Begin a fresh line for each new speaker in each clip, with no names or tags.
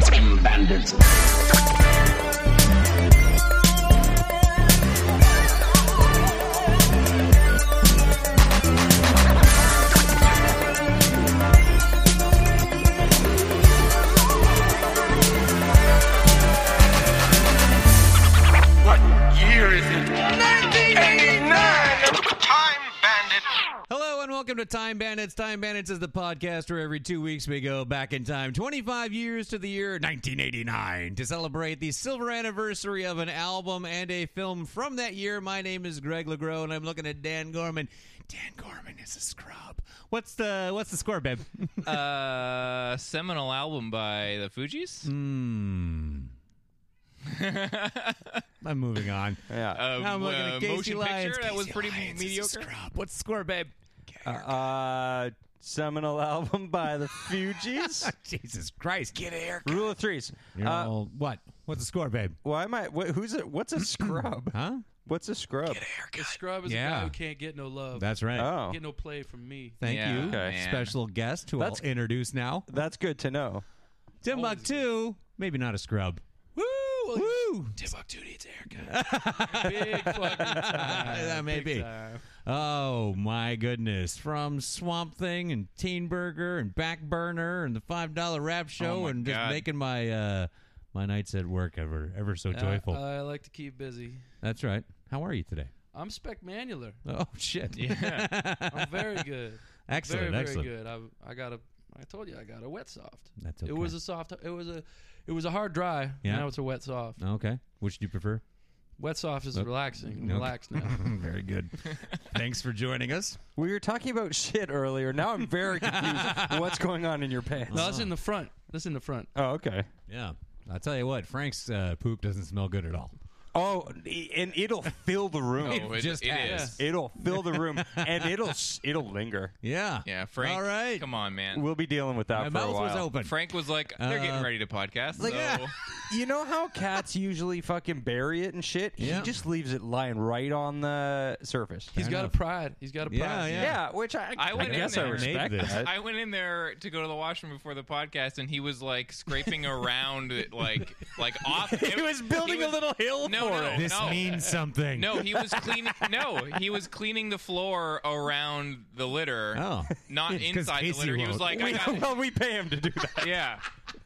Time Bandits. What year is it? 1989! Time Bandit.
Hello and welcome to Time Bandits. Time Bandits is the podcast where every two weeks we go back in time 25 years to the year 1989 to celebrate the silver anniversary of an album and a film from that year. My name is Greg LeGros and I'm looking at Dan Gorman. Dan Gorman is a scrub. What's the what's the score, babe?
Uh, seminal album by the Fugees.
Mm,
Hmm.
I'm moving on.
Uh,
Now I'm looking
uh,
at Casey
motion
Lyons.
picture that was
Casey
pretty
Lyons is a
mediocre.
scrub. What's the score, babe?
Uh, seminal album by the Fugees.
Jesus Christ. Get air.
Rule of threes. Uh,
what? What's the score, babe?
why am I? What, who's it? What's a scrub?
Huh?
What's a scrub?
The scrub is a
Yeah.
guy who can't get no love.
That's right.
Oh,
Get no play from me.
Thank
Yeah,
you,
okay.
special guest who
That's-
I'll introduce now.
that's good to know.
Timbuktu, maybe not a scrub. Woo! Woo!
Timbuktu needs haircut. Big fucking time.
That may
Big
be.
time.
Oh my goodness! From Swamp Thing and Teen Burger and Back Burner and the Five Dollar Rap Show
my
and just
God.
making my uh, my nights at work ever ever so joyful.
I, I like to keep busy.
That's right. How are you today?
I'm spec manular.
Oh shit!
Yeah.
I'm very good.
excellent,
very,
excellent.
very good. I I got a I told you I got a wet soft.
That's
It was a soft it was a it was a hard dry.
Yeah.
Now it's a wet soft.
okay. Which do you prefer?
Wet soft is relaxing.
okay.
Relax now.
very good. Thanks for joining us.
We were talking about shit earlier. Now I'm very confused. What's going on in your pants?
no, that's in the front. That's in the front.
Oh, okay.
Yeah, I'll tell you what. Frank's uh, poop doesn't smell good at all.
Oh, i- and it'll fill the room.
Oh, it,
just
it
has.
is.
It'll fill the room, and it'll s- it'll linger.
Yeah.
Yeah, Frank.
All right.
Come on, man.
We'll be dealing with that
My
for a
mouth
while.
was open.
Frank was like, they're
Uh,
getting ready to podcast.
like,
so
yeah.
You know how cats usually fucking bury it and shit?
Yeah.
He just leaves it lying right on the surface.
He's
Fair
got
enough.
a pride. He's got a pride.
Yeah, yeah.
yeah, which I,
I went in
guess I
there.
respect
Made this.
that.
I went in there to go to the washroom before the podcast, and he was like scraping around, it, like like off.
he was building
was-
a little hill
No,
for
no,
it.
This
no.
means something.
No, he was cleaning. no, he was cleaning the floor around the litter.
Oh.
not
It's 'cause
inside the
Casey
litter. He was
won't.
like, I got,
well, we pay him to do that.
yeah.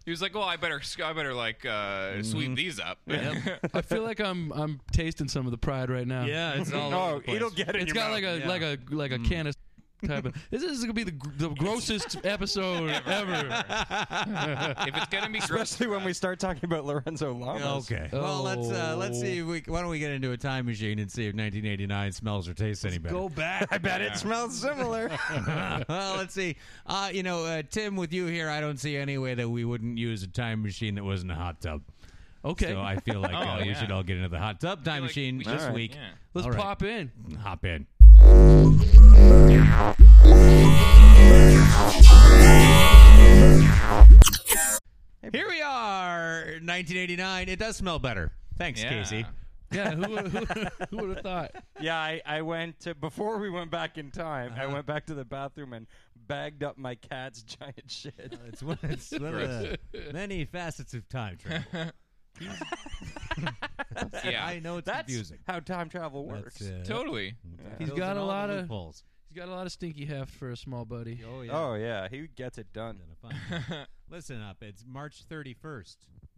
He was like, well, I better, I better like
Mm-hmm.
uh, sweep these up.
I feel like I'm I'm tasting some of the pride right now.
Yeah, it's all.
No, Oh, it'll get in
It's
your
got
mouth.
like a like a like a can of type of. This is gonna be the gr- the grossest episode ever.
if it's gonna be gross,
Especially when we start talking about Lorenzo Lamas.
Okay. Well, let's uh, let's
Oh.
see if we why don't we get into a time machine and see if 1989 smells or tastes any better.
Go back.
I bet it smells similar.
well, let's see. Uh, you know, uh, Tim, with you here, I don't see any way that we wouldn't use a time machine that wasn't a hot tub.
Okay,
So I feel like
Oh,
uh, we
yeah.
should all get into the hot tub time
like
machine
we should-
this
All right.
week.
Yeah.
let's
all right.
pop in.
Hop in. Here we are, 1989. It does smell better. Thanks,
Yeah.
Casey.
Yeah, who who, who would have thought?
yeah, I, I went to, before we went back in time. I went back to the bathroom and bagged up my cat's giant shit.
It's one, it's one of the many facets of time travel.
yeah,
I know it's
That's
confusing.
how time travel works.
That's, uh,
totally.
that
He's
fills
got
in
a
all the
lot of-
loopholes.
He's got a lot of stinky heft for a small buddy.
Oh yeah.
Oh yeah, he gets it done.
Gonna find out. Listen up. It's March 31st,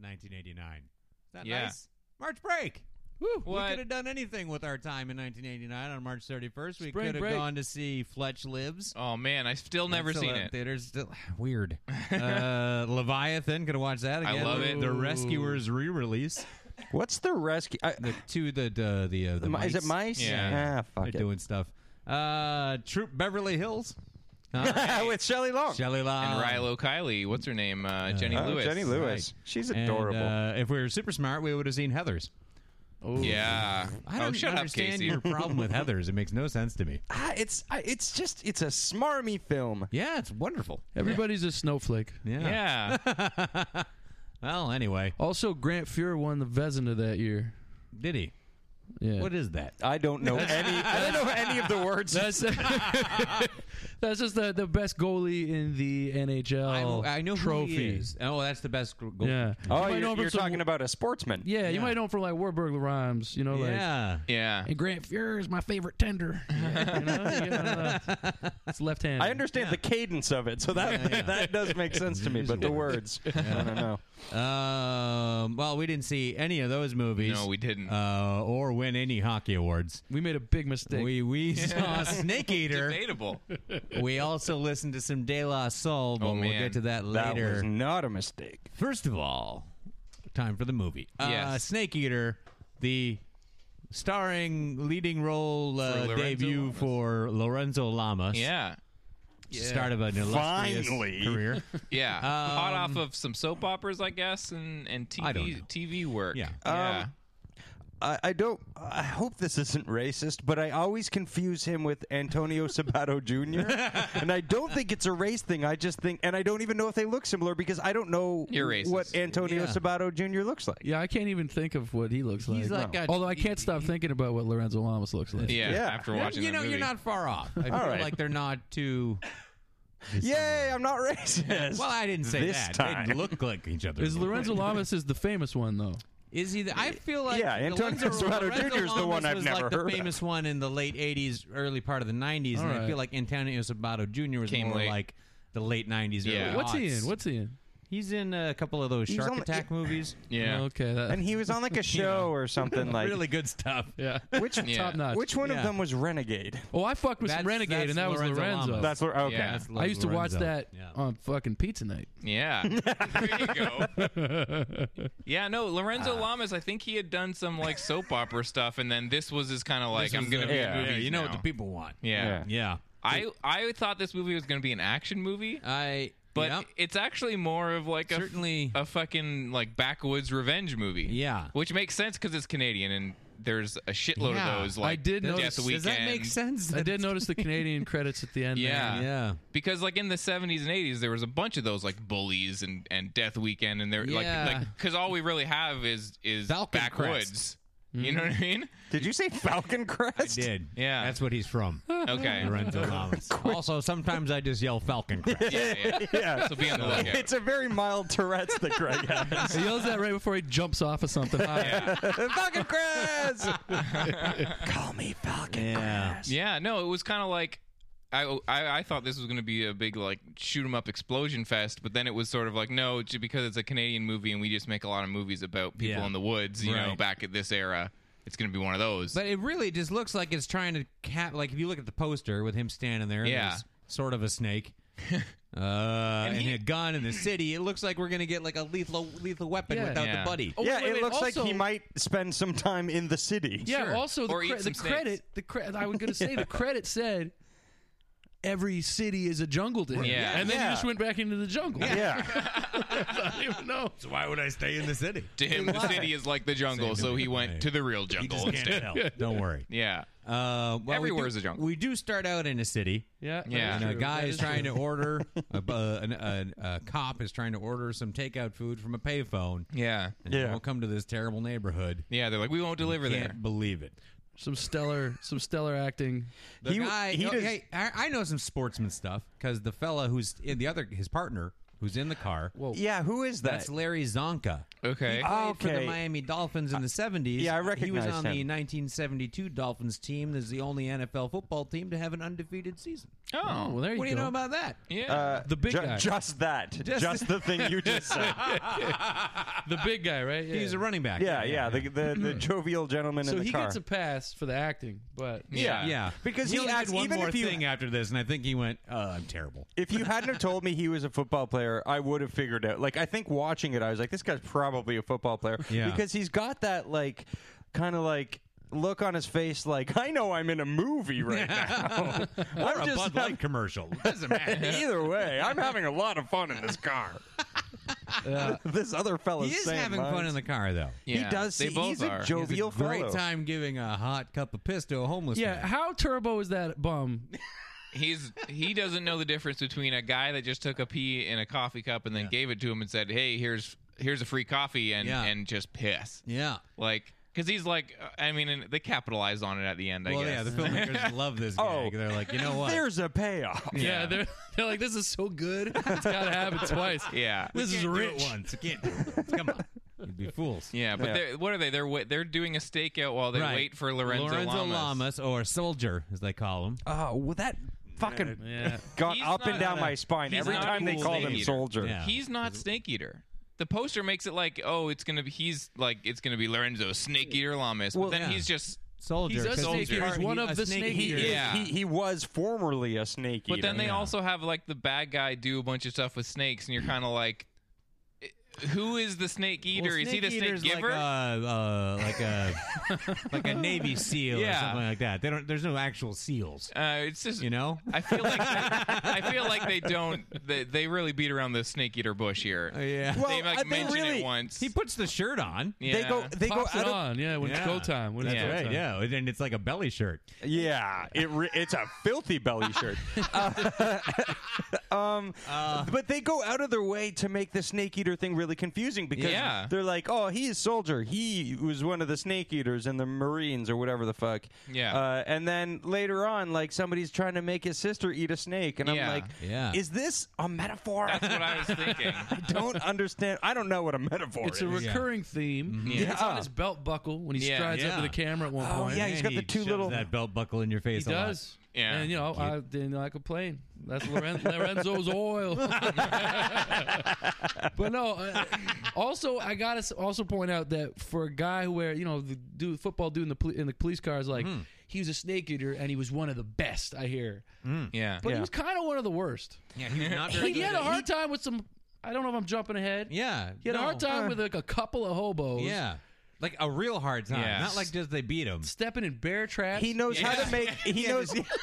1989. Is that
Yeah.
nice? March break.
Woo,
We could
What?
have done anything with our time in 1989 on March 31st. We
Spring
could have
break.
gone to see Fletch Lives.
Oh man, I still never
That's still
seen
out in
it.
Theaters still weird. uh, Leviathan. Could have watched that
I
again.
love it.
The Rescuers re-release.
What's the rescue? I,
The two the the the, uh, the
mi- is it
mice.
mice?
Yeah.
Ah, fuck
They're
it.
doing stuff. Uh, Troop Beverly Hills. Huh?
With Shelley Long.
Shelley
And
Long.
Rilo Kiley, what's her name? Uh, Jenny
Oh,
Lewis.
Jenny Lewis.
Right.
She's
And,
adorable.
uh, if we were super smart, we would have seen Heather's.
Oh.
Yeah.
I
oh,
don't
shut up,
understand
Casey.
your problem with Heather's. It makes no sense to me.
Ah, it's I, it's just it's a smarmy film.
Yeah, it's wonderful.
Everybody's a snowflake.
yeah.
well, anyway,
Also, Grant Fuhrer won the Vezina that year.
did he?
Yeah.
What is that?
I don't know any. I don't know any of the words.
That's that's just the, the best goalie in the NHL.
I, I know
trophy.
who he is. Oh, that's the best goal.
Yeah.
oh,
You might
you're,
know him from
you're
some-
talking about a sportsman.
Yeah, you might know him from like Warburg Rhymes. You know, like
Yeah.
Yeah.
And Grant Fuhr is my favorite tender. you know, you gotta- it's left handed.
I understand the cadence of it, so that that does make sense to me. But the words, I don't know.
Um, well, we didn't see any of those movies.
No, we didn't.
Uh, or win any hockey awards.
We made a big mistake.
We we saw Snake Eater.
Debatable.
we also listened to some De La Soul, but
Oh,
we'll
man.
get to that
That
later.
was not a mistake.
First of all, time for the movie. Uh,
Yes.
Snake Eater, the starring leading role uh,
Lorenzo
debut
Lamas.
for Lorenzo Lamas.
Yeah.
Start of an illustrious
Finally.
career.
Yeah. Hot off of some soap operas, I guess, and, and TV
Um, I don't know.
TV work.
Yeah.
Yeah.
I, I don't. I hope this isn't racist, but I always confuse him with Antonio Sabato Jr. and I don't think it's a race thing. I just think, and I don't even know if they look similar because I don't know
You're racist.
what Antonio
Yeah.
Sabato Jr. looks like.
yeah, I can't even think of what he looks like.
He's like a-
Although I can't stop thinking about what Lorenzo Lamas looks like.
yeah.
Yeah.
After watching
you
that
know, you're
movie.
not far off. I feel
right.
like they're not too.
Yay! I'm not racist.
Well, I didn't say
This
that.
time.
They look like each other.
Is Lorenzo Lamas is the famous one though?
Is he? The, I feel like
Yeah, Antonio
Lorenzo-
Serrano
Lorenzo
Jr. is the one
Lamas
I've
was
never
like the
heard of.
famous one in the late '80s, early part of the '90s, and I
Alright.
feel like Antonio Sabato Jr. was
Came
more
late.
like the late '90s.
Yeah.
Early
What's he
aughts.
in? What's he in?
He's in a couple of those
He's
Shark
on the-
Attack movies.
Yeah.
Okay. That,
and he was on like a show or something like.
really good stuff.
yeah.
Which
Yeah.
Top notch.
which one
Yeah.
of them was Renegade?
Oh, I fucked with some
That's-
Renegade, and that
that's
was
Lorenzo
Lorenzo.
Lamas.
That's where okay.
Yeah.
That's
I used to watch
Lorenzo.
that
Yeah.
on fucking pizza night.
Yeah. there you go. Yeah, no, Lorenzo
Ah.
Lamas, I think he had done some like soap opera stuff and then this was his kind of like
This
I'm
was
going to
the-
be
yeah,
in
yeah,
movies
you know
now.
what the people want.
Yeah.
Yeah,
I I thought this movie was going to be an action movie,
I.
but
yep.
it's actually more of like a
certainly.
a fucking like backwoods revenge movie.
Yeah.
which makes sense because it's Canadian and there's a shitload
Yeah.
of those. Like
I did
Death
notice-
Weekend.
Does that make sense?
I did notice the Canadian credits at the end. there.
Yeah.
Yeah.
Because like in the 70s and 80s, there was a bunch of those like bullies and, and Death Weekend, and they're
Yeah.
like like because all we really have is is
Falcon
backwoods. You know what I mean?
Did you say Falcon Crest?
I did.
Yeah.
That's what he's from.
Okay.
Lorenzo Lamas. also, sometimes I just yell Falcon Crest.
Yeah, yeah.
Yeah.
So be on the lookout.
It's a very mild Tourette's that Greg has.
He yells that right before he jumps off of something.
Falcon Crest. Call me Falcon
Yeah.
Crest.
Yeah, no, it was kind of like I, I I thought this was going to be a big like shoot 'em up explosion fest, but then it was sort of like no, ju- because it's a Canadian movie and we just make a lot of movies about people
Yeah.
in the woods, you know,
Right.
back at this era. It's going to be one of those.
But it really just looks like it's trying to cap. Like if you look at the poster with him standing there,
Yeah.
there's sort of a snake, uh, and,
he-
a gun in the city. It looks like we're gonna get like a lethal lethal weapon
Yeah.
without
Yeah.
the buddy.
Oh,
yeah,
wait, wait,
it looks like he
also-
might spend some time in the city.
Yeah.
Sure.
Also, the,
Or eat
cre-
some
the
snakes.
credit, the credit. I was going to say the credit said every city is a jungle to him.
Yeah.
and then
Yeah.
he just went back into the jungle.
Yeah.
I don't even know.
So why would I stay in the city?
to him, the city is like the jungle,
Same
so he
thing.
went to the real
You
jungle
just can't
instead.
tell. Don't worry.
Yeah,
Uh, well, we
Everywhere's
do-
a jungle.
We do start out in a city.
Yeah, that
Yeah.
is
And a
true.
guy
That
is trying to order, a, a, an- a, a cop is trying to order some takeout food from a payphone.
yeah,
And yeah.
Yeah.
won't come to this terrible neighborhood.
yeah. They're like, we won't deliver
Can't
there.
believe it.
some stellar, some stellar acting.
The
He-
guy,
he
oh,
does-
hey, I, I know some sportsman stuff because the fella who's in the other, his partner who's in the car,
Yeah, who is that?
that's Larry Zonka.
Okay.
He uh, played for the
Okay.
Miami Dolphins in the 70s.
yeah, I
He was
recognize
on the
him.
1972 Dolphins team. This is the only NFL football team to have an undefeated season.
Oh,
Oh,
well, there you
What do you
go.
know about that?
yeah.
Uh,
the big
ju-
guy.
Just that. Just, the thing you just said.
the big guy, right? Yeah.
He's a running back.
Yeah, yeah. The, the, the jovial gentleman
Hmm. so
in the
he
car.
gets a pass for the acting, but
Yeah.
Yeah,
Because he
only did
asked-
one
even
more
if you-
thing after this, and I think he went, uh, "I'm terrible."
if you hadn't have told me he was a football player, I would have figured out. Like, I think watching it, I was like, this guy's probably a football player
Yeah.
because he's got that like kind of like look on his face, like I know I'm in a movie right now. I'm
a
just
Bud Light commercial. Doesn't matter.
either way. I'm having a lot of fun in this car. this other fella's
he is
saying
having fun
lines.
in the car, though.
He
Yeah,
does.
they
see-
both
he's
are.
a
He's a
It's
jovial
a great
fellow.
time giving a hot cup of piss to a homeless
yeah.
man.
How turbo is that bum?
He's he doesn't know the difference between a guy that just took a pee in a coffee cup and then gave it to him and said, "Hey, here's here's a free coffee and
Yeah.
and just piss."
Yeah.
Like because he's like, uh, I mean, and they capitalized on it at the end. I
well,
guess.
yeah, the filmmakers love this gag.
Oh.
They're like, you know what?
There's a payoff.
Yeah,
Yeah.
they're they're like, this is so good. It's gotta happen twice.
yeah.
This
Can't
is
do it
rich.
once. You can't do it once. Come on. You'd be fools.
Yeah, but
Yeah.
They're, what are they? They're wa- they're doing a stakeout while they
Right.
wait for Lorenzo,
Lorenzo
Lamas.
Lamas, or Soldier, as they call him.
Oh, well, that fucking
Yeah.
got
He's
up and
not-
down
not a-
my spine
he's
every
not
time
a
they
cool
called him
leader.
soldier.
Yeah.
He's not Snake Eater. The poster makes it like, oh, it's gonna be he's like it's gonna be Lorenzo Snake Eater Lamas, but
Well,
then
yeah.
he's just.
Soldier.
He's a
'cause
snake
he's
eater.
part-
He's one
he-
of
a
the
snake
snake
eater.
eaters.
Yeah.
He, he was formerly a snake
But
eater.
then they
Yeah.
also have like the bad guy do a bunch of stuff with snakes, and you're kind of like, who is the Snake Eater?
Well,
is he the Snake
eater's
Giver?
Like a, uh, like a like a Navy SEAL or
Yeah.
something like that. They don't. There's no actual SEALs.
uh, it's just
You know.
I feel like they, I feel like they don't. They, they really beat around the snake eater bush here.
yeah.
Well,
they
uh,
like
they
mention
really-
it once.
He puts the shirt on.
yeah.
they go they
Pops
go
it
out of,
on, yeah, when it's
Yeah.
go time. When
That's
it's go
right.
time.
Yeah, and it's like a belly shirt.
Yeah, it re- it's a filthy belly shirt. Uh, um,
Uh.
but they go out of their way to make the snake eater thing really confusing because
Yeah.
they're like, "Oh, he is soldier. He was one of the snake eaters in the Marines or whatever the fuck."
Yeah.
Uh, and then later on, like somebody's trying to make his sister eat a snake, and I'm
Yeah.
like,
Yeah.
"Is this a metaphor?"
That's what I was thinking.
I don't understand. I don't know what a metaphor
It's
is.
a recurring theme.
Yeah.
It's on his belt buckle when he
Yeah.
strides up
Yeah.
to the camera at one
Oh,
point.
yeah, he's got
he
the two
shoves
little-
that belt buckle in your
He
face. a lot.
does.
Yeah.
And you know, I didn't like a plane. That's Loren- Lorenzo's oil. but no, uh, also I gotta s- also point out that for a guy where you know the dude football dude in the pol- in the police car is like he was a snake eater and he was one of the best I hear,
yeah.
but
Yeah.
he was kind of one of the worst.
Yeah, he's not very
He,
good
had a
at-
hard time with some. I don't know if I'm jumping ahead.
Yeah.
He had a
no.
hard time with like a couple of hobos.
Yeah. Like a real hard time.
Yeah.
Not like just they beat him.
stepping in bear traps.
He knows how to make. He knows. He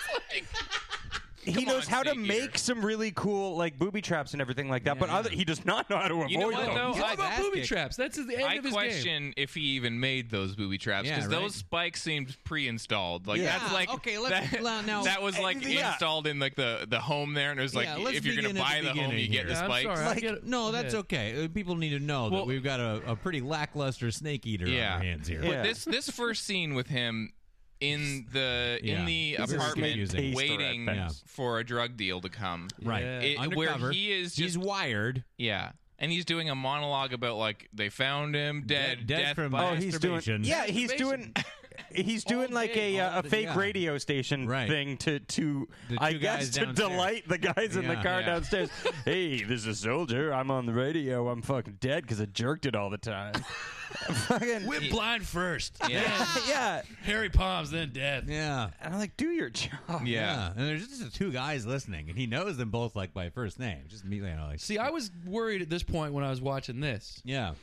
Come
knows
on,
how to
snake
make
eater.
some really cool like booby traps and everything like that, but other, he does not know how to avoid
You know what,
them.
though?
He's all
I-
about booby
Fantastic.
traps. That's the end
I
of his game.
question if he even made those booby traps
Yeah,
because
right.
those spikes seemed pre-installed. Like
Yeah.
that's like
Okay, let's-
that,
well, now-
that was like
Yeah.
installed in like the the home there, and it was like
Yeah, let's
if you're gonna
begin at
buy
the
the, home, you
beginning
get
here.
the
I'm
spikes.
sorry, I get it.
No, that's
Okay.
okay. Uh, People need to know that
Well-
we've got a, a pretty lackluster snake eater on
Yeah.
our hands here.
Yeah.
But this this first scene with him in the
Yeah.
in the
This is
apartment
confusing.
waiting
Taster at
Yeah.
best.
for a drug deal to come.
Right.
Yeah.
It,
Undercover.
where he is
He's
just
wired.
yeah. And he's doing a monologue about like they found him dead,
Dead- dead
death
from-
by
Oh, he's doing.
Masturbation.
Yeah, he's doing. He's doing
All
like
day,
a
all
uh, a
day,
fake
yeah.
radio station
Right.
thing to to
The
I
two
guess
guys
to
downstairs.
delight the guys in the
Yeah.
car
Yeah.
downstairs. hey, this is soldier. I'm on the radio. I'm fucking dead because I jerked it all the time. fucking
We're blind first.
Yeah.
yeah.
Harry Palms, then death.
Yeah.
And I'm like, do your job.
yeah.
And there's just the two guys listening, and he knows them both like by first name. Just immediately, you know, like,
See, I was worried at this point when I was watching this,
yeah,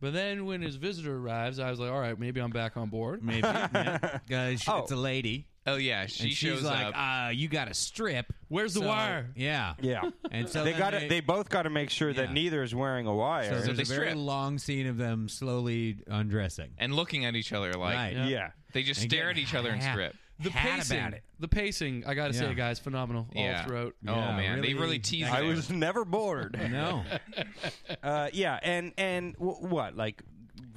but then when his visitor arrives, I was like, "All right, maybe I'm back on board."
maybe. yeah. Uh, she-
Oh.
It's a lady,
Oh yeah, she
and
shows
she's like,
up.
uh, "You got to strip."
Where's the
So-
wire?
Yeah,
Yeah.
And so
they
then
got to They both got to make sure
Yeah.
that neither is wearing a
So
wire.
there's
they
a very
strip.
long scene of them slowly undressing.
and looking at each other like
right.
yeah.
they just
And
stare at
getting
each other and
ha-
strip.
The
had
pacing,
about it.
the pacing. I gotta
Yeah.
say, guys, phenomenal
yeah.
all throughout.
Oh
Yeah,
man,
really-
they really tease.
I
it.
was never bored.
No.
Uh, yeah, and and wh- what like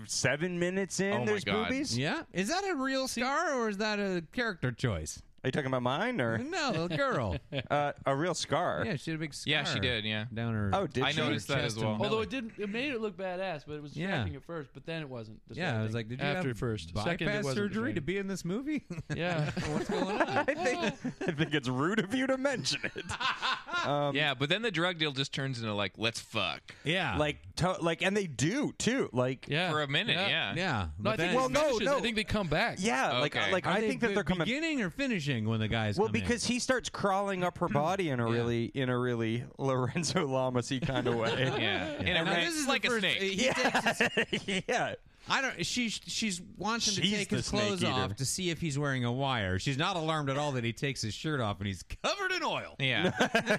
seven minutes in?
Oh my
there's
God.
boobies.
Yeah. Is that a real scar or is that a character choice?
Are you talking about mine or
No, the girl.
uh, a real scar?
Mm-hmm. yeah, she had a big scar.
Yeah, she did. Yeah,
Down her.
Oh, did
I
she?
noticed that
chest
as well.
and
Although
belly.
it didn't, it made it look badass, but it was
Yeah.
distracting at first. But then it wasn't.
Yeah, I was
distracting.
like, did you
after
have
first,
bypass
second it wasn't
surgery to
distracting.
be in this movie?
Yeah,
What's going on?
I think I think it's rude of you to mention it. Um,
yeah. But then the drug deal just turns into like, let's fuck
Yeah,
Like to, like, and they do too. Like yeah,
yeah.
for a minute. Yeah,
yeah.
No, I
but
think
then-
Well,
it
no,
finishes.
no.
I think they come back.
like
Okay.
like
Are
I
they
think that
be-
they're coming.
beginning or finishing when the guys.
Well,
come in?
because he starts crawling up her body in a really in a really Lorenzo Lamasy kind of way.
yeah. And
Now,
it
this is
ranks
the
like a
first-
snake.
He takes his-
yeah.
I don't. She she's wants him
She's
to take
the
his
snake
clothes
eater.
off to see if he's wearing a wire. She's not alarmed at all that he takes his shirt off and he's covered in oil.
Yeah,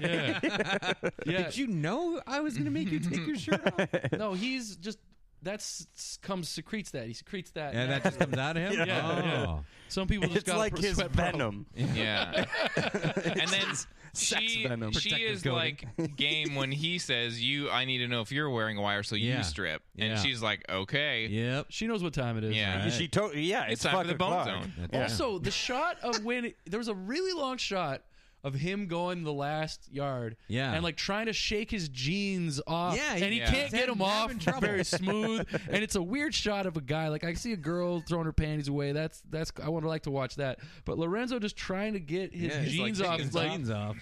yeah. yeah.
Did you know I was going to make you take your shirt off?
no, he's just that's comes secretes that he secretes that.
And that just comes out of him.
Yeah.
Oh.
Some people just
It's
got a
like
pr-
his
sweat problem.
venom.
yeah. and then she
venom.
she
Protective
is
coating.
like game when he says you I need to know if you're wearing a wire so
Yeah.
you strip and
Yeah.
she's like okay
Yep.
She knows what time it is.
Yeah.
She totally yeah. It's,
It's time for
five
the bone
o'clock.
zone.
That's right.
Also, the shot of when there was a really long shot of him going the last yard,
Yeah.
and like trying to shake his jeans off,
Yeah, he-
and he
Yeah.
can't
He's
get them
having-
off
having trouble.
very smooth, and it's a weird shot of a guy like I see a girl throwing her panties away. That's that's I would like to watch that, but Lorenzo just trying to get his
Yeah, he's,
like,
jeans
taking
off,
his
it's like
jeans off.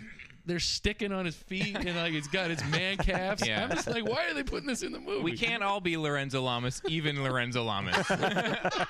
they're sticking on his feet, and like he's got his man calves.
Yeah.
I'm just like, why are they putting this in the movie?
we can't all be Lorenzo Lamas even Lorenzo Lamas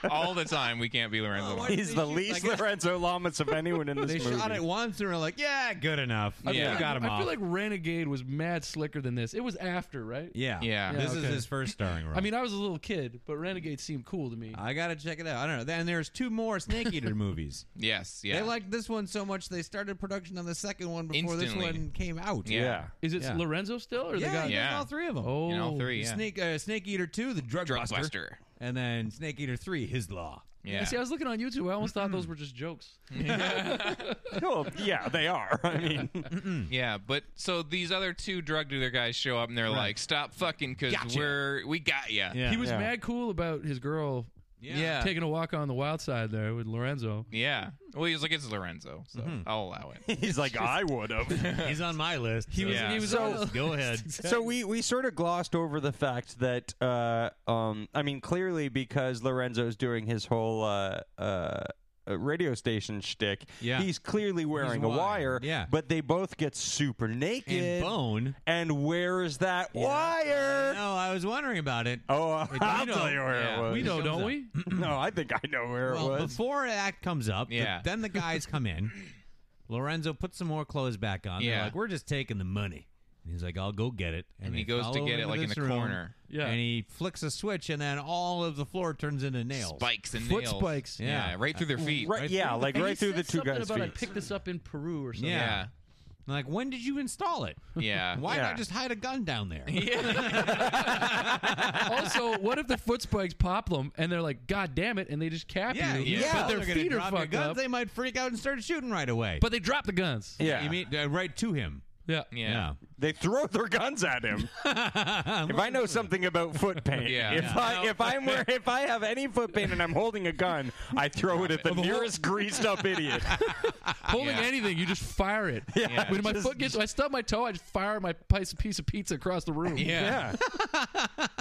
all the time we can't be Lorenzo Lamas
He's the least Lorenzo Lamas of anyone in this
They
movie.
shot it once and were like, "Yeah, good enough.
Yeah.
You got him
I
off."
feel like Renegade was mad slicker than this. It was after, right?
yeah,
Yeah.
This
Yeah,
is
okay.
his first starring role.
I mean, I was a little kid, but Renegade seemed cool to me.
I gotta check it out. I don't know. And there's two more Snake Eater movies.
yes yeah
They liked this one so much they started production on the second one before
Instantly.
this one came out.
Yeah.
Yeah.
Is it
Yeah.
Lorenzo still, or
yeah,
the
he
guy?
does
Yeah.
all three of them.
Oh,
in all three yeah.
Snake uh, Snake Eater Two, the Drug,
Drug
Buster.
Buster.
and then Snake Eater Three, His Law.
Yeah.
yeah
See, I was looking on YouTube. I almost thought those were just jokes.
Well, yeah, they are. I mean,
Yeah, but so these other two drug dealer guys show up and they're like, "Stop fucking, because
Gotcha.
we're we got you."
he was
Yeah.
mad cool about his girl
yeah,
taking a walk on the wild side there with Lorenzo.
yeah. Well, he's like, "It's Lorenzo, so
Mm-hmm.
I'll allow it."
he's like, I would have.
He's on my list. He
was- Yeah. he was
so, go ahead.
So we, we sort of glossed over the fact that uh, um, I mean clearly because Lorenzo's doing his whole uh, uh, uh, radio station shtick,
Yeah.
he's clearly wearing a wire.
wired, yeah.
But they both get super naked.
and Bone.
And where is that wire?
No, I was wondering about it.
Oh, I'll
know.
tell you where
Yeah.
it was.
We know,
comes
don't
up.
we?
no, I think I know where
Well,
it was.
before that comes up, the-
Yeah.
then the guys come in. Lorenzo puts some more clothes back on. They're
Yeah.
like, we're just taking the money. And he's like, I'll go get it.
And
they
he goes to
follow him
get it,
into
like, in
this
the
room,
corner.
Yeah.
And he flicks a switch, and then all of the floor turns into nails.
Spikes and
Foot
nails.
spikes.
Yeah.
Yeah. Uh,
right through their feet.
right, yeah, like
And he
right through
said
the two
something
guys'
about, I
feet.
picked this up in Peru or something.
Yeah,
I'm like, when did you install it?
yeah.
Why
Yeah.
not just hide a gun down there?
also, what if the foot spikes pop them and they're like, "God damn it!" and they just cap you?
yeah.
But their
They're gonna
feet are
drop their
fucked
guns,
up.
They might freak out and start shooting right away.
But they drop the guns.
yeah,
you mean uh, right to him?
Yeah.
Yeah.
they throw their guns at him.
Yeah.
If I know something about foot pain,
Yeah.
if
Yeah.
I if I'm wear- if I have any foot pain and I'm holding a gun, I throw it at the nearest greased up idiot.
Holding
Yeah.
anything, you just fire it.
Yeah.
When my foot gets, I stub my toe, I just fire my piece piece of pizza across the room.
Yeah.
Yeah,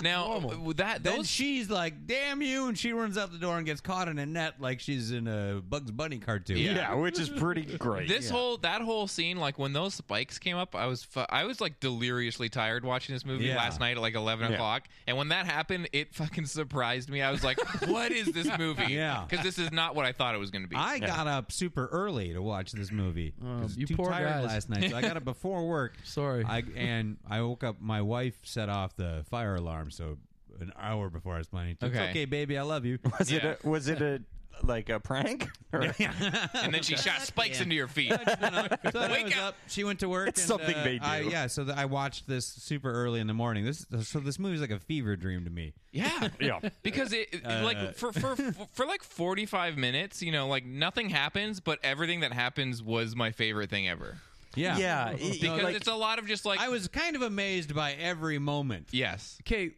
Now with that
Then
those
she's like, "Damn you!" and she runs out the door and gets caught in a net like she's in a Bugs Bunny cartoon.
yeah, which is pretty great.
this whole that whole scene like when those spikes came up i was fu- i was like deliriously tired watching this movie
Yeah.
last night at like 11
Yeah.
o'clock and when that happened it fucking surprised me i was like what is this movie
Yeah.
because this is not what i thought it was going to be
I got up super early to watch this movie. 'cause
Oh, you
too
poor
tired
guys.
last night, so I got up before work.
Sorry.
I, and I woke up. My wife set off the fire alarm, so an hour before I was planning to.
Okay.
It's okay, baby, I love you.
was
yeah.
it a, was it a like a prank? Or-
and then she shot spikes into your feet
So I
Wake
was
up.
She went to work.
It's
and,
something
uh,
they
I-
do.
yeah, so th- I watched this super early in the morning. This so this movie's like a fever dream to me.
yeah
yeah.
because it it-
Uh,
like for, for for like 45 minutes you know like nothing happens but everything that happens was my favorite thing ever
Yeah,
Yeah, e-
No,
because
like-
it's a lot of just like
I was kind of amazed by every moment.
yes
Okay.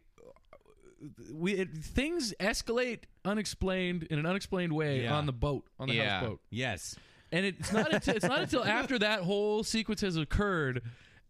We it, things escalate unexplained in an unexplained way
Yeah.
on the boat on the
Yeah.
houseboat,
Yes.
and it's not until, it's not until after that whole sequence has occurred.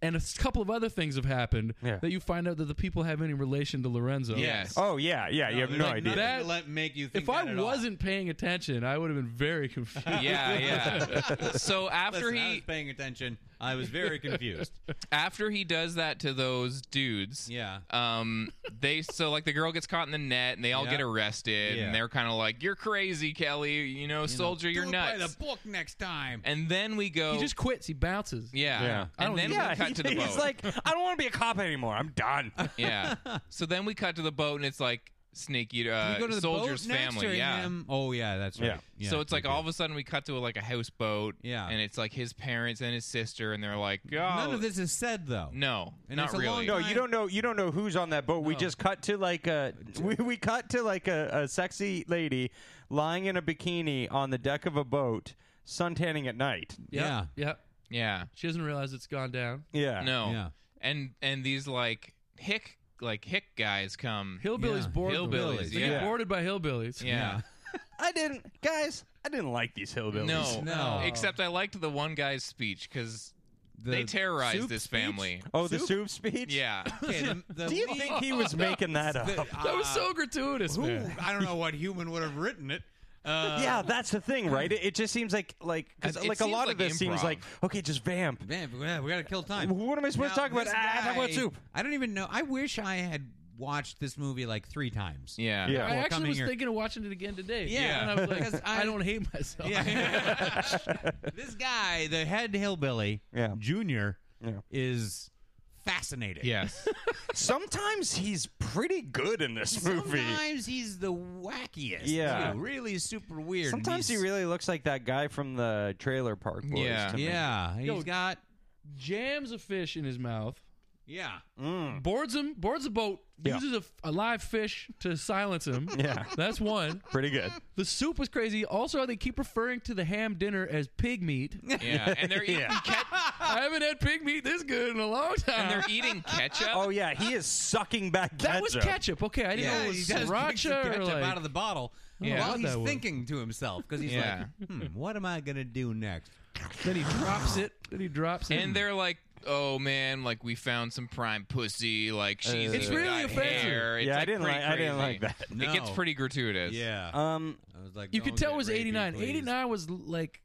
And a s- couple of other things have happened
Yeah.
that you find out that the people have any relation to Lorenzo.
yes
Oh yeah, yeah. you have no
Like,
idea.
nothing
That-
to let make you think
If I
that at all.
wasn't paying attention, I would have been very confused.
yeah yeah so after
Oh, Listen, I
he
was paying attention. I was very confused.
after he does that to those dudes,
Yeah.
Um, they so like the girl gets caught in the net and they all
Yeah.
get arrested
Yeah.
and they're kind of like, "You're crazy, Kelly. You know, soldier, you're
Do it By
nuts."
the book next time.
and then we go,
He just quits. He bounces.
yeah,
Yeah. I
and
don't-
then
yeah,
we cut
he-
to the boat.
he's like, I don't want to be a cop anymore. I'm done.
yeah. So then we cut to the boat and it's like Snake Eater, uh,
You go to the
soldier's
boat next
family,
to
yeah.
him. Oh yeah, that's right.
Yeah.
Yeah,
so it's like
okay.
all of a sudden we cut to like a houseboat,
Yeah.
and it's like his parents and his sister, and they're like, "Oh,
None of this is said though.
no,
And
not
it's a
really."
long-
No, you don't know. You don't know who's on that boat. We just cut to like a we, we cut to like a, a sexy lady lying in a bikini on the deck of a boat, suntanning at night.
Yeah. Yeah.
Yeah.
She doesn't realize it's gone down.
Yeah.
No.
Yeah.
And and these like hick like hick guys come.
Hillbillies
Yeah.
bored. them.
Hillbillies,
They get
yeah.
boarded by hillbillies.
yeah.
I didn't, guys. I didn't like these hillbillies.
No.
No.
Except I liked the one guy's speech because
The-
they terrorized
soup
this
speech?
family.
Oh, the soup speech.
Yeah.
Okay, the- the
Do you
lead-
think he was making that up?
the-
That was
uh,
so gratuitous,
who-
man.
I don't know what human would have written it. Uh,
yeah, that's the thing, right? It, it just seems like like 'cause,
It- it
like a
seems
lot of
like
this seems
improv.
like okay, just vamp.
Man, we- yeah, we gotta kill time.
What am I supposed to
Now,
talk about?
this
Ah, talk about
guy-
soup.
I don't even know. I wish I had watched this movie like three times.
Yeah.
Yeah.
I
Well,
actually
coming
was
here-
thinking of watching it again today.
Yeah.
And I was like,
Because
I,
I-
don't hate myself.
Yeah. this guy, the head hillbilly,
Yeah.
Junior,
Yeah.
is fascinating.
Yes.
Sometimes he's pretty good in this movie.
Sometimes he's the wackiest.
Yeah.
too. Really super weird.
Sometimes he
He's-
really looks like that guy from the Trailer Park Boys.
Yeah.
to me.
Yeah. He's
Yo.
got.
Jams a fish in his mouth,
Yeah.
Mm.
boards him, boards a boat,
Yeah.
uses a, a live fish to silence him.
Yeah.
That's one.
pretty good.
The soup was crazy. Also, they keep referring to the ham dinner as pig meat.
Yeah. And they're eating ke-
I haven't had pig meat this good in a long time.
and they're eating ketchup.
Oh yeah, he is sucking back
that
ketchup.
was ketchup. Okay, I didn't know
Yeah,
it
he
was
does drink some
sriracha or
ketchup
like.
out of the bottle
Yeah.
while
What
he's
that was.
thinking to himself because he's
Yeah.
like, hmm, "What am I gonna do next?"
then he drops it. Then he drops it.
And they're like, "Oh man, like we found some prime pussy. Like she's
It's
even
really
got
offensive.
hair. It's
Yeah, I
like,
didn't
pretty
like- I didn't
crazy.
like that.
No.
It gets pretty gratuitous.
Yeah,
Um,
I was like,
you could
"Don't
tell it
get
was
rapey,
89.
Oh, please."
89 was like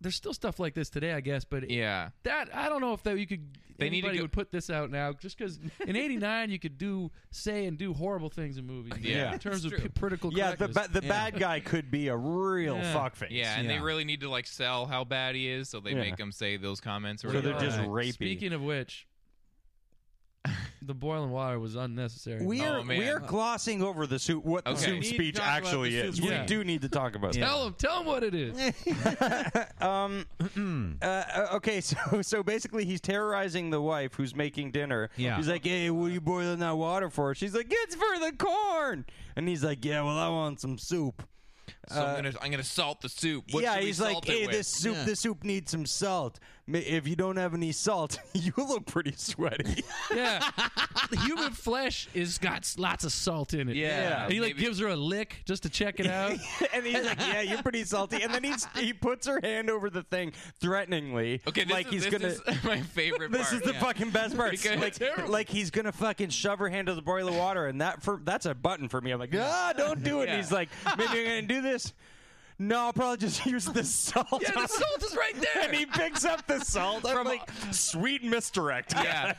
there's still stuff like this today, I guess, but
Yeah.
that I don't know if that you could
They need to
anybody
go-
would put this out now just cuz in 89 you could do say and do horrible things in movies.
Yeah.
In terms
It's
of
true.
p- political
yeah, the
correctness.
ba- the bad guy could be a real
Yeah.
fuckface.
Yeah, and
Yeah.
they really need to like sell how bad he is, so they
Yeah.
make him say those comments. Or
so they're
whatever.
just
Alright.
rapey.
Speaking of which, the boiling water was unnecessary.
we
Oh,
are we
man.
are glossing over the soup what the
Okay. We
soup
need
to
speech
talk about
actually
the soup
is.
speech.
We do need to talk about that.
Tell him, tell him what it is.
Um, uh, okay, so so basically, he's terrorizing the wife who's making dinner.
Yeah.
he's like, "Hey, what are you boiling that water for?" She's like, "It's for the corn." And he's like, "Yeah, well, I want some soup."
So I'm gonna I'm gonna salt the soup. What
Uh, yeah,
should we
he's like,
salt it
"Hey,
with?
this soup,
Yeah.
this soup needs some salt. Ma- If you don't have any salt, you look pretty sweaty."
Yeah, human flesh is got s- lots of salt in it.
Yeah. Yeah.
and he like
Maybe-
gives her a lick just to check it out.
and he's like, "Yeah, you're pretty salty." And then he's he puts her hand over the thing threateningly,
Okay, this
like
is,
he's
this
gonna.
is my favorite.
This
part.
is the fucking best part.
Because-
like,
Terrible.
like he's gonna fucking shove her hand to the boiling water, and that for that's a button for me. I'm like, ah, don't do it. And
Yeah.
he's like, maybe I'm gonna do this. No, I'll probably just use the salt.
yeah, the salt is right there.
and he picks up the salt. I'm
From-
like, sweet misdirect.
Yeah.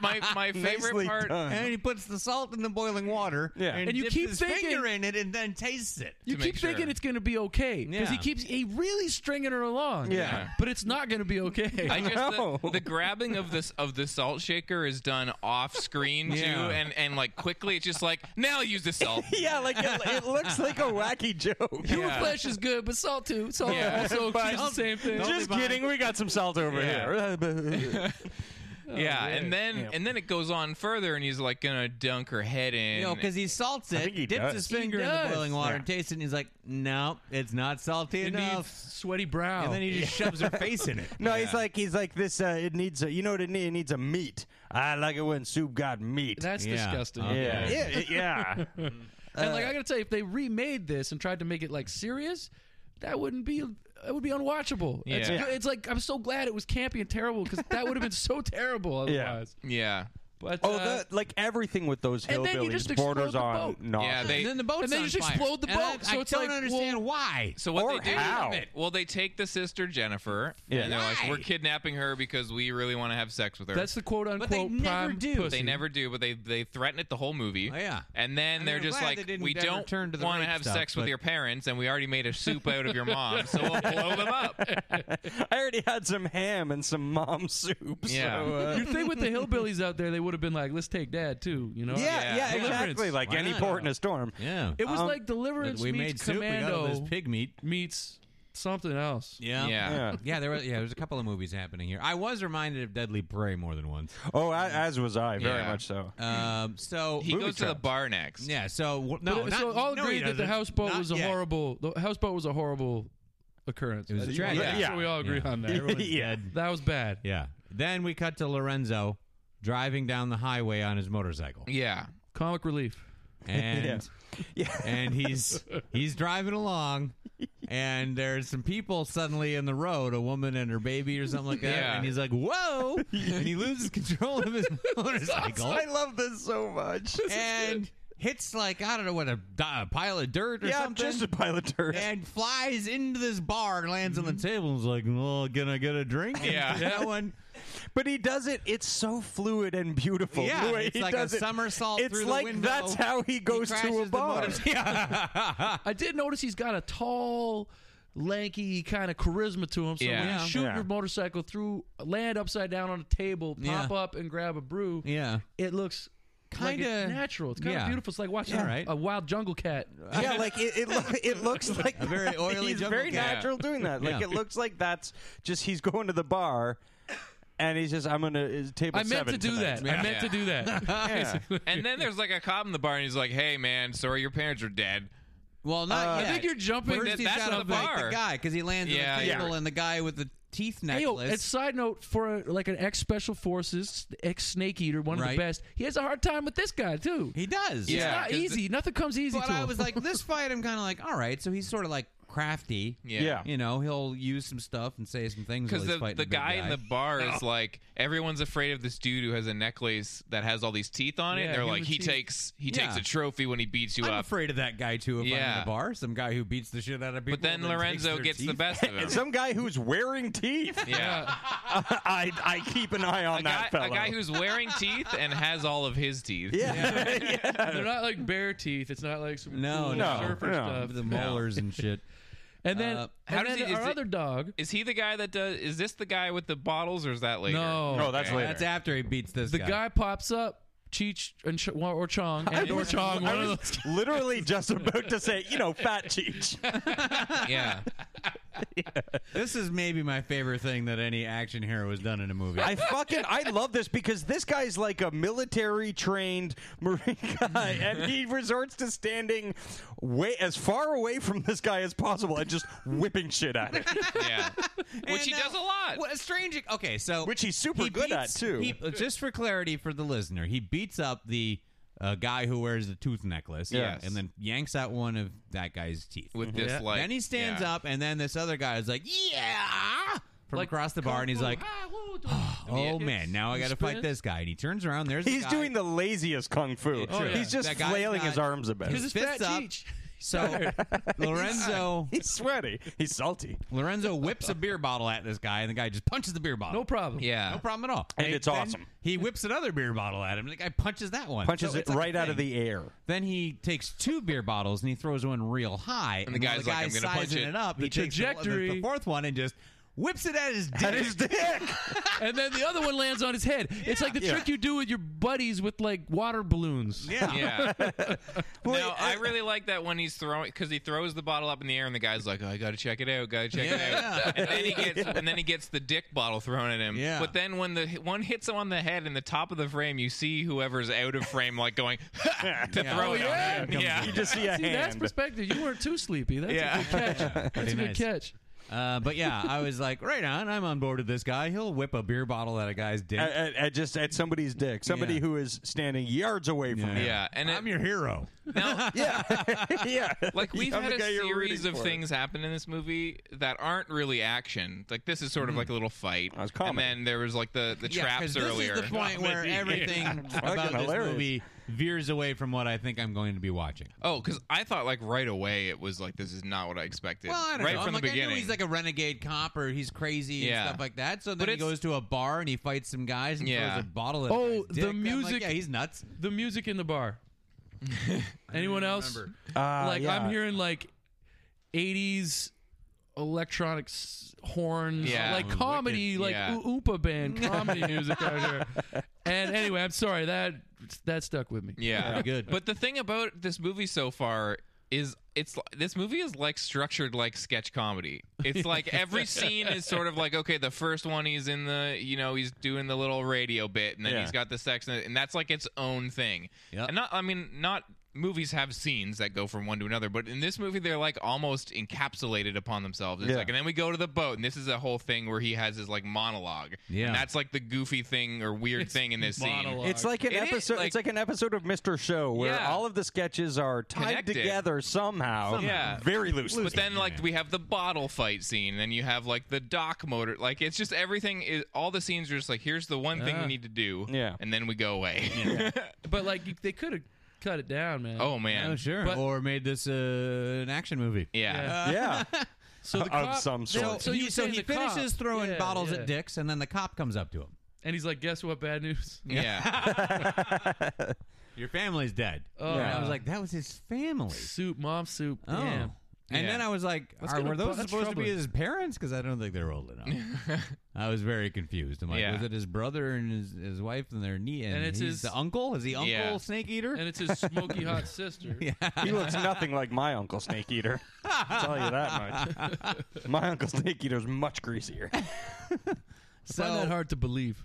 my my
Nicely
favorite part.
done.
And he puts the salt in the boiling water.
Yeah.
and,
And you
dips
keep
his
thinking-
finger in it and then tastes it.
You
to
keep
make sure.
thinking it's going to be okay because
Yeah.
he keeps he really stringing her along.
Yeah.
but it's not going to be okay.
I just
No.
the, the grabbing of this of the salt shaker is done off screen too,
Yeah.
and and like quickly it's just like now use the salt.
yeah, like it, it looks like a wacky joke.
Human
Yeah.
flesh is good, but salt too. Salt
Yeah.
also
But-
the same thing.
Don't-
Just kidding. We got some salt over
Yeah.
here.
yeah, and then
Oh, Yeah.
and then it goes on further, and he's like gonna dunk her head in.
You know, because he salts it,
think he
dips
does.
his
He
finger in the
does.
boiling water
Yeah.
and tastes it, and he's like, "No, it's not salty
And he's
enough."
sweaty brow.
And then he just shoves her face in it.
no, he's like he's like this. Uh, it needs a. You know what it needs? It needs a meat. I like it when soup got meat.
That's
Yeah.
disgusting.
Okay.
yeah, Uh,
Yeah.
yeah, yeah.
And like I gotta tell you, if they remade this and tried to make it like serious, that wouldn't be that would be unwatchable. It's,
Yeah.
good- it's like I'm so glad it was campy and terrible because that would have been so terrible
Yeah.
otherwise.
yeah,
But
Oh,
uh,
the, like everything with those
and then you just
hillbillies borders
explode the
on
boat.
no.
Yeah, they-
and then the boat's
and they
on
just
fire.
explode the
And I-
boat,
I,
so it's
don't
like,
understand
well-
why.
So what
Or
they do?
how.
Well, they take the sister Jennifer,
Yeah.
and they're like,
Why?
"We're kidnapping her because we really want to have sex with her."
that's the quote unquote
they never
prime
do.
pussy.
they never do, but they they threaten it the whole movie.
Oh, yeah.
and then
I mean,
they're
I'm
just
glad
like,
they didn't
"We
ever
don't
turn to the
want to
rape
have
stuff,
sex with
but-
your parents, and we already made a soup out of your mom, so we'll blow them up."
I already had some ham and some mom soup.
Yeah.
so, uh,
You think with the hillbillies out there, they would have been like, "Let's take dad too," you know?
yeah, yeah,
Yeah.
exactly. Like
Why
any
not?
port in a storm.
Yeah,
It was
Um,
like Deliverance
we made
meets
soup.
Commando
We got all this pig meat.
meets something else.
Yeah.
Yeah.
Yeah.
Yeah, there were yeah, there's a couple of movies happening here. I was reminded of Deadly Prey more than once.
Oh, a- as was I. Very
Yeah.
much so.
Um, so
He
Movie
goes to the
traps.
bar next.
yeah, so w- no,
But it-
not,
so all
no, he
agreed that the
doesn't.
houseboat
Not
was a
yet.
horrible. The houseboat was a horrible occurrence.
was a
I-
tragedy.
I'm
Yeah.
sure we all agree
Yeah.
on that.
yeah.
that was bad.
Yeah. Then we cut to Lorenzo driving down the highway on his motorcycle.
Yeah.
Comic relief.
And
Yeah.
and he's he's driving along and there's some people suddenly in the road, a woman and her baby or something like that.
Yeah.
And he's like, Whoa and he loses control of his motorcycle
I love this so much. Eh,
and hits like, I don't know what, a, di- a pile of dirt or
yeah,
something. Eh.
just a pile of dirt.
and flies into this bar and lands on the
Mm-hmm.
table and is like, Well, can I get a drink? And
Yeah.
No one
But he does it. It's so fluid and beautiful.
Yeah,
the way
it's
he
like a
does it.
somersault
It's
through the
like
window.
that's how he goes to a
crashes the
bar.
motor- Yeah.
I did notice he's got a tall, lanky kind of charisma to him. So
Yeah.
when
Yeah.
you shoot
Yeah.
your motorcycle through, land upside down on a table, pop
Yeah.
up and grab a brew,
yeah.
it looks kind
Kinda-
of natural. It's kind of
yeah.
beautiful. It's like watching
Yeah.
a-
Right.
a wild jungle cat.
yeah, like it it, loo- it looks like
A very oily
He's
jungle
very
cat.
natural doing that. Like
Yeah.
it looks like that's just he's going to the bar, and he's just I'm gonna is table.
I meant
seven
to do
tonight."
that. I meant to do that.
Yeah.
And then there's like a cop in the bar, and he's like, "Hey, man, sorry, your parents are dead."
Well, not
Uh, I
yet.
think you're jumping-
First
That-
he's
that's
gotta
the
fight
bar.
The guy because he lands
Yeah,
on the
yeah.
table, and the guy with the teeth
Hey, yo,
necklace.
and side note for a, like an ex Special Forces, ex Snake Eater, one of
Right.
the best. He has a hard time with this guy too.
he does.
it's
Yeah,
not
'cause
easy. Nothing comes easy
But
to
I
him.
was like, this fight, I'm kind of like, all right. So he's sort of like crafty.
Yeah.
Yeah.
You know, he'll use some stuff and say some things
Because
because
the, the guy in the bar is like everyone's afraid of this dude who has a necklace that has all these teeth on it.
Yeah,
and they're
human
like he
teeth.
takes he takes
Yeah.
a trophy when he beats you
I'm
up.
afraid of that guy too. If I'm
Yeah.
in the bar, some guy who beats the shit out of people.
but then
and takes
Lorenzo
their
gets the
teeth.
best of him.
And some guy who's wearing teeth.
yeah,
I I keep an eye on
a guy,
that fellow.
a guy who's wearing teeth and has all of his teeth.
yeah.
They're not like bare teeth. It's not like some
No,
cool
no,
surfer
no.
stuff.
The molars and shit.
And then,
Uh,
how
and
does
then
he- is
our
it-
other dog.
Is he the guy that does? Is this the guy with the bottles, or is that Oh, later?
No.
No, that's later.
Oh, That's after he beats this
The guy pops up, Cheech and Ch- or Chong and or Chong.
I
One of
was literally just about to say, you know, fat cheech.
Yeah,
This is maybe my favorite thing that any action hero has done in a movie.
I fucking I love this because this guy's like a military trained marine guy, and he resorts to standing way as far away from this guy as possible and just whipping shit at him.
yeah. Which he
And, uh,
does a lot.
What a strange. Okay, so
Which he's super good at, too.
he- uh, just for clarity for the listener, he beats up the uh, guy who wears the tooth necklace,
Yes.
and then yanks out one of that guy's teeth.
With this,
Yeah.
like,
then he stands
yeah.
up, and then this other guy is like, "Yeah!" from
Like
across the bar, and he's like, "Oh man, now I got to fight this guy." And he turns around. There's the
He's
guy.
doing the laziest kung fu.
Oh, yeah.
He's just
That guy's
flailing
not-
his arms a
Because
bit.
it's fat
Fists up.
Cheech.
so Lorenzo
He's sweaty. He's salty.
Lorenzo whips a beer bottle at this guy, and the guy just punches the beer bottle.
No problem.
Yeah.
No problem at all.
And it's
then
awesome.
He whips another beer bottle at him. and The guy punches that one.
Punches
So
it
it's like
right
a
out of
thing.
the air.
Then he takes two beer bottles and he throws one real high. And,
the
while
guy's like, "I'm
the
gonna punch
sizing
it."
it up.
The
he takes the-
trajectory-
the, the fourth one and just whips it at his dick.
At his dick.
And then the other one lands on his head. It's like the
Yeah.
trick you do with your buddies with like water balloons.
yeah.
Yeah. no, I really like that when he's throwing because he throws the bottle up in the air and the guy's like, "Oh, I gotta check it out, gotta check
Yeah.
it out," and then he gets and then he gets the dick bottle thrown at him.
Yeah.
But then when the one hits him on the head in the top of the frame, you see whoever's out of frame like going "Ha!" to
Yeah.
throw
Oh,
it.
yeah.
On him. yeah.
You just see a
See, that's
hand.
perspective. You weren't too sleepy. That's
uh, Yeah.
a good catch. That's
Pretty
a good
nice.
catch.
Uh, but yeah, I was like, right on. I'm on board with this guy. He'll whip a beer bottle at a guy's dick.
At, at- at just at somebody's dick. Somebody
Yeah.
who is standing yards away from him.
Yeah, and it,
I'm your hero.
now,
yeah.
like we've
I'm
had
the
a
guy you're
series
rooting
of
for.
things happen in this movie that aren't really action. Like this is sort of like a little fight,
That's
and
Mm-hmm. comedy.
then there was like the the
Yeah, 'cause
traps earlier.
This is the point where everything about this
hilarious.
movie veers away from what I think I'm going to be watching.
Oh, because I thought like right away it was like this is not what I expected.
Well, I don't
right
know.
from
I'm
the
like, I
beginning.
knew he's like a renegade cop or he's crazy
Yeah.
and stuff like that. So then
But
he
it's-
goes to a bar and he fights some guys and
Yeah.
throws a bottle at
Oh,
a guy's dick.
the
I'm like,
music-
yeah, he's nuts.
The music in the bar. Anyone else?
Uh,
like
yeah.
I'm hearing like 80s electronic s- horns,
Yeah.
like comedy,
Wicked,
like
yeah.
oo- Oompa band comedy music out here. And anyway, I'm sorry that that stuck with me.
yeah,
Pretty good.
But the thing about this movie so far is it's li- this movie is like structured like sketch comedy. It's like every scene is sort of like okay, the first one he's in the you know he's doing the little radio bit, and then
Yeah.
he's got the sex, and, and that's like its own thing.
Yep.
And not I mean not movies have scenes that go from one to another, but in this movie, they're like almost encapsulated upon themselves. It's
Yeah.
like, and then we go to the boat, and this is a whole thing where he has his like monologue.
Yeah.
and that's like the goofy thing or weird thing in this
monologue.
scene.
It's like an
It is,
episode.
like-
it's like an episode of Mr. Show where
Yeah.
all of the sketches are tied
Connected.
together somehow.
Yeah.
very loosely.
But then, like, we have the bottle fight scene, and then you have like the dock motor. Like, it's just everything. Is, all the scenes are just like, here's the one thing
Yeah.
we need to do,
Yeah.
and then we go away.
But like you- they could have cut it down, man.
oh man,
Oh, sure.
But-
or made this uh, an action movie.
yeah.
yeah,
So the
Of
cop,
some
so-
sort.
Oh, So,
he,
you
so
say
he
the cop-
finishes throwing
yeah,
bottles
yeah.
at dicks, and then the cop comes up to him.
and he's like, "Guess what? Bad news."
yeah.
Your family's dead.
Oh,
And I was
yeah.
like, that was his family.
soup, mom soup.
Oh.
Damn.
And
Yeah.
then I was like,
Let's
are,
get a
were those
bu- that's
supposed to be
troubling.
his parents? Because I don't think they're old enough. I was very confused. I'm like,
Yeah.
was it his brother and his, his wife and their knee? And,
And it's
he's
his-
the uncle? Is he uncle
Yeah.
snake eater?
And it's his smoky hot sister.
he looks nothing like my uncle Snake Eater. I'll tell you that much. My uncle Snake Eater's much greasier.
I find that hard to believe.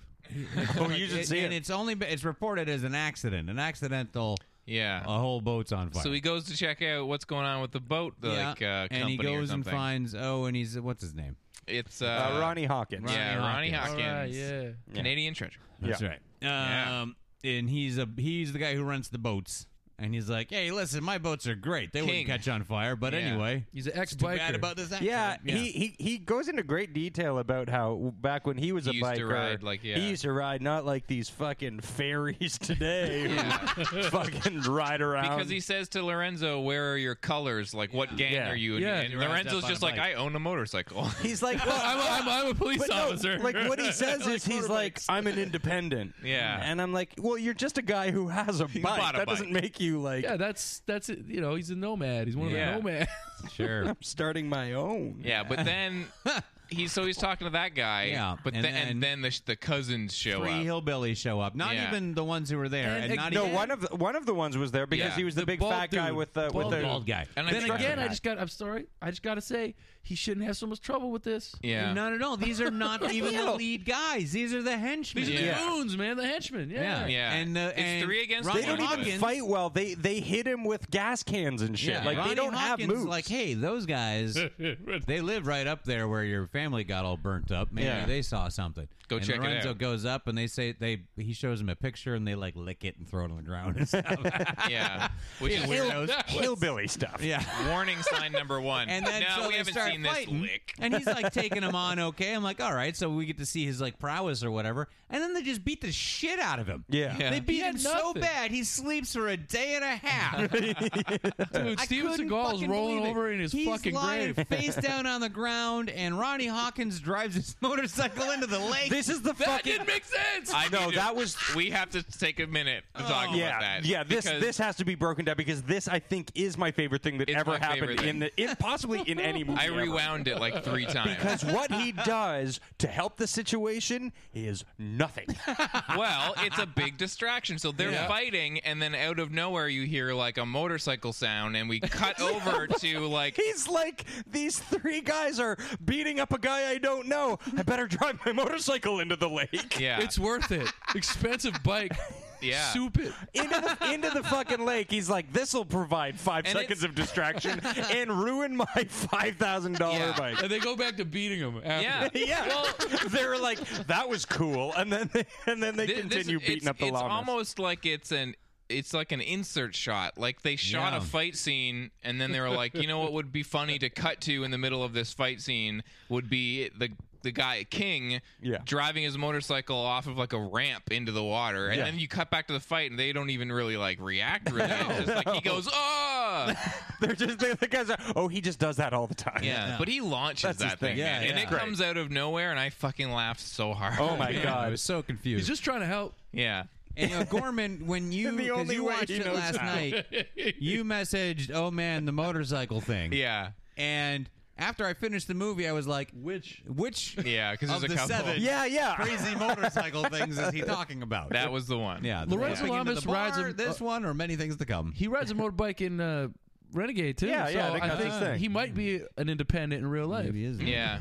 Oh, you should
It-
see
and
it.
it's only been- it's reported as an accident, an accidental.
Yeah.
A whole boat's on fire.
So he goes to check out what's going on with the boat,
Yeah.
like uh, company
and he
or
goes and
something.
finds oh, and he's what's his name?
it's uh,
Uh, Ronnie Hawkins.
Yeah,
Ronnie
Ronnie
Hawkins.
Hawkins,
All right, yeah.
Canadian treasure.
That's
Yeah.
right.
Yeah.
Um, and he's a he's the guy who rents the boats, and he's like, hey, listen, my boats are great. They
King.
wouldn't catch on fire, but
Yeah.
anyway,
He's an ex
too bad
biker.
about this
Yeah,
accident.
He, he he goes into great detail about how back when he was
He
a
used
biker,
to ride, like, yeah.
he used to ride not like these fucking fairies today, who fucking ride around.
Because he says to Lorenzo, "Where are your colors? Like, what gang
Um, Yeah.
are you?" in?"
Yeah.
and
He
rides
Lorenzo's
up on
just
a
like,
bike.
"I own a motorcycle."
he's like, well,
I'm a, I'm, a, I'm a police
But no,
officer.
like what he says is he's like, I'm an independent.
Yeah.
And I'm like, well, you're just a guy who has a bike.
bought a
that
bike.
doesn't make you like
yeah, that's that's it. You know, he's a nomad. He's one of
Yeah.
the nomads.
sure.
starting my own.
yeah, but then he's so he's talking to that guy.
Yeah,
but
and
then,
then-
and then the, the cousins show
Three
up.
hillbillies show up. Not
Yeah.
even the ones who were there, and,
And
not
No,
even
one of the, one of the ones was there because
Yeah.
he was the,
The
big
bald
fat guy
dude.
with the
Bald
with the
bald guy.
And I
Then
think-
And
Structure
again, I
guy.
just got. I'm sorry. I just got to say, he shouldn't have so much trouble with this.
Yeah,
No, no, no. These are not even the
No.
lead guys. These are the henchmen.
These are
Yeah.
the goons, man. The henchmen.
Yeah.
Yeah.
Yeah.
And, uh,
It's
and
three against
Ronnie
They don't
Hawkins,
even fight well. They they hit him with gas cans and shit.
Yeah.
Like
Ronnie
they don't
Hawkins
have moves.
Like, hey, those guys, they live right up there where your family got all burnt up. Maybe
Yeah.
they saw something.
Go
and
check it
Lorenzo
out.
goes up and they say they he shows him a picture and they like lick it and throw it on the ground and stuff.
yeah, which is
Hill,
weirdos.
hillbilly stuff.
yeah.
Warning sign number one.
And then
no,
so
we
they
haven't
start
seen
fighting,
this lick.
and he's like taking him on. Okay, I'm like, all right. So we get to see his like prowess or whatever, and then they just beat the shit out of him.
Yeah.
Yeah.
They beat
He had
him so
nothing.
bad he sleeps for a day and a half.
Dude,
I
Steven
couldn't
Seagal's
fucking
rolling
believe it.
over in his
He's
fucking
lying
grave.
face down on the ground, and Ronnie Hawkins drives his motorcycle into the lake.
This is the
That
fucking
didn't make sense.
I
No,
need to-
that was- Oh.
We have to take a minute to talk
yeah,
about that.
yeah. This
because-
this has to be broken down because this I think is my favorite thing that
It's
ever
my
happened
favorite
in the in, possibly in any movie.
I
ever.
rewound it like three times.
because what he does to help the situation is nothing.
well, it's a big distraction. So they're
Yeah.
fighting, and then out of nowhere, you hear like a motorcycle sound, and we cut over to like.
He's like, these three guys are beating up a guy I don't know. I better drive my motorcycle into the lake.
Yeah,
It's worth it. Expensive bike.
Yeah.
Soup it.
Into the, into the fucking lake. He's like, this will provide five
And
seconds of distraction and ruin my $5,000
Yeah.
bike.
And they go back to beating him. After
yeah.
Yeah, they were like, "That was cool," and then they, and then they
Thi- this-
continue beating
it's,
up the
It's
llamas.
almost like it's an. It's like an insert shot. Like they shot
Yeah.
a fight scene, and then they were like, you know what would be funny to cut to in the middle of this fight scene would be the the guy King
Yeah.
driving his motorcycle off of like a ramp into the water, and
Yeah.
then you cut back to the fight, and they don't even really like react. Really, it's just like he goes, oh,
They're just they the guys are. Oh, he just does that all the time.
Yeah, but he launches
That's his
that thing,
thing.
man,
Yeah,
and
yeah.
it
Great.
comes out of nowhere, and I fucking laughed so hard.
Oh my
I
god.
was so confused.
He's just trying to help.
yeah,
and uh, Gorman, when you
The
'cause
only
you
way
watched
he
it
knows
last
how.
night, you messaged, "Oh man, the motorcycle thing."
yeah,
And after I finished the movie, I was like,
Which
"Which
yeah, because
of
there's
the
a couple.
seven
Yeah, yeah.
crazy motorcycle things is he talking about?"
That was the one.
yeah.
Lorenzo
the-
Lamas
the bar,
rides a-
this one or many things to come.
he rides a motorbike in uh, Renegade too.
Yeah,
so
yeah, that
I
got
think
this thing.
he might be an independent in real life.
Maybe is
Yeah.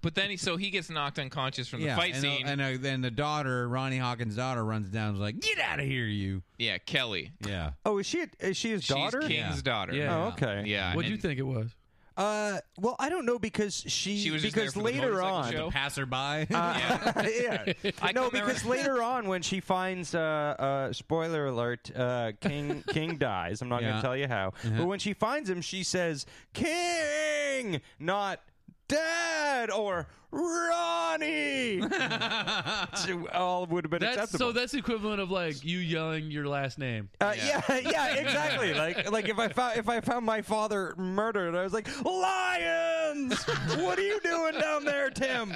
But then he so he gets knocked unconscious from the
yeah.
fight
and,
scene.
The, and uh, then the daughter, Ronnie Hawkins' daughter, runs down and is like, "Get out of here, you!"
yeah, Kelly.
Yeah.
Oh, is she is she his daughter?
She's King's
Yeah.
daughter.
Yeah.
Oh, okay.
Yeah.
What do you
and-
think it was?
Uh, well, I don't know because she,
She was just
because
there for the
later
motorcycle
on.
show?
The passerby.
yeah.
I
no,
can remember-
because later on when she finds uh, uh, spoiler alert, uh, King King dies. I'm not
Yeah.
gonna tell you how.
Uh-huh.
But when she finds him, she says King, not Dad or Ronnie. So all would have been
That's
acceptable.
so that's the equivalent of like you yelling your last name.
Uh, yeah. yeah, exactly. like, like if I found if I found my father murdered, I was like, lions! what are you doing down there, Tim?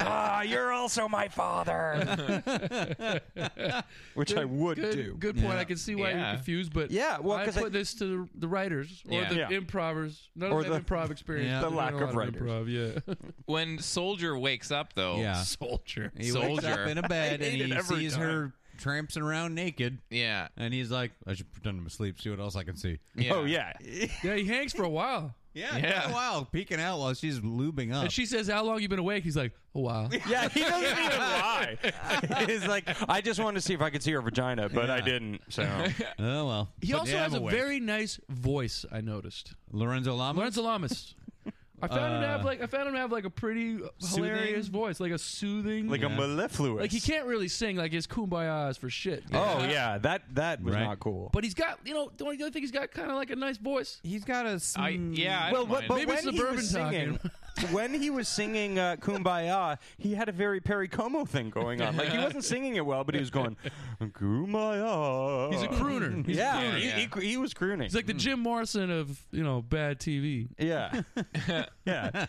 ah, you're also my father. Which I would
Good,
do.
good point. I can see why
Yeah.
you're confused, but
Yeah, well,
I
'cause I-
put this to the, the writers or
Yeah.
the
Yeah.
improvers. None
Or
of them
the-
improv experience.
Yeah. The
They're not
lack
a
of
lot
writers.
Improv, yeah.
when Soldier wakes up though?
Yeah.
Soldier.
He wakes
Oh, Soldier.
up in a bed and
hate it
he
every
sees
time.
her tramping around naked,
Yeah.
and he's like, "I should pretend I'm asleep, see what else I can see."
yeah.
Oh yeah.
Yeah, he hangs for a while.
Yeah,
Yeah.
quite a while peeking out while she's lubing up.
And she says, How long you been awake? He's like, A while.
Yeah, he doesn't even lie. He's like, I just wanted to see if I could see her vagina, but I
Yeah.
didn't. So
oh well.
He
But
also
yeah,
has
I'm
a
awake.
very nice voice, I noticed.
Lorenzo Lama.
Lorenzo Lamas. I found him to have
Uh,
like I found him to have like a pretty hilarious voice, like a soothing
like a mellifluous.
like he can't really sing, like his kumbaya is for shit.
Oh yeah, that that was
Right.
not cool.
But he's got you know, don't you think he's got kinda like a nice voice?
He's got a. Sm-
I yeah. I
Well,
don't
but,
mind.
but
Maybe
when
it's
he
suburban
was
talking.
singing, when he was singing uh, "Kumbaya," he had a very Perry Como thing going on. Like he wasn't singing it well, but he was going "Kumbaya."
He's a crooner. He's a
yeah,
crooner.
He, he cr- he was crooning.
He's like the
Mm.
Jim Morrison of, you know, bad TV.
yeah, yeah.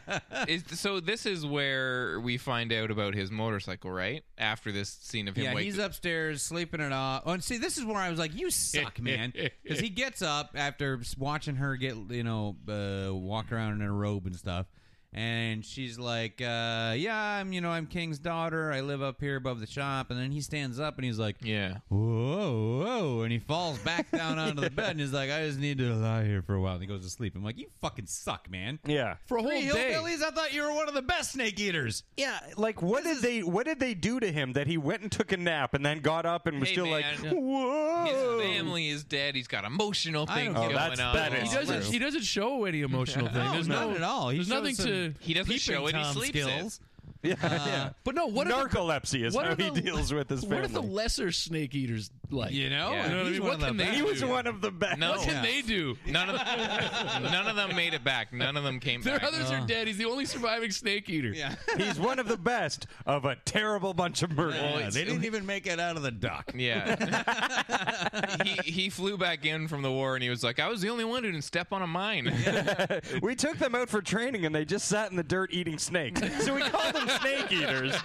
Is, so this is where we find out about his motorcycle, right? After this scene of him
yeah,
waking
he's upstairs sleeping it off. Oh, and see, this is where I was like, "You suck, man," because he gets up after s- watching her get, you know, uh, walk around in her robe and stuff, and she's like, uh, "Yeah, I'm, you know, I'm King's daughter. I live up here above the shop." And then he stands up and he's like,
Yeah.
whoa, whoa. And he falls back down onto the bed and he's like, I just need to lie here for a while. And he goes to sleep. I'm like, you fucking suck, man.
Yeah,
For a whole
Three
day.
hillbillies? I thought you were one of the best snake eaters.
yeah. Like, what did they? What did they do to him that he went and took a nap and then got up and was
Hey,
still like,
man.
"Whoa!"
His family is dead. He's got emotional
Oh. I
things
don't
going
care.
Oh, that's-
on.
that
He
is
doesn't he doesn't show any emotional thing.
No,
There's
not
no,
at all. He
There's
shows
nothing
some
to
He doesn't
peeping
show any
Tom
sleep
skills.
yeah, yeah.
But no, Uh, what are the
Narcolepsy is
what
how
are
he
the-
deals with his family.
What are the lesser snake eaters like?
You know? And
Yeah. You know what I
he's
mean?
one
What
of the
can they
best.
he was one of the best.
No.
What can
Yeah.
they do?
None of none of them made it back. None of them came
Their
back.
others are dead. He's the only surviving snake eater.
Uh. Yeah.
He's one of the best of a terrible bunch of murderers.
Yeah, they didn't even make it out of the dock.
Yeah. he he flew back in from the war and he was like, I was the only one who didn't step on a mine.
We took them out for training and they just sat in the dirt eating snakes. So we called them snake eaters.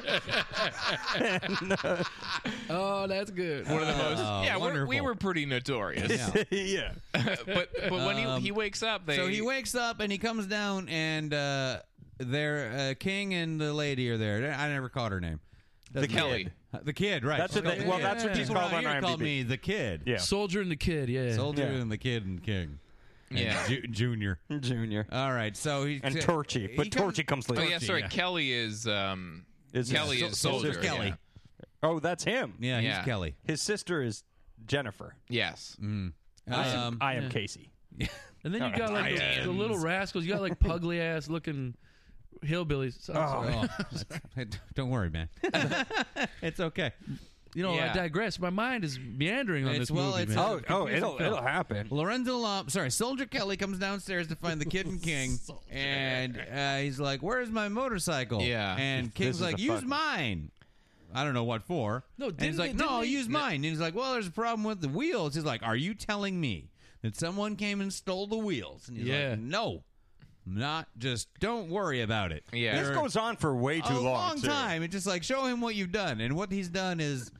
Oh, that's good.
One of the most.
Oh,
yeah, we're, we
wonderful.
were pretty notorious.
yeah.
but but when he, he wakes up, they
So he wakes up and he comes down and uh their uh, king and the lady are there. I never caught her name. Doesn't matter.
Kelly.
Uh, The kid, right.
That's what they- well, that's what he's
People around
called on
here called
IMDb.
me the kid.
Yeah.
Soldier and the kid, yeah.
Soldier
Yeah.
and the Kid and King. And
Yeah.
Ju- junior.
Junior.
All right, so he
And Torchy. But
he comes-
Torchy comes
Oh
later.
yeah, sorry.
yeah.
Kelly is um
Is his
Kelly
si-
is soldier.
sister.
Kelly.
yeah.
Oh, that's him.
Yeah, he's
Yeah.
Kelly.
His sister is Jennifer.
Yes.
Um,
I am Casey.
And then you got like the, the little rascals. You got like pugly ass looking hillbillies. So- so-
oh, don't worry, man. it's okay.
you know,
Yeah.
I digress. My mind is meandering on
It's-
this
well,
movie.
it's-
man.
Oh,
oh, it'll, it'll happen.
Lorenzo, Lam- sorry, Soldier Kelly comes downstairs to find the Kid and King, and uh, he's like, "Where's my motorcycle?"
Yeah.
and King's
is
like,
a
"Use
fuck-
mine." I don't know what for.
No,
And
didn't
he's like,
they-
"No,
didn't they-
use mine." And he's like, "Well, there's a problem with the wheels." He's like, "Are you telling me that someone came and stole the wheels?" And he's
Yeah.
like, "No, not just. Don't worry about it."
Yeah.
This
They're-
goes on for way
a
too long.
long
too.
time. It's just like show him what you've done, and what he's done is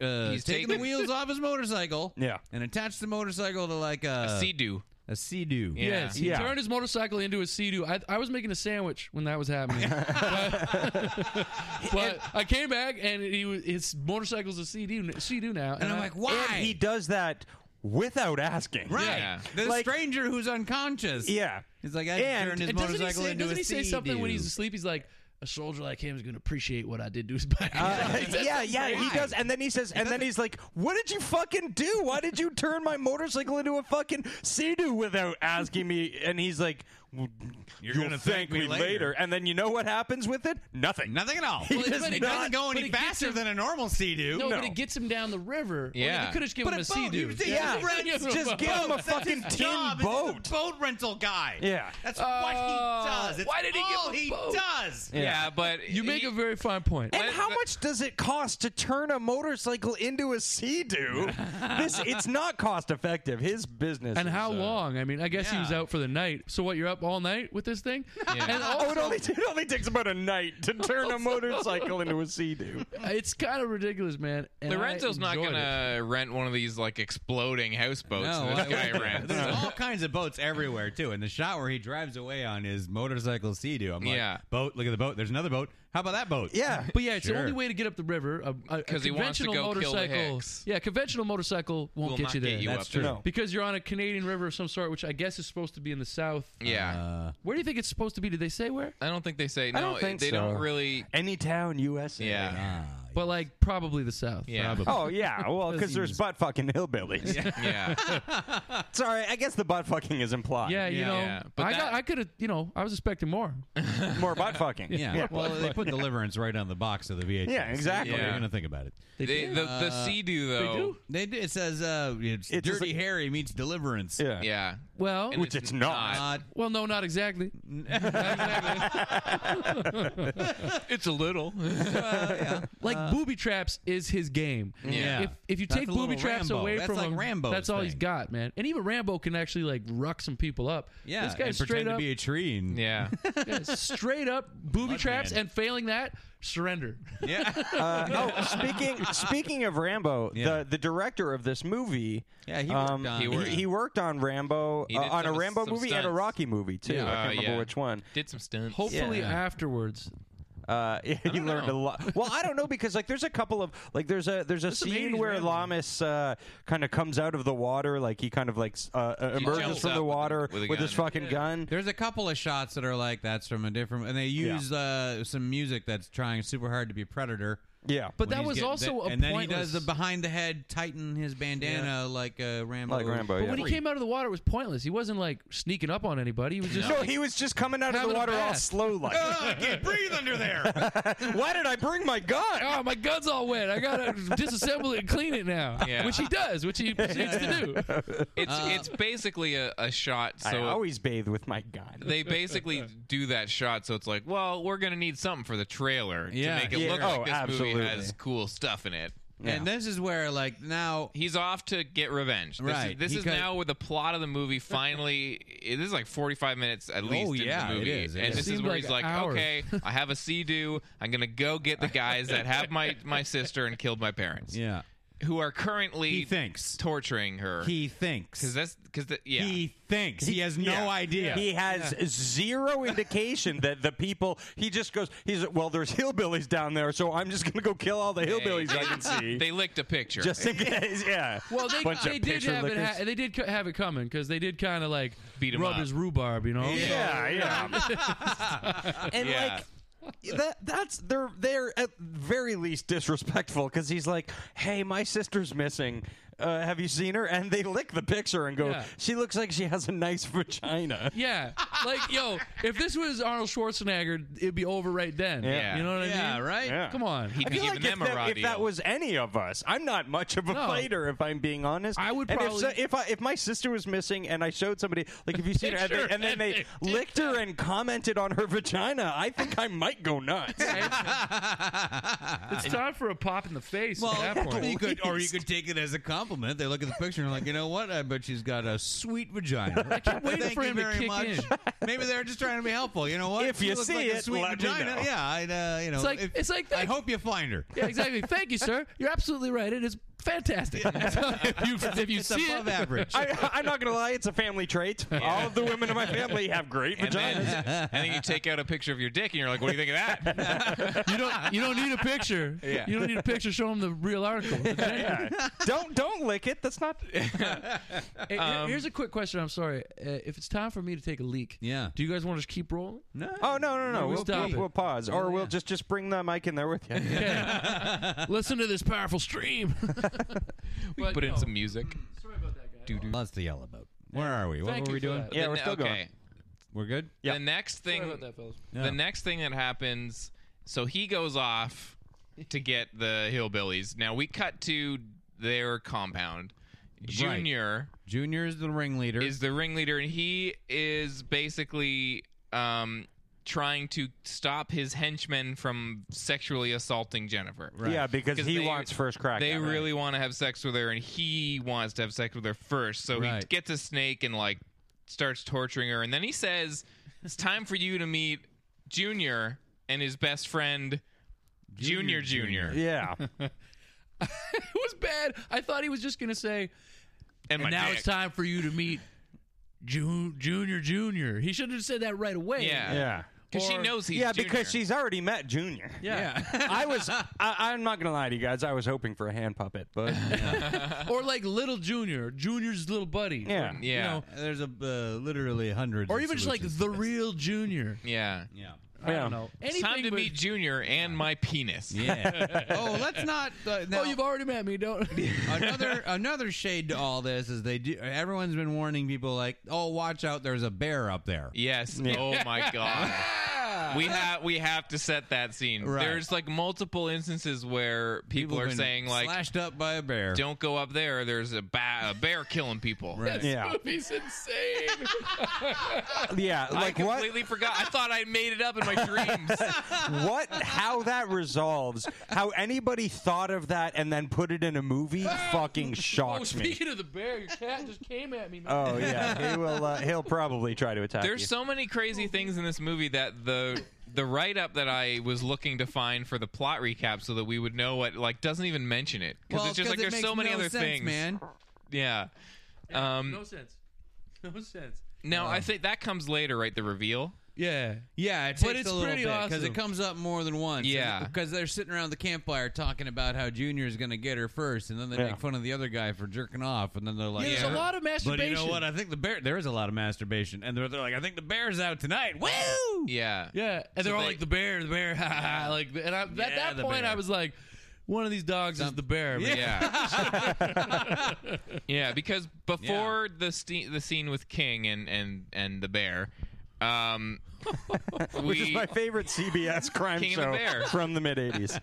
uh,
He's
taken the
taken-
wheels off his motorcycle,
Yeah.
and attached the motorcycle to like a
Sea Doo.
a sea-doo.
Yeah.
Yes, he
Yeah.
turned his motorcycle into a sea-doo. I, I was making a sandwich when that was happening, but, but I came back and he was, his motorcycle's a sea-doo, n- sea-doo now.
and I'm
I-
like, why?
And he does that without asking.
Right.
Yeah.
The
Like-
stranger who's unconscious.
Yeah.
He's like, I
And-
turned his
And doesn't he
motorcycle
say,
into
doesn't
a
he say
sea
something when
doo.
he's asleep? He's like, a soldier like him is going to appreciate what I did to his body.
Uh, yeah, yeah, he
Why?
does. And then he says, and then he's like, "What did you fucking do? Why did you turn my motorcycle into a fucking sea-doo without asking me?" And he's like, "Well,
You're
"You'll
gonna
thank, me later. And then you know what happens with it? Nothing.
Nothing at all.
Well, does
but
it
not-
doesn't go
but
any
it gets
faster
him-
than a normal sea doo.
No,
No.
but it gets him down the river.
Yeah.
Well, could have given
But
him
a
a sea
boat, you
doo.
say,
Yeah, just give him a
That's
fucking
his
tin
job. He's
boat.
a boat rental guy.
Yeah.
That's
Uh,
what he does. It's
why did he give
all
him a
he
boat?
does.
Yeah, but
You make
he-
a very fine point.
And
Let
how
the-
much does it cost to turn a motorcycle into a sea-doo? this it's not cost effective. His business.
And
is,
how
uh,
long? I mean, I guess he was
yeah.
out for the night. So what? You're up all night with this thing? And
Oh, it
also,
only, it only takes about a night to turn a motorcycle into a sea-doo.
it's kind of ridiculous, man. And I
Lorenzo's not
enjoyed it.
gonna rent one of these like exploding houseboats
No,
that this
I-
guy rents.
There's all kinds of boats everywhere too. And the shot where he drives away on his motorcycle sea doo. I'm like,
Yeah.
boat. Look at the boat. There's another boat. How about that boat?
Yeah.
But yeah, it's the
Sure.
only way to get up the river. A, a, a
'Cause he wants to
conventional
go kill the
motorcycle.
Hicks.
yeah, conventional motorcycle won't
Will
get
not
you there.
get you
That's
up
true.
there.
No.
Because you're on a Canadian river of some sort, which I guess is supposed to be in the south.
Yeah,
Uh,
Where do you think it's supposed to be? Did they say where?
I don't think they say no.
I don't think
they
so.
don't really.
Any town, USA.
Yeah.
ah,
But like probably the south.
Yeah.
probably.
Oh yeah, well, because
Because he
there's
was-
butt fucking hillbillies.
Yeah.
Sorry, I guess the butt fucking is implied.
Yeah, you
Yeah.
know,
Yeah, but
I
that-
got, I could have, you know, I was expecting more.
more butt fucking.
Yeah. Well, they put Deliverance right on the box of the VHS.
Yeah, exactly.
So You're
Yeah.
gonna think about it.
They, the the sea Uh, do though.
They do?
They do, it says uh, it's
It's
Dirty
like-
Harry meets Deliverance.
yeah.
Yeah.
Well,
And
Which it's not.
Uh,
well, no, not exactly.
Uh, It's a little.
Like booby traps is his game.
Yeah.
If if you
That's
take
a little
booby traps
Rambo.
away
That's
from
like
him,
Rambo's
that's all he's
thing.
got, man. And even Rambo can actually like ruck some people up.
yeah.
this guy's
and
straight
pretend
up,
to be a tree. And,
yeah.
yeah, straight up booby traps,
man.
and failing that, surrender.
yeah.
Uh, oh, speaking speaking of Rambo,
Yeah.
the the director of this movie.
Yeah, he worked
um,
on-
he,
He worked.
he worked on Rambo
He
uh,
did
on a
some-
Rambo
some
movie and a
stunts.
Rocky movie too. I
Uh,
can't remember
yeah.
which one.
Did some stunts.
Hopefully
Yeah.
afterwards.
Uh, he learned a lot. Well, I don't know because like there's a couple of like there's a there's a
some
scene
80s
where
Rambo.
Lamas uh, kind of comes out of the water, like he kind of like s- uh, uh, emerges
jumps
from
up with
the
a-
water
with a
his
gun.
fucking gun.
There's a couple of shots that are like that's from a different, and they use uh, some music that's trying super hard to be Predator.
Yeah,
when
But that
he's
was
getting-
also a
and then he does
pointless-
the behind the head, tighten his bandana like uh, Rambo.
Like Rambo,
But
yeah.
when he
Freak.
came out of the water, it was pointless. He wasn't like sneaking up on anybody. He was just
no,
like,
he was just coming out of the
Having a
water all
bath.
slow like.
I can't breathe under there.
Why did I bring my gun?
Oh, my gun's all wet. I gotta disassemble it and clean it now.
Yeah.
Which he does, which he proceeds to do.
It's it's basically a, a shot. So
I always bathe with my gun.
they basically do that shot. So it's like, well, we're gonna need something for the trailer
Yeah.
to make it
Yeah.
look
Oh,
like this
absolutely.
movie has cool stuff in it.
And this is where like now
He's off to get revenge. This
Right.
Is, this
He
is
cut-
now where the plot of the movie finally. it- this is like forty-five minutes at least.
Oh,
into
yeah, it
the movie.
is. It
and
is.
this
Seemed
is where
like
he's like,
hours.
okay, I have a sea do. I'm gonna go get the guys that have my my sister and killed my parents.
yeah,
Who are currently
he thinks
torturing her.
he thinks
Because that's because yeah.
he thinks he has no
Yeah.
idea.
He has zero indication that the people. He just goes. He's well. There's hillbillies down there, so I'm just gonna go kill all the hillbillies I can see.
They licked a picture.
just in case, yeah.
Well, they,
Bunch of
they did
picture
have it.
lickers.
Ha- they did co- have it coming because they did kind of like
Beat him
rub
up.
his rhubarb, you know.
Yeah, yeah. and
Yeah.
like that that's they're they're at very least disrespectful because he's like, "Hey, my sister's missing. Uh, have you seen her?" And they lick the picture and go,
Yeah.
"She looks like she has a nice vagina."
Yeah, like yo, if this was Arnold Schwarzenegger, it'd be over right then.
Yeah.
you know what I
yeah,
mean?
right.
Yeah.
Come on,
He'd
I
be
feel
giving
like if
them a raw
that, if
deal.
that was any of us, I'm not much of a
No.
fighter. If I'm being honest,
I would
And
probably-
if, so, if I if my sister was missing and I showed somebody like if you seen her and, they,
Picture
and then
and
they
they
licked her and commented on her vagina, I think I might go nuts.
it's time for a pop in the face
Well,
at that point.
you could, or you could take it as a compliment. They look at the picture and are like, you know what? I bet she's got a sweet vagina. I
keep waiting
Thank
for
you
him to
very
kick
much.
in.
Maybe they're just trying to be helpful. You know what?
If you
looks
see
like a
it,
sweet
let me
vagina.
know.
Yeah, I'd, uh, you know,
It's like-
if-
it's like
I
that-
hope you find her.
Yeah, exactly. Thank you, sir. You're absolutely right. It is fantastic. So if you, if you
It's
see
above
it,
average.
I, I'm not gonna lie; it's a family trait. All of the women in my family have great
And then,
vaginas.
and then you take out a picture of your dick, and you're like, "What do you think of that?"
you don't you don't need a picture.
Yeah.
You don't need a picture. Show them the real article.
Yeah. don't don't lick it. That's not.
Hey, here-
Um,
here's a quick question. I'm sorry. Uh, if it's time for me to take a leak,
Yeah.
Do you guys want to just keep rolling?
No.
Oh no no no!
we
We'll,
stop
we'll,
it.
we'll pause, or
Yeah,
we'll
yeah.
just just bring the mic in there with you.
Okay. Listen to this powerful stream. But,
Put in
no.
some music.
Sorry about that, guy.
Lots to yell about. Where are we? What
Thank
were
you
we
for
doing?
that.
Yeah,
The
we're
ne-
still going.
okay.
We're good.
Yeah.
The next
Sorry
thing,
about that, fellas.
Yeah.
the next thing that happens, so he goes off to get the hillbillies. Now we cut to their compound. Junior
Junior is the ringleader.
is the ringleader, and he is basically um, trying to stop his henchmen from sexually assaulting Jennifer.
Yeah, because
'Cause
he
they-
wants first crack.
They
at it.
really want to have sex with her, and he wants to have sex with her first. So he
Right.
gets a snake and like starts torturing her, and then he says, "It's time for you to meet Junior and his best friend, Junior Junior,
Yeah.
it was bad. I thought he was just gonna say,
and,
and
my
now
dick."
it's time for you to meet June, Junior Junior. He should have said that right away.
Yeah,
Yeah.
because she
Or-
knows he's
yeah,
Junior.
because she's already met Junior.
Yeah.
I was. I, I'm not gonna lie to you guys. I was hoping for a hand puppet, but
or like little Junior, Junior's little buddy.
yeah.
Or,
yeah,
You know,
There's a uh, literally hundreds.
or
of
even just like
solutions
the
to this.
real Junior.
yeah.
Yeah.
I don't
Yeah.
know.
It's time to
but-
meet Junior and my penis.
Yeah. oh, let's not. Uh, now,
Oh, you've already met me, don't?
another another shade to all this is they do. Everyone's been warning people like, oh, watch out, there's a bear up there.
Yes. Oh my god. We have we have to set that scene.
Right.
There's like multiple instances where people,
have
are
been
saying like
slashed up by a bear.
don't go up there. There's a, ba- a bear killing people.
Right.
Yeah.
He's insane.
Yeah.
I
Like what?
completely forgot. I thought I made it up in my dreams.
what how that resolves how anybody thought of that and then put it in a movie fucking
Oh,
shocks me
speaking of the bear, your cat just came at me. Man.
oh yeah he will uh, he'll probably try to attack
There's
you.
so many crazy things in this movie that the the write up that I was looking to find for the plot recap so that we would know what like doesn't even mention it because
Well,
it's just like
it
there's so
makes
many
no
other
sense,
things.
man.
Yeah. Um,
no sense. No sense.
now I think that comes later, right? The reveal.
Yeah.
Yeah, it takes
But it's
a little
pretty
bit because
awesome.
it comes up more than once.
Yeah.
because they're sitting around the campfire talking about how Junior is going to get her first, and then they
Yeah.
make fun of the other guy for jerking off, and then they're like,
Yeah, there's a lot of
Oh, But
masturbation.
you know what? I think the bear. There is a lot of masturbation, and they're, they're like, I think the bear's out tonight. Woo!
Yeah.
yeah, and they're all
they-
like the bear, the bear, ha, ha, ha, like, and I, at
Yeah,
that
the
point
bear.
I was like, one of these dogs is the bear. man.
Yeah. yeah, because before the ste- the scene with King and and and the bear, um we
which is my favorite CBS crime
King of the
show
Bear.
from the mid 80s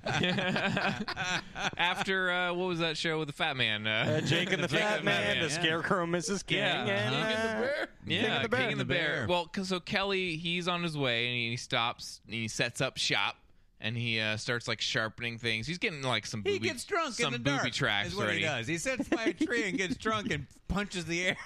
after uh what was that show with the fat man? Uh,
Jake and the Fat Man the
yeah.
Scarecrow Mrs. King
Yeah. uh-huh.
and
uh-huh. King and
uh,
yeah,
King of the Bear.
King and the,
The
bear.
Bear.
Well, 'cause- so Kelly, he's on his way and he stops and he sets up shop and he uh, starts like sharpening things. He's getting like some
He
booby,
gets drunk
some
in the dark.
booby tracks
is what
already.
he does. He sits by a tree and gets drunk and punches the air.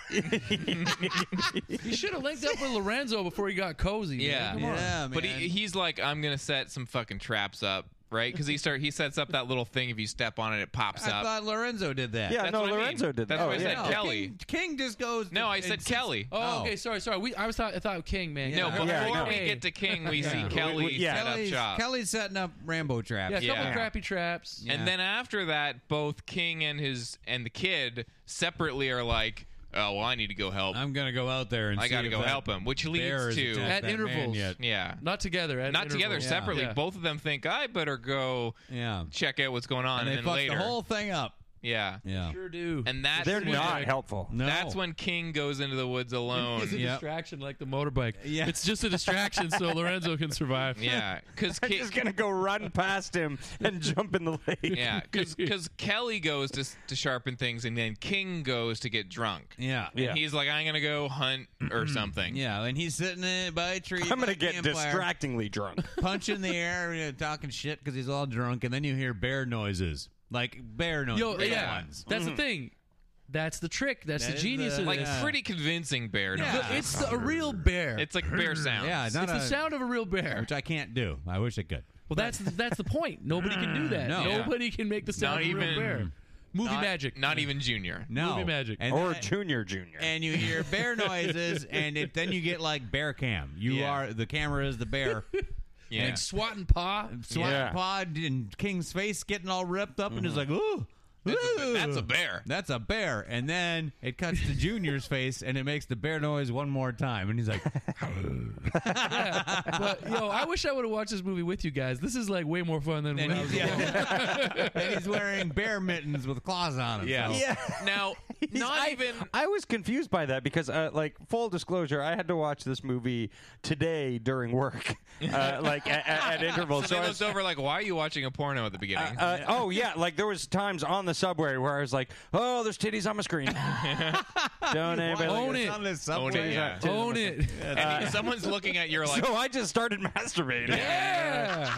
He should have linked up with Lorenzo before he got cozy. man.
Yeah.
Come on.
yeah,
But he, he's like, I'm gonna set some fucking traps up, right? Because he start he sets up that little thing. If you step on it, it pops
I
up.
thought Lorenzo did that.
yeah
That's
no
what I mean.
Lorenzo did
That's
that
what
oh,
I said.
yeah.
No,
Kelly.
King, King just goes.
no, I said
insists-
Kelly.
Oh,
Oh.
okay. Sorry, sorry. We, I was thought, I thought King, man.
No, before
Yeah, no.
we get to King, we see Kelly
we- yeah.
set up
Kelly's,
shop.
Kelly's setting up Rambo traps.
yeah, a couple
Yeah.
crappy traps.
Yeah.
And then after that, both King and his and the kid separately are like, "Oh, well, I need to go help.
I'm gonna go out there and
I
see
gotta
if
go
that
help him," which
bear
leads
has
to
attacked
At
that man
intervals.
yet.
yeah,
Not together. At
not
intervals.
together
Yeah.
separately.
Yeah.
Both of them think I better go
Yeah,
check out what's going
and
on, and,
they
then
fucked
later,
the whole thing up.
yeah,
Yeah,
Sure do.
and that's
they're
when-
not helpful
no,
That's when King goes into the woods alone.
It's a
Yep.
distraction like the motorbike.
Yeah.
It's just a distraction so Lorenzo can survive.
yeah, because
I'm just gonna go run past him and jump in the lake
yeah, because Kelly goes to s- to sharpen things, and then King goes to get drunk.
Yeah,
Yeah.
And he's like, "I'm gonna go hunt or something."
yeah, and he's sitting in- by a tree.
I'm
by
gonna
a
get
campfire,
distractingly drunk
punching the air, you know, talking shit because he's all drunk, and then you hear bear noises, like bear noises.
Yo,
bear
yeah.
ones.
That's the thing. That's the trick. That's
Mm. That
the
is
genius
the-
of
like
this.
Yeah.
pretty convincing bear. noises.
The- it's the, a real bear.
It's like bear sound.
yeah,
It's
not
the
a,
sound of a real bear.
which I can't do. I wish I could.
Well, that's that's the point. Nobody can do that.
Mm. No.
Nobody can make the sound
Not
of a real
even-
bear. Movie
Not-
magic.
Not even Junior.
No
Movie magic.
and
or
that-
Junior Junior.
and you hear bear noises, and it, then you get like bear cam. You
Yeah.
are the camera is the bear.
Yeah.
And SWAT and paw.
Swat
Yeah.
pod and King's face getting all ripped up, and it's like, ooh,
that's, a,
ooh."
that's a bear.
That's a bear. And then it cuts to Junior's face and it makes the bear noise one more time. And he's like,
But yo, I wish I would have watched this movie with you guys. This is like way more fun than
and
when I was
he's, yeah. and he's wearing bear mittens with claws on him.
Yeah.
So-
yeah.
Now,
He's-
not
I,
even.
I was confused by that because, uh, like, full disclosure, I had to watch this movie today during work, uh, like at, at, at intervals.
So
So
they
I
looked
was-
over like, why are you watching a porno at the beginning?
uh, oh yeah, like there was times on the subway where I was like, "Oh, there's titties on my screen." Don't anybody
Own
look at-
it.
On this
Own it,
subway.
yeah.
Own it.
and someone's looking at you like,
uh, so I just started masturbating.
Yeah.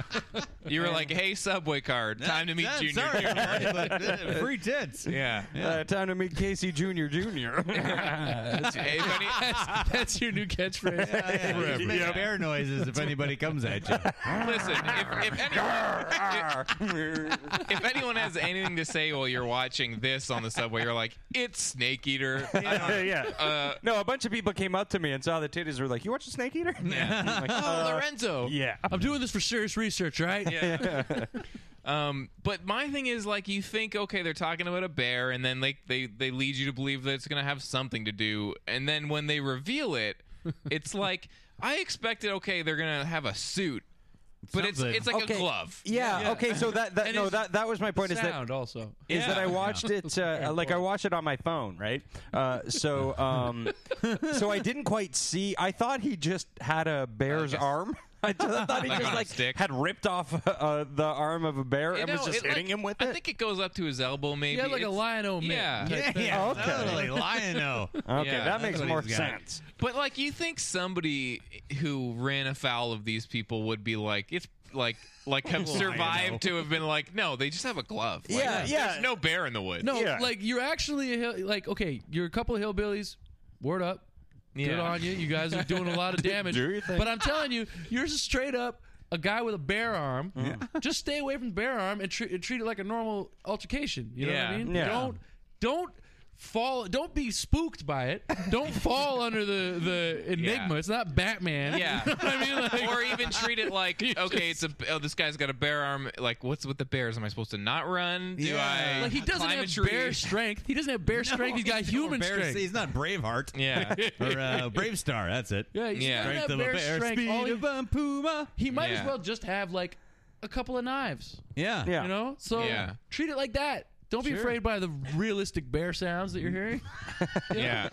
you were like, hey, subway card, time to meet
Yeah,
Junior.
sorry,
Junior.
but, uh, free tits.
Yeah.
Uh, time to meet Casey Junior Junior.
Hey, if any-
that's, that's your new catchphrase.
Yeah, you make
Yeah.
bear noises if anybody comes at you.
listen, if, if, anyone, if, if anyone has anything to say while you're watching this on the subway, you're like, it's Snake Eater. I don't know.
yeah.
Uh,
no, a bunch of people came up to me and saw the titties. Were like, "You watch the Snake Eater?" Yeah. I'm like,
oh,
uh,
Lorenzo.
yeah.
I'm doing this for serious research, right?
Yeah. um, but my thing is like you think okay they're talking about a bear and then like they they lead you to believe that it's going to have something to do and then when they reveal it it's like I expected okay they're going to have a suit but it's
Something.
it's like
Okay.
a glove.
Yeah,
Yeah.
Okay. So that, that
And
no
it's
that that was my point. Is that
Sound also.
is that
Yeah.
I watched it uh, like I watched it on my phone, right? Uh, so um, so I didn't quite see. I thought he just had a bear's
Like a-
arm. I just- I thought he
Like
just
on a
like
stick.
had ripped off uh, the arm of a bear
You
and was
know,
just
it, like-
hitting him with
I
it.
think it goes up to his elbow maybe.
You have like a
It's-
lion-o mitt.
Yeah.
type thing.
Yeah,
Okay.
totally. Lion-O.
okay,
yeah,
that
that's
makes
what
more
he's got.
sense.
But like you think somebody who ran afoul of these people would be like it's like like have survived to have been like no they just have a glove. Like,
Yeah, yeah.
There's no bear in the woods.
No,
Yeah.
like you're actually a hill, like okay, you're a couple of hillbillies. Word up, good
Yeah.
on you. You guys are doing a lot of damage.
Do your thing.
But I'm telling you, you're just straight up a guy with a bear arm. Just stay away from the bear arm and, tre- and treat it like a normal altercation. You know what I
Yeah.
mean?
Yeah.
Don't don't fall. Don't be spooked by it. Don't fall under the the enigma.
Yeah.
It's not Batman.
Yeah,
You know what I mean, like,
or even treat it like, okay, it's a oh, this guy's got a bear arm. Like, what's with the bears? Am I supposed to not run? Do
Yeah.
I?
like he doesn't
climb a
have
tree?
bear strength. He doesn't have bear strength. He's got
Or
human
bear-
strength.
He's not Braveheart.
Yeah,
Or uh, Brave Star. That's it.
Yeah, he's
Yeah.
yeah.
Strength
that
of a
bear,
bear,
strength.
speed
All he-
of a puma.
he might
Yeah.
as well just have like a couple of knives.
Yeah.
Yeah.
You know, so
Yeah.
treat it like that. Don't be
Sure.
afraid by the realistic bear sounds that you're hearing.
yeah.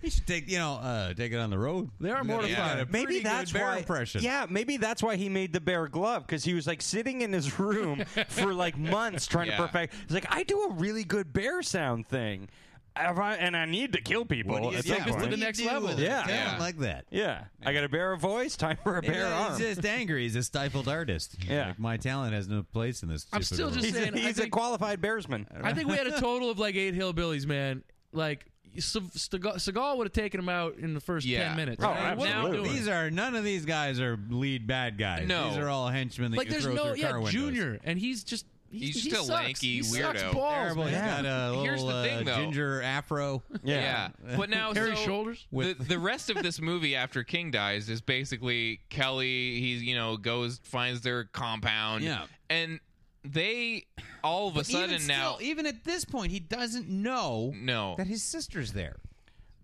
You should take, you know, uh, take it on the road.
They are
You got
mortified.
a pretty
Maybe
good
that's
bear
why.
impression.
Yeah, maybe that's why he made the bear glove because he was like sitting in his room for like months trying
Yeah.
to perfect. He's like, I do a really good bear sound thing, Have I- and I need to kill people.
What do you,
at some
yeah, what
point.
the
do you
next
do
level.
with a
Yeah.
talent
Yeah.
like that.
Yeah, I got a bear voice. Time for a bear
Yeah,
arm.
he's just angry. He's a stifled artist.
Yeah.
Like, my talent has no place in this.
I'm
stupid
still
world.
just
he's
saying,
a,
I
he's a
think-
qualified bearsman.
I think we had a total of like eight hillbillies, man. Like Seagal Seagal would have taken him out in the first
Yeah.
ten minutes.
Oh,
Like, what are we
absolutely.
doing?
These are none of these guys are lead bad guys.
No.
these are all henchmen that
like
you
there's
throw
no
through car
yeah
windows.
junior, and he's just
He's
he
just a
sucks.
lanky
he sucks
weirdo.
balls,
Terrible.
man.
He's got a little
Here's the thing,
uh,
though.
ginger afro.
Yeah. But now,
Hairy
so
shoulders?
The, the rest of this movie after King dies is basically Kelly. He you know goes finds their compound.
Yeah.
and they all of a sudden
even
now.
still, even at this point, he doesn't know
No.
that his sister's there.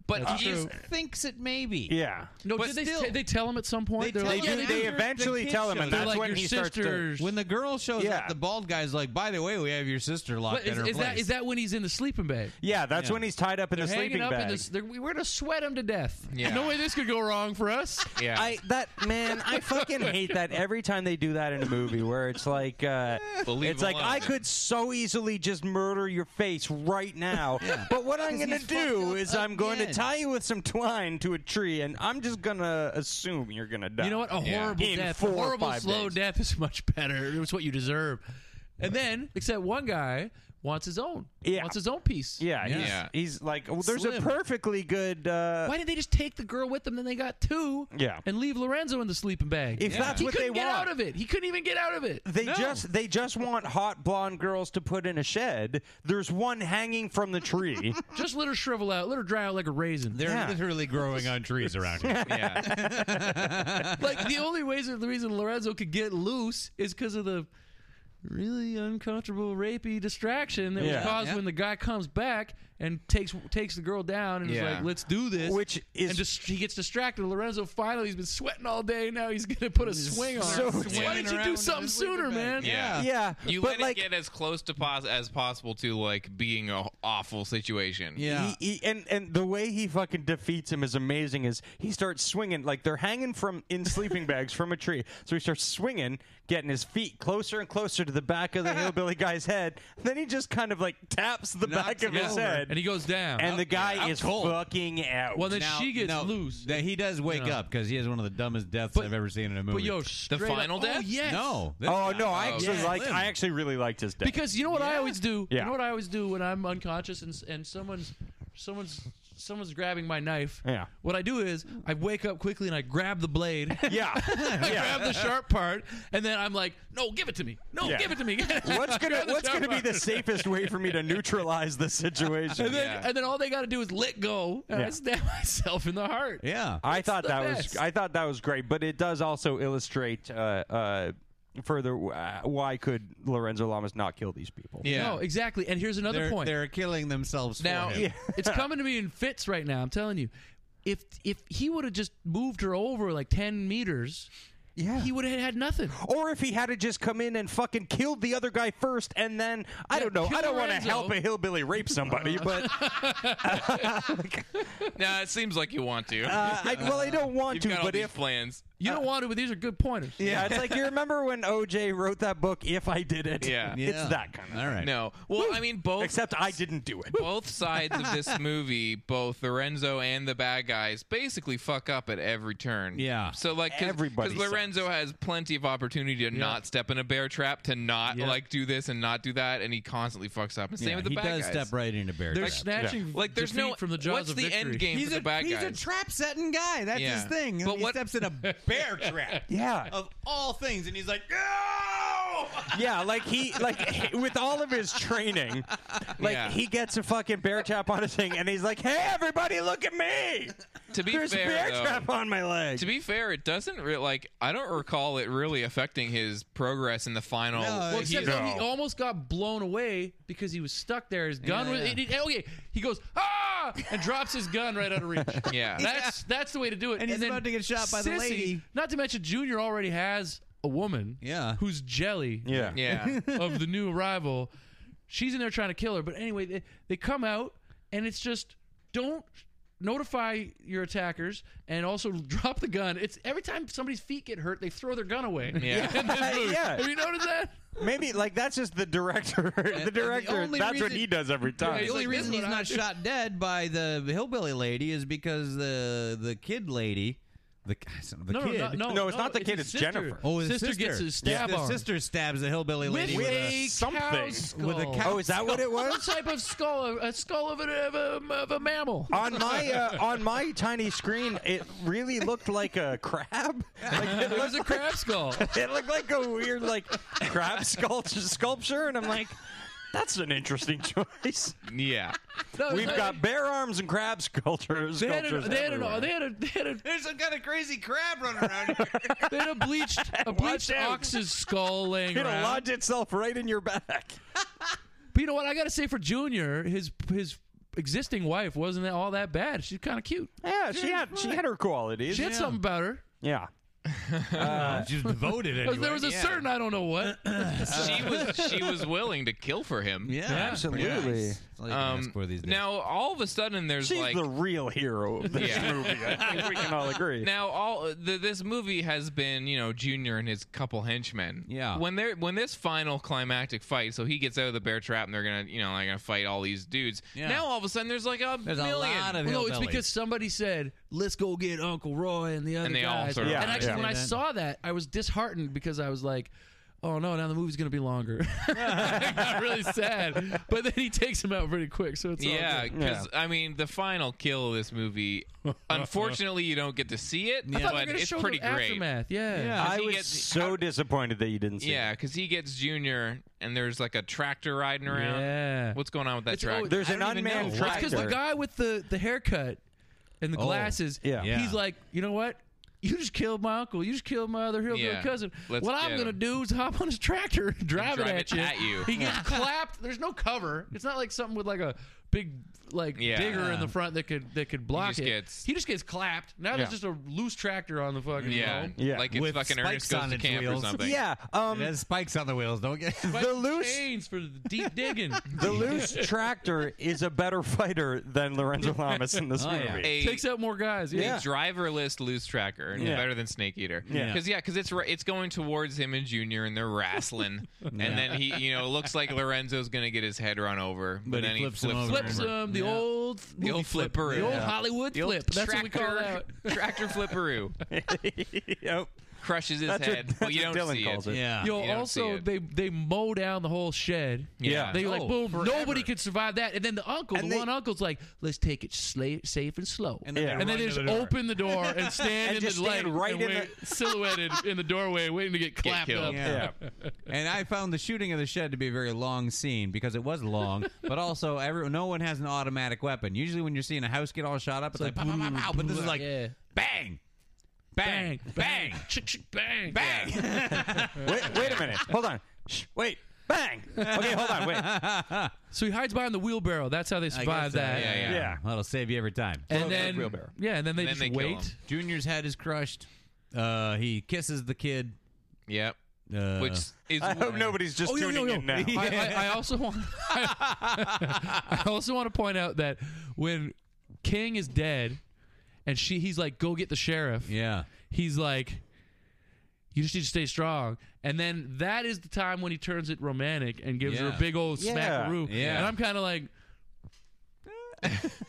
but
He
he's-
just thinks it may be.
Yeah,
No,
But
did they,
still-
they tell him at some point?
They
They're
tell
like,
him
yeah,
that
they-
after
they
the
eventually
kid
tell him,
shows
and
they're
that's
like,
when
your
he
sisters.
starts to.
When the girl shows
Yeah.
up, the bald guy's like, "By the way, we have your sister locked
But
in
is,
her
is
place."
that is that when he's in the sleeping bag?
Yeah, that's
Yeah.
when he's tied up in the
Hanging
sleeping
up in
bag.
this, they're- we're gonna sweat him to death.
Yeah.
No way this could go wrong for us.
yeah.
I that man, I fucking hate that every time they do that in a movie where it's like uh,
Believe
it's like
alone.
I could so easily just murder your face right now. But what I'm going to
he's fucked
do
up
is I'm going to
again.
tie you with some twine to a tree and I'm just going to assume you're going to die.
You know what? A
Yeah.
horrible
In
death,
four
a
or
horrible
five
slow
days.
death is much better. It's what you deserve. And then, except one guy wants his own.
Yeah.
Wants his own piece.
Yeah, he's,
Yeah.
he's like, well, there's
Slim.
a perfectly good. Uh,
Why didn't they just take the girl with them? Then they got two.
Yeah.
And leave Lorenzo in the sleeping bag.
If that's
he
what
couldn't
they
get
want.
out of it. He couldn't even get out of it.
They just they just want hot blonde girls to put in a shed. There's one hanging from the tree.
Just let her shrivel out. Let her dry out like a raisin.
They're
Yeah.
literally growing on trees around here.
Yeah.
like the only ways the reason Lorenzo could get loose is because of the really uncomfortable rapey distraction that
Yeah.
was caused
Yeah.
when the guy comes back and takes takes the girl down and
Yeah.
is like, "Let's do this,"
Which is-
and just he gets distracted. Lorenzo finally he's been sweating all day. Now he's gonna put a swing on.
so-
her. Why
swinging
didn't you
around in
do something
his sleeping
sooner,
bag.
man?
Yeah.
yeah,
You
but
let
like
it get as close to pos- as possible to like being a awful situation.
Yeah.
He, he, and and the way he fucking defeats him is amazing. Is he starts swinging like they're hanging from in sleeping bags from a tree, so he starts swinging, getting his feet closer and closer to the back of the hillbilly guy's head. Then he just kind of like taps the
Knocks
back of
him
his
over.
head,
And he goes down.
and the guy
out
is
cold.
fucking out.
well, then she gets loose.
That he does wake up 'cause
Yeah.
up because he has one of the dumbest deaths
But-
I've ever seen in a movie.
but yo,
The
straight
final
up,
death?
Oh, yes.
no, this
oh
guy-
no, I
Oh,
actually
yeah.
like
Slim.
I actually really liked his death.
Because you know what I always do.
Yeah.
You know what I always do when I'm unconscious and and someone's someone's someone's grabbing my knife.
Yeah.
What I do is I wake up quickly and I grab the blade.
yeah,
I
yeah.
grab the sharp part, and then I'm like, "No, give it to me! No,
Yeah.
give it to me!"
What's gonna
Grab the
What's
sharp
gonna be
part.
the safest way for me to neutralize the situation?
And then,
Yeah.
and then all they got to do is let go, and I
Yeah.
stab myself in the heart.
yeah,
I thought
the
that
best.
was I thought that was great, but it does also illustrate uh, uh, further uh, why could Lorenzo Lamas not kill these people?
Yeah.
No, exactly. And here's another
they're,
point.
they're killing themselves
Now-
for him.
It's coming to me in fits right now. I'm telling you, if if he would have just moved her over like ten meters,
Yeah.
he would have had nothing.
Or if he had to just come in and fucking killed the other guy first, and then I
Yeah,
don't know.
kill
I don't want to
Lorenzo.
help a hillbilly rape somebody, but uh,
Nah, it seems like you want to.
Uh, I, well, I don't want
You've
to.
got all
But
these
if
plans.
You don't want to, but these are good pointers.
yeah, it's like you remember when OJ wrote that book. If I did it,
Yeah.
Yeah.
it's that kind of.
All right.
No. Well, I mean both
Except I didn't do it.
both sides of this movie, both Lorenzo and the bad guys, basically fuck up at every turn.
Yeah.
So like,
Everybody
because Lorenzo has plenty of opportunity to not step in a bear trap, to not
Yeah.
like do this and not do that, and he constantly fucks up. And same
Yeah,
with the
he
bad
does
guys.
step right into bear
They're
trap.
snatching
Like, there's
defeat
no
from the jaws
what's
of
the
victory.
end game
He's
for
a,
the bad
he's
guys?
a trap setting guy. That's
Yeah.
his thing.
But
he
what-
steps in a bear trap
Yeah.
of all things, and he's like, "No!"
Yeah, like he like with all of his training, like
Yeah.
he gets a fucking bear trap on his thing, and he's like, "Hey, everybody, look at me!
To be
There's
fair,
a bear
though,
trap on my leg."
To be fair, it doesn't re- like I don't recall it really affecting his progress in the final.
No,
Well,
Like,
except
he's-
he almost got blown away because he was stuck there. His gun
Yeah,
was
yeah.
it- it- okay. He goes ah and drops his gun right out of reach.
Yeah.
that's that's the way to do it.
And he's
then
about to get shot by the
Sissy,
lady.
Not to mention, Junior already has a woman.
Yeah.
who's jelly.
yeah,
yeah,
of the new arrival. She's in there trying to kill her, but anyway, they, they come out and it's just don't notify your attackers and also drop the gun. It's every time somebody's feet get hurt, they throw their gun away.
Yeah.
In this movie.
Yeah.
Have you noticed that?
maybe like that's just the director. the director.
only
that's what
reason-
he does every
The
time.
he's
only
like,
reason
"This
he's
is what I
not
do."
shot dead by the hillbilly lady is because the the kid lady, the, the
No, no,
kid.
no, no,
No, it's not the kid,
his
it's
sister.
Jennifer.
Oh, his
sister,
sister,
gets his stab
yeah,
on.
The sister stabs the hillbilly
with,
lady with,
a
a,
something.
cow skull.
with a cow.
Oh, is that what it
What
was?
type of skull? A, a skull of, an, of, a, of a mammal.
on my uh, on my tiny screen, it really looked like a crab. Like it
It was
looked,
a crab skull.
it looked like a weird like crab sculpture, sculpture, and I'm like, that's an interesting choice.
yeah.
No, it was
We've
like-
got bear arms and crab sculptures.
They had, a,
sculptures
they, had
everywhere.
a, they had a they had a
There's some kind of crazy crab running around here.
They had a bleached a bleached
out.
ox's skull laying
It'll
around.
lodge itself right in your back.
But you know what? I gotta say for Junior, his his existing wife wasn't all that bad. She's kind of cute.
Yeah, she had she had her qualities.
She had something about her.
yeah.
She's devoted. Anyway.
there was a
yeah.
certain I don't know what.
she was she was willing to kill for him.
Yeah,
Absolutely.
That's all you can ask
Um,
for these days.
now all of a sudden there's
She's
like
the real hero of this
Yeah.
movie. I think we can all agree.
now all the, this movie has been you know Junior and his couple henchmen.
Yeah.
When they're when this final climactic fight, so he gets out of the bear trap and they're gonna you know they're gonna fight all these dudes.
Yeah.
Now all of a sudden there's like a
There's a
million.
lot of
Well, no,
hillbillies.
it's because somebody said, "Let's go get Uncle Roy and the other
they all
guys."
sort
of-
and actually,
Yeah.
when I
Yeah.
saw that, I was disheartened because I was like, oh no, now the movie's gonna be longer. I got really sad. But then he takes him out pretty quick, so it's all
Yeah,
good.
because I mean, the final kill of this movie. Unfortunately, you don't get to see it,
I thought they were
but
gonna
it's
show the
pretty great.
Aftermath. Yeah.
Yeah.
I
he
was
gets-
so disappointed that you didn't see.
Yeah, because he gets Junior, and there's like a tractor riding around.
Yeah.
What's going on with that
oh,
it.
tractor?
There's an unmanned
Well, it's because
tractor.
the guy with the the haircut and the
Oh,
glasses,
yeah.
Yeah.
he's like, you know what? You just killed my uncle. You just killed my other hillbilly
Yeah.
cousin.
Let's
what
get
I'm gonna
him."
do is hop on his tractor and drive,
drive
it
it
at you.
at you.
He gets clapped. There's no cover. It's not like something with like a big like
Yeah.
digger in the front that could that could block
just
it.
gets-
he just gets clapped. Now there's
Yeah.
just a loose tractor on the fucking
yeah,
road.
Yeah.
like it's
With
fucking Ernest
spikes
goes
on
to
its
camp
wheels.
or something.
Yeah. Um,
It has spikes on the wheels. Don't get.
the loose
Chains for the deep digging.
the loose tractor is a better fighter than Lorenzo Lamas in this
Oh, yeah.
movie.
A,
Takes out more guys. Yeah.
a driverless loose tracker and
Yeah.
better than Snake Eater.
Yeah.
because yeah, because it's ri- it's going towards him and Junior, and they're wrestling, and then he, you know, looks like Lorenzo's gonna get his head run over, but,
But he
then
flips him
he flips
over.
Flips um, the
Yeah.
old movie
old
flip.
flipper,
the old
yeah.
Hollywood
The old
flip. That's what we call
tractor-
that.
Tractor flipperoo
Yep.
crushes his
That's what-
head,
that's
but you
what
don't
Dylan
see
calls
it.
it.
Yeah.
Yo,
You don't see
also
it.
they they mow down the whole shed.
Yeah.
They like
Oh,
boom. Nobody
forever.
could survive that. And then the uncle,
And
the
they-
one uncle's like, let's take it sla- safe and slow. And,
then
Yeah.
run
then they
to
just
door.
open the door and
And
stand in
just
the light,
stand right
and
in
wait- silhouetted in the doorway, waiting to get clapped
killed.
up.
Yeah.
Yeah.
and I found the shooting of the shed to be a very long scene because it was long, but also every, no one has an automatic weapon. Usually, when you're seeing a house get all shot up, it's, like, pow, pow, pow, pow, but this is like
Yeah.
bang,
bang,
bang,
bang,
bang,
chick, chick, bang,
bang.
Wait, wait a minute. Hold on. Shh, wait. Bang. Okay, hold on. Wait.
So he hides behind the wheelbarrow. That's how they
I guess
survive
so.
that.
Yeah, yeah.
Yeah.
That'll save you every time.
And then
wheelbarrow.
yeah, and then they
Then
just
they kill
wait.
him.
Junior's head is crushed. Uh, he kisses the kid.
Yep.
Uh,
Which is
I hope nobody's just
Oh, yo, yo,
tuning
yo.
in now.
I, I, I also want I also want to point out that when King is dead and she he's like go get the sheriff.
yeah.
He's like you just need to stay strong. And then that is the time when he turns it romantic and gives her
Yeah.
a big old
Yeah.
smackaroo.
Yeah.
And I'm kind of like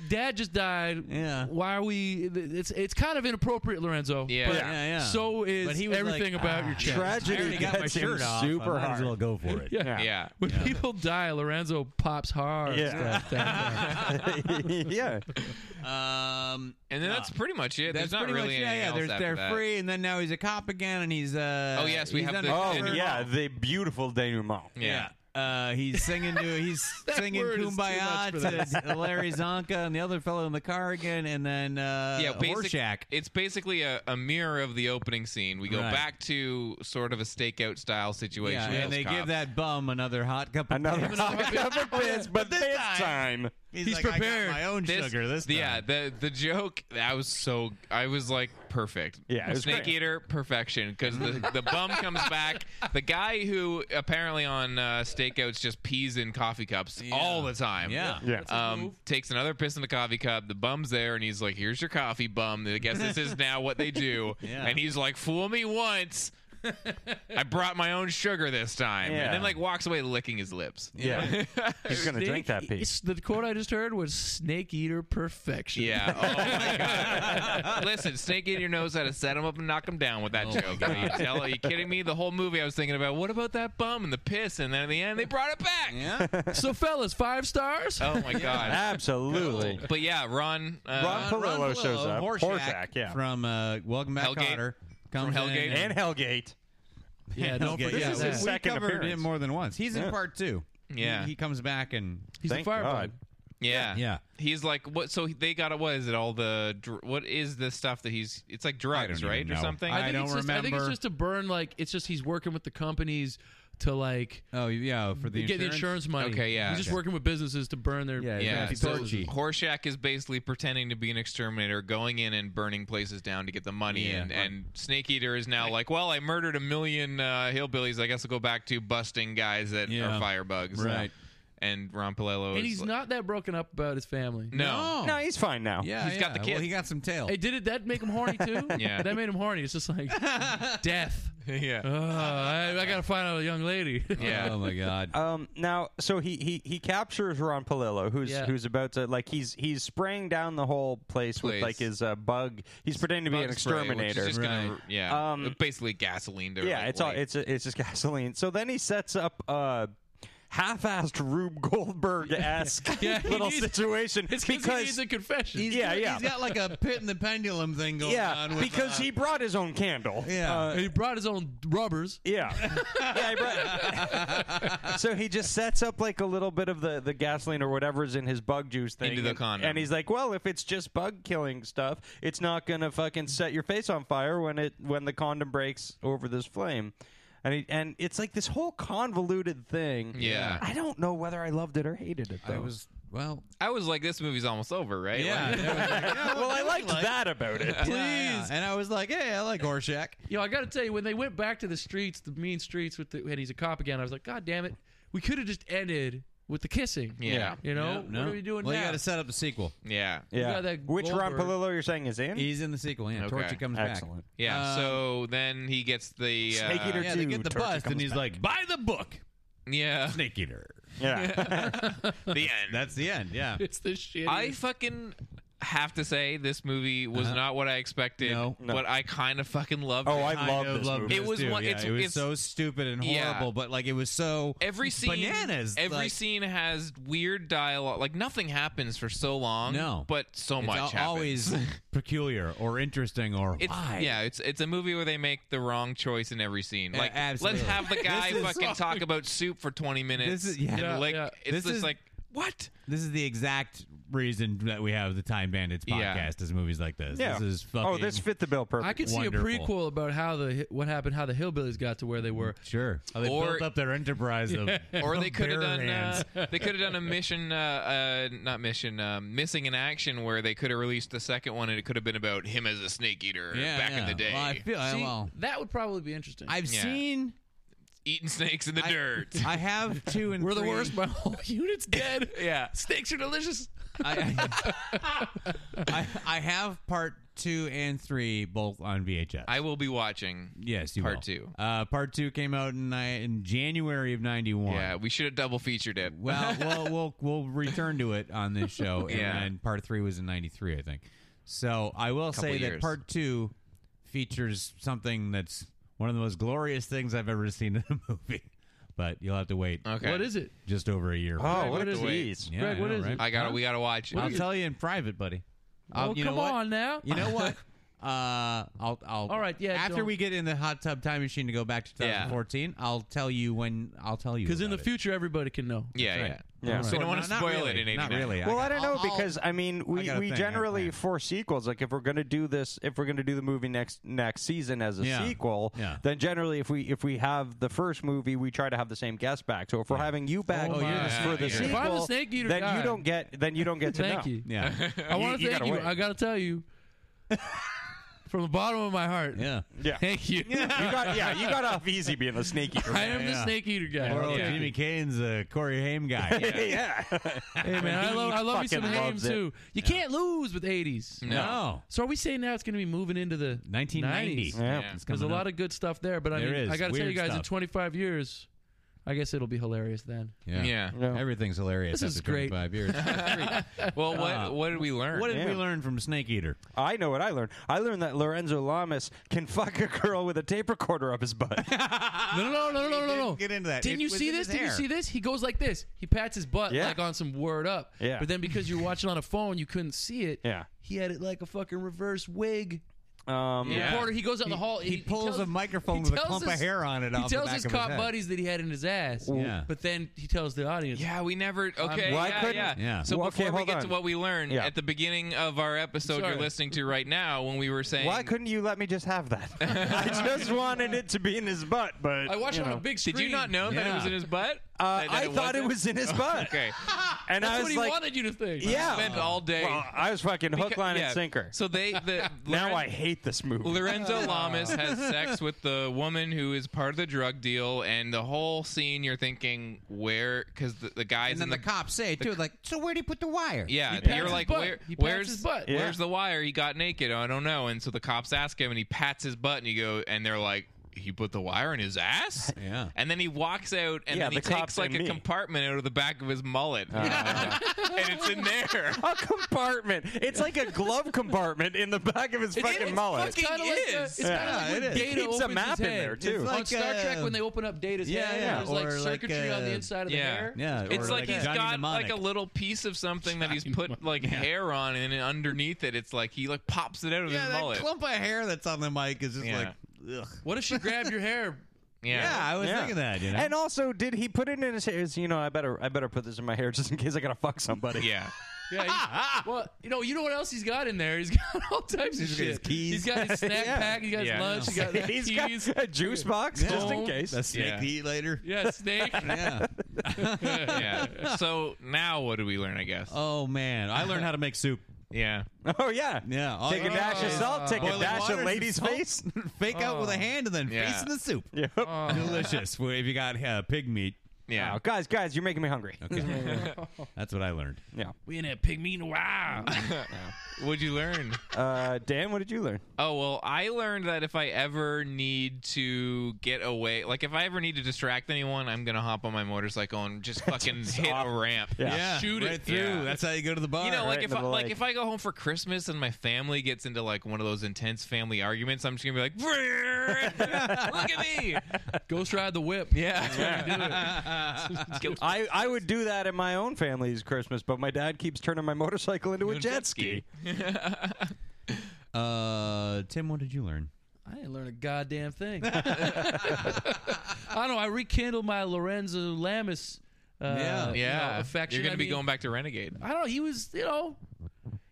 Dad just died.
Yeah.
Why are we it's it's kind of inappropriate, Lorenzo.
Yeah.
But
Yeah, yeah.
So is
But he was
everything
like,
about
"Ah,
your chest.
I already
Tragedy
got my
gets him
shirt off. I
super
might as well
hard.
go for it.
Yeah.
Yeah.
When people die, Lorenzo pops hard.
Yeah.
and stuff. That's-
yeah.
Um,
And then that's pretty much it.
that's
there's not
pretty
really
much
anything
yeah, yeah.
else
There's,
after
they're
that.
free, and then now he's a cop again, and he's uh.
Oh, yes, we
he's
have the-
Oh,
undercover.
yeah. The beautiful denouement.
Yeah.
Uh, he's singing to he's
That
singing
word is too much
"Kumbaya"
for
to Larry Zonka and the other fellow in the car again, and then uh,
yeah, basic,
Horshack.
It's basically a, a mirror of the opening scene. We go
Right.
back to sort of a stakeout style situation.
Yeah,
with
and
those
they give
cops.
that bum another hot cup. Of
Another
tea.
cover pins, but this time.
He's,
He's
like, "I got
prepared.
my own
This-
sugar this time.
Yeah, the uh, the joke that was so I was like perfect.
Yeah, it was
Snake
great.
Eater perfection because the, the bum comes back. The guy who apparently on uh, stakeouts just pees in coffee cups all the time.
Yeah.
Yeah.
Um, takes another piss in the coffee cup. The bum's there, and he's like, "Here's your coffee, bum." I guess this is now what they do.
Yeah.
And he's like, "Fool me once." I brought my own sugar this time,
Yeah.
and then like walks away licking his lips.
Yeah. He's going to drink that
Snake-
piece.
The quote I just heard was "snake eater perfection."
Yeah. Oh my god. Listen, Snake Eater knows how to set him up and knock him down with
Oh
that joke. Are you, tell- are you kidding me? The whole movie I was thinking about what about that bum and the piss, and then at the end they brought it back.
Yeah.
So, fellas, five stars.
Oh my god.
Absolutely.
But yeah, Ron. Uh,
Ron Palillo
Ron
shows up.
Horshack,
Horshack, yeah.
From uh, Welcome Back,
Hellgate.
Cotter. Comes
From
in
Hellgate.
And Hellgate.
yeah, don't
Hellgate,
forget
yeah,
is
that.
his
we
second
covered him
appearance.
more than once. He's in
Yeah.
part two.
Yeah.
He, he comes back and
He's
Thank
a firebug.
God.
Yeah.
Yeah.
He's like what? So they got it. What is it? All the dr- what is the stuff that he's? It's like drugs,
even
right, or
know.
something.
I
think
don't
it's just, I think it's
remember.
just to burn. Like, it's just he's working with the companies to like
oh yeah for the
get the
insurance.
insurance money.
Okay, yeah.
He's just
Okay.
working with businesses to burn their
Yeah,
yeah,
Matthew
so
Percy.
Horshack is basically pretending to be an exterminator, going in and burning places down to get the money,
Yeah.
and, and Snake Eater is now like, well, I murdered a million uh, hillbillies. I guess I'll go back to busting guys that
Yeah.
are firebugs,
Right.
And Ron Palillo is
And he's
like-
not that broken up about his family.
No,
No, he's fine now.
Oh. Yeah,
He's got
yeah.
the kid.
Well, he got some tail.
Hey, did it that make him horny too?
Yeah.
that made him horny. It's just like death.
yeah.
Uh, I, I gotta find out a young lady.
yeah.
Oh my god.
Um, now, so he, he he captures Ron Palillo, who's
Yeah.
who's about to like he's he's spraying down the whole place,
Place.
with like his uh, bug. He's pretending to be an
Bug spray, which is
exterminator.
just gonna-
Right.
yeah.
Um,
basically gasoline. To,
yeah,
like,
it's all
light.
it's it's just gasoline. So then he sets up uh half-assed Rube Goldberg esque
Yeah, he
little
needs-
situation
It's because he needs
because
a confession.
yeah yeah
He's got like a pit in the pendulum thing going
yeah
on. With,
because
uh,
he brought his own candle.
Yeah.
Uh,
And he brought his own rubbers.
Yeah. yeah he brought- so he just sets up like a little bit of the, the gasoline or whatever's in his bug juice thing.
Into the
and,
condom.
And he's like, well, if it's just bug killing stuff, it's not going to fucking set your face on fire when it when the condom breaks over this flame. And, he, and it's like this whole convoluted thing.
Yeah.
I don't know whether I loved it or hated it, though.
I was well.
I was like, this movie's almost over, right?
Yeah. it
Like,
was like, yeah,
well, I
it
liked
was like-
that about it.
Yeah, yeah. And I was like, hey, I like Orshak.
Yo, I gotta tell you, when they went back to the streets, the mean streets with the and he's a cop again, I was like, God damn it. We could have just ended with the kissing.
Yeah.
You know? What are we doing
Well,
now?
you got to set up the sequel.
yeah.
Yeah.
got that
Which Ron
Goldberg.
Palillo you're saying is in?
He's in the sequel. Yeah,
Okay.
Torture comes
Excellent.
back.
Yeah,
Um,
so then he gets the uh,
Snake Eater
yeah, they
two,
get the
Torture
bust, and
comes
he's
back.
like, buy the book,
Yeah,
Snake Eater.
yeah.
the end.
That's the end. Yeah.
It's the shit.
I fucking have to say this movie was not what I expected,
Uh-huh. No.
No.
but I kind of fucking loved
oh,
it.
I love
kind of
this
loved
movie.
It was
too.
one-
Yeah,
it's-
it was
it's-
so stupid and
Yeah.
horrible, but like it was so
every scene
bananas.
Every
like,
scene has weird dialogue. Like nothing happens for so long.
No.
but so
it's
much
al-
happens.
always peculiar or interesting or
It's,
why.
yeah, it's it's a movie where they make the wrong choice in every scene.
Yeah,
Like,
absolutely.
let's have the guy
This is-
fucking talk about soup for twenty minutes.
This is- yeah.
and
Yeah,
like
yeah.
it's
This
just
is-
like what?
This is the exact reason that we have the Time Bandits podcast
Yeah.
is movies like this.
yeah.
This is fucking.
oh, this fit the bill perfect.
I could see
Wonderful.
a prequel about how the hi- what happened, how the hillbillies got to where they were.
Sure. How they
Or-
built up their enterprise of
Or they could have
bear
done
hands.
uh, they could have done a mission, uh, uh, not mission, uh, missing in action where they could have released the second one and it could have been about him as a snake eater
yeah,
back in
yeah.
the day,
Well, I feel I-
See,
well.
that would probably be interesting.
I've
Yeah.
seen.
eating snakes in the
I-
dirt.
I have two and
we're the
three.
worst. My whole unit's dead.
yeah,
Snakes are delicious.
I, I, I have part two and three both on VHS.
I will be watching.
yes, you
part
will.
two.
Uh, part two came out in ni- in January of '91.
Yeah, we should have double featured it.
Well, we'll we'll we'll return to it on this show, and,
Yeah.
then part three was in '93, I think. So I will say that
years.
part two features something that's one of the most glorious things I've ever seen in a movie. But you'll have to wait
okay,
What is it?
just over a year.
Oh,
Greg,
what
what
a
is it?
tease.
yeah,
Greg,
I
what
know,
is it?
right?
I got to We got to watch it.
I'll
is
tell you in private, buddy.
Oh,
I'll- you know
come
what?
on now.
You know what? Uh, I'll, I'll.
All right, yeah,
After
don't-
we get in the hot tub time machine to go back to
Yeah.
2014, I'll tell you when. I'll tell you
Because in the
about it.
future, everybody can know.
yeah,
Right.
yeah.
Yeah.
So we don't
Well,
want to
not- not
spoil
really,
it in 89.
Not really.
Well, I don't know
I'll- I'll-
because I mean we,
got a
we
thing, I got a
generally
plan.
for sequels like if we're going to do this if we're going to do the movie next next season as a
Yeah.
sequel
Yeah.
then generally if we if we have the first movie we try to have the same guest back so if we're having you back
Oh, you're the
for
snake
the
eater.
sequel
If I'm the snake eater
then
guy-
you don't get then you don't get to
Thank
know.
you.
yeah,
I want to
you
thank
gotta
you.
wait.
I got to tell you from the bottom of my heart.
yeah.
Yeah.
Thank you.
you got yeah you got off easy being the snake eater.
I am the
Yeah.
snake eater guy.
Or old
Yeah.
Jimmy Kane's uh, Corey Haim guy.
yeah.
Hey man, I love I love you some
fucking
Haim
loves it.
too. You can't lose with 80s.
Mm. No,
So are we saying now it's going to be moving into the
1990.
90s?
Yeah.
It's
There's a
coming
lot
up.
of good stuff there, but I
There
mean,
is.
I got to tell
Weird
you guys, in
stuff.
25 years, I guess it'll be hilarious then.
yeah.
Yeah.
Yeah.
Everything's hilarious.
This is
after
great.
25 years.
Well, what what did we learn?
what did
Yeah.
we learn from Snake Eater?
I know what I learned. I learned that Lorenzo Lamas can fuck a girl with a tape recorder up his butt.
No, no, no, no, no, no, no.
Ah, Get into that.
Didn't
It
you
was
see
in
this?
his
Did you
hair.
see this? He goes like this. He pats his butt
Yeah.
like on some word up.
Yeah.
But then because you were watching on a phone, you couldn't see it.
Yeah.
He had it like a fucking reverse wig.
Um,
Yeah.
Reporter, he goes out in the hall.
he pulls
tells-
a microphone
he
with a
tells
clump of hair on it
He
off the
tells
back
his
of his
cop
head.
buddies that he had in his ass.
Yeah.
But then he tells the audience.
Yeah, we never. Okay,
Well, I
yeah,
couldn't-
yeah.
Yeah.
So
Well, okay,
before we
hold
get
on.
to what we learned
Yeah.
at the beginning of our episode,
Sorry.
you're listening to right now, when we were saying,
Why couldn't you let me just have that? I just wanted it to be in his butt, but
I watched
you
it on a
know.
big screen.
did you not know that it was
Yeah.
in his butt?
Uh,
That- that
I thought it
wasn't?
was in his butt,
Okay,
and I
That's
was
what he
like,
wanted you to think.
"Yeah."
spent all day.
Well, I was fucking hook, line,
yeah.
and sinker.
So they the
now
Loren-
I hate this movie.
Lorenzo Lamas has sex with the woman who is part of the drug deal, and the whole scene you're thinking where because the, the guys
And then
in
the, cops say too, like, "So where would he put the wire?"
Yeah,
pats
you're
his
like,
butt.
where,
He pats
where's
his butt.
Yeah.
Where's the wire? He got naked. I don't know. And so the cops ask him, and he pats his butt, and you go, and they're like, he put the wire in his ass.
Yeah.
And then he walks out, and
Yeah,
then he
the cops
takes like
and
a
me. Uh.
compartment out of the back of his mullet, and it's in there.
A compartment. It's like a glove compartment in the back of his fucking mullet.
It's kind of like the,
is.
it's kinda
Yeah,
like when
it is.
He
Data
keeps a
opens his
map in
head.
there, too. It's
on
like,
Star Trek
uh,
when they open up Data's
yeah,
head,
yeah,
there's like
or like,
circuitry on
uh,
the inside of the
yeah,
hair.
Yeah,
It's
or
like, he's
Johnny
got
Mnemonic.
like a little piece of something that he's put like hair on, and underneath it, it's like he like pops it out of
yeah,
his
that
mullet.
clump of hair that's on the mic is just
Yeah.
like, ugh.
What if she grabbed your hair?
yeah.
Yeah, I was
Yeah.
thinking that. You know,
And also, did he put it in his hair? You know, I better, I better put this in my hair just in case I gotta fuck somebody.
Yeah.
Yeah. he's- well, you know, you know what else he's got in there? He's got all types of
He's got
shit.
his keys.
He's got his snack
Yeah.
pack. He's got
Yeah.
his lunch. He's got the
He's got
keys.
a juice box just in
Yeah.
case.
a snake
Yeah.
to eat later.
Yeah, snake.
Yeah.
yeah. So now what do we learn? I guess.
Uh,
Oh man, I learned how to make soup.
yeah.
oh yeah.
Yeah, all
Take a
you-
dash of salt. Take a
Boiling
dash
water,
of
some
lady's
salt.
face.
Fake out with a hand and then
Oh. Yeah.
face in the soup.
Yep.
Oh. Delicious. Well, if you got uh, pig meat,
Yeah.
Wow, guys, guys, you're making me hungry.
okay. that's what I learned.
Yeah.
we in that pig meat in a while.
What'd you learn?
Uh, Dan, what did you learn?
Oh well, I learned that if I ever need to get away, like if I ever need to distract anyone, I'm gonna hop on my motorcycle and just fucking hit a ramp.
Yeah.
shoot
right
it
through.
Yeah.
That's how you go to the bar.
You know,
right
like if
into
I,
the
like
leg.
if I go home for Christmas and my family gets into like one of those intense family arguments, I'm just gonna be like, look at me,
Ghost ride the whip.
yeah.
I, I would do that in my own family's Christmas, but my dad keeps turning my motorcycle into a jet ski.
uh, Tim, what did you learn?
I didn't learn a goddamn thing. I don't know. I rekindled my Lorenzo Lamas. Uh,
Yeah.
you
yeah.
know, affection.
You're gonna
I
be
mean,
going back to Renegade.
I don't know. He was, you know,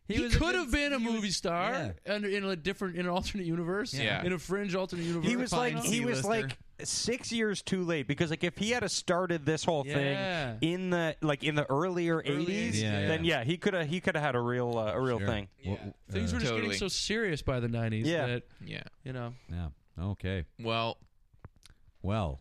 he,
was a
could
good-
have been a
he was-
movie star under, in a different, in an alternate universe,
Yeah.
in a fringe alternate universe.
He was like
Fine
he was
C-lister.
like six years too late because like if he had a started this whole
Yeah.
thing in the like in the earlier eighties,
80s,
yeah.
then yeah, he could have he could have had a real uh, a real thing.
What-
things
uh,
were just
Totally.
getting so serious by the '90s
Yeah.
that
Yeah.
you know.
yeah. Okay.
Well,
Well,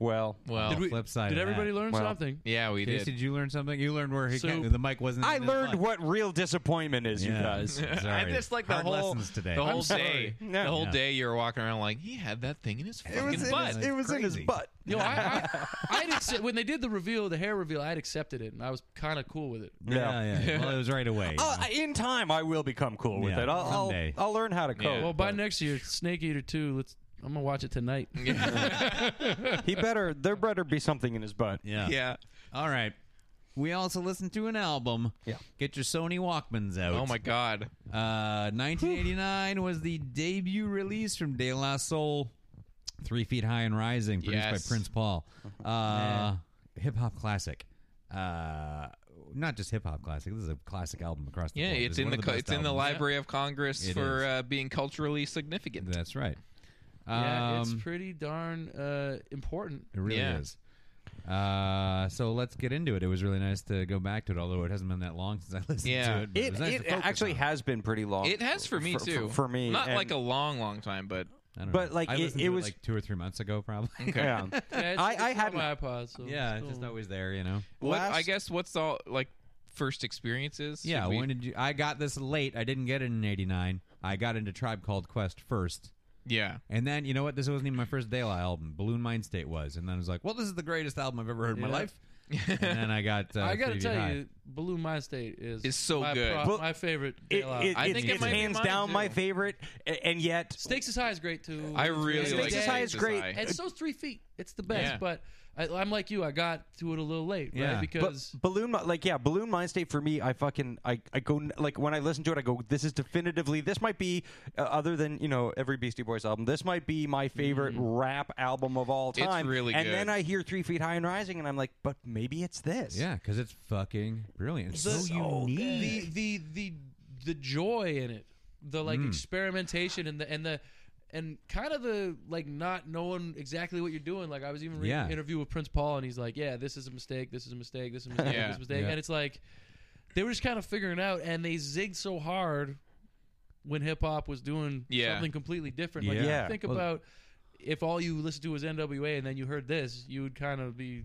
Well,
well.
Did we-
Oh, flip side.
Did
of
everybody
that.
learn
Well,
something?
yeah, we
Case,
did.
did you learn something? You learned where he
So-
can't- the mic wasn't.
I
in his
learned
butt.
what real disappointment is, you guys.
Sorry.
I just like the
Hard
whole
lessons today.
the whole
I'm
day,
No.
the whole
Yeah.
day you were walking around like he had that thing in his fucking butt.
it was in his butt.
No, I, I, I'd accept, when they did the reveal, the hair reveal, I'd accepted it, and I was kind of cool with it.
Yeah.
Yeah, yeah. Well, it was right away. you
Uh,
know.
in time, I will become cool with
Yeah,
it. I'll, I'll,
someday.
I'll learn how to cope.
Yeah.
Well, by next year, Snake Eater Two. Let's. I'm gonna watch it tonight.
he better there better be something in his butt.
yeah.
yeah.
All right. We also listened to an album.
Yeah.
Get your Sony Walkmans out.
Oh my god.
Uh, 1989 was the debut release from De La Soul, Three Feet High and Rising, produced
Yes.
by Prince Paul. Uh, hip hop classic. Uh, not just hip hop classic. This is a classic album across the
Yeah,
board.
it's
is
in
one
the,
of
co-
best
it's in the
albums.
Library of Congress
It
for
is.
uh, being culturally significant.
That's right.
yeah, it's
Um,
pretty darn uh, important.
It really
Yeah.
is. Uh, so let's get into it. It was really nice to go back to it, although it hasn't been that long since I listened
Yeah.
to it. but
It,
was
it,
nice to focus
actually
on
has been pretty long.
It has for me
for,
too.
For, for me,
not
and-
like a long, long time, but
I don't
but,
know.
like,
I
it-
listened
it
to
was-
like two or three months ago, probably.
Yeah.
Yeah, it's,
I-
it's
I
on
hadn't-
my iPod. So
yeah,
it's
it's just
cool.
always there, you know.
what I
Last-
guess what's all like first experiences? Should
yeah,
we-
when did you? I got this late. I didn't get it in '89. I got into Tribe Called Quest first,
yeah,
and then you know what? This wasn't even my first Daylight album. Balloon Mind State was, and then I was like, "Well, this is the greatest album I've ever heard in my
Yeah.
life." and then I got. Uh,
I gotta
Freebie
tell
High.
you, Balloon Mind State is
It's so
my
good.
prop-
Well,
my favorite.
It,
uh,
Daylight.
it-
I
it's-
think it
it's
might be
hands
mine,
down
too.
my favorite, a- and yet
Stakes is high is great too.
I really
It's
like
Stakes is High
dead.
is great.
It's so three feet. It's the best.
Yeah.
But I, I'm like you. I got to it a little late,
Yeah.
right? Because
But balloon, Mi- like yeah, balloon mind state for me. I fucking I, I go n- like when I listen to it, I go, this is definitively this might be uh, other than you know every Beastie Boys album. This might be my favorite rap album of all
Mm-hmm. It's
time.
really
and
good.
then I hear Three Feet High and Rising, and I'm like, but maybe it's this.
yeah, because it's fucking brilliant. It's so, unique.
the the the the joy in it, the like
Mm.
experimentation and the and the and kind of the like not knowing exactly what you're doing. Like I was even reading
Yeah.
an interview with Prince Paul, and he's like, "Yeah, this is a mistake. This is a mistake. This is a mistake.
Yeah.
This is a mistake."
Yeah.
And it's like they were just kind of figuring it out, and they zigged so hard when hip hop was doing
Yeah.
something completely different. Like,
Yeah.
if you
Yeah.
think
Well-
about if all you listened to was NWA and then you heard this, you would kind of be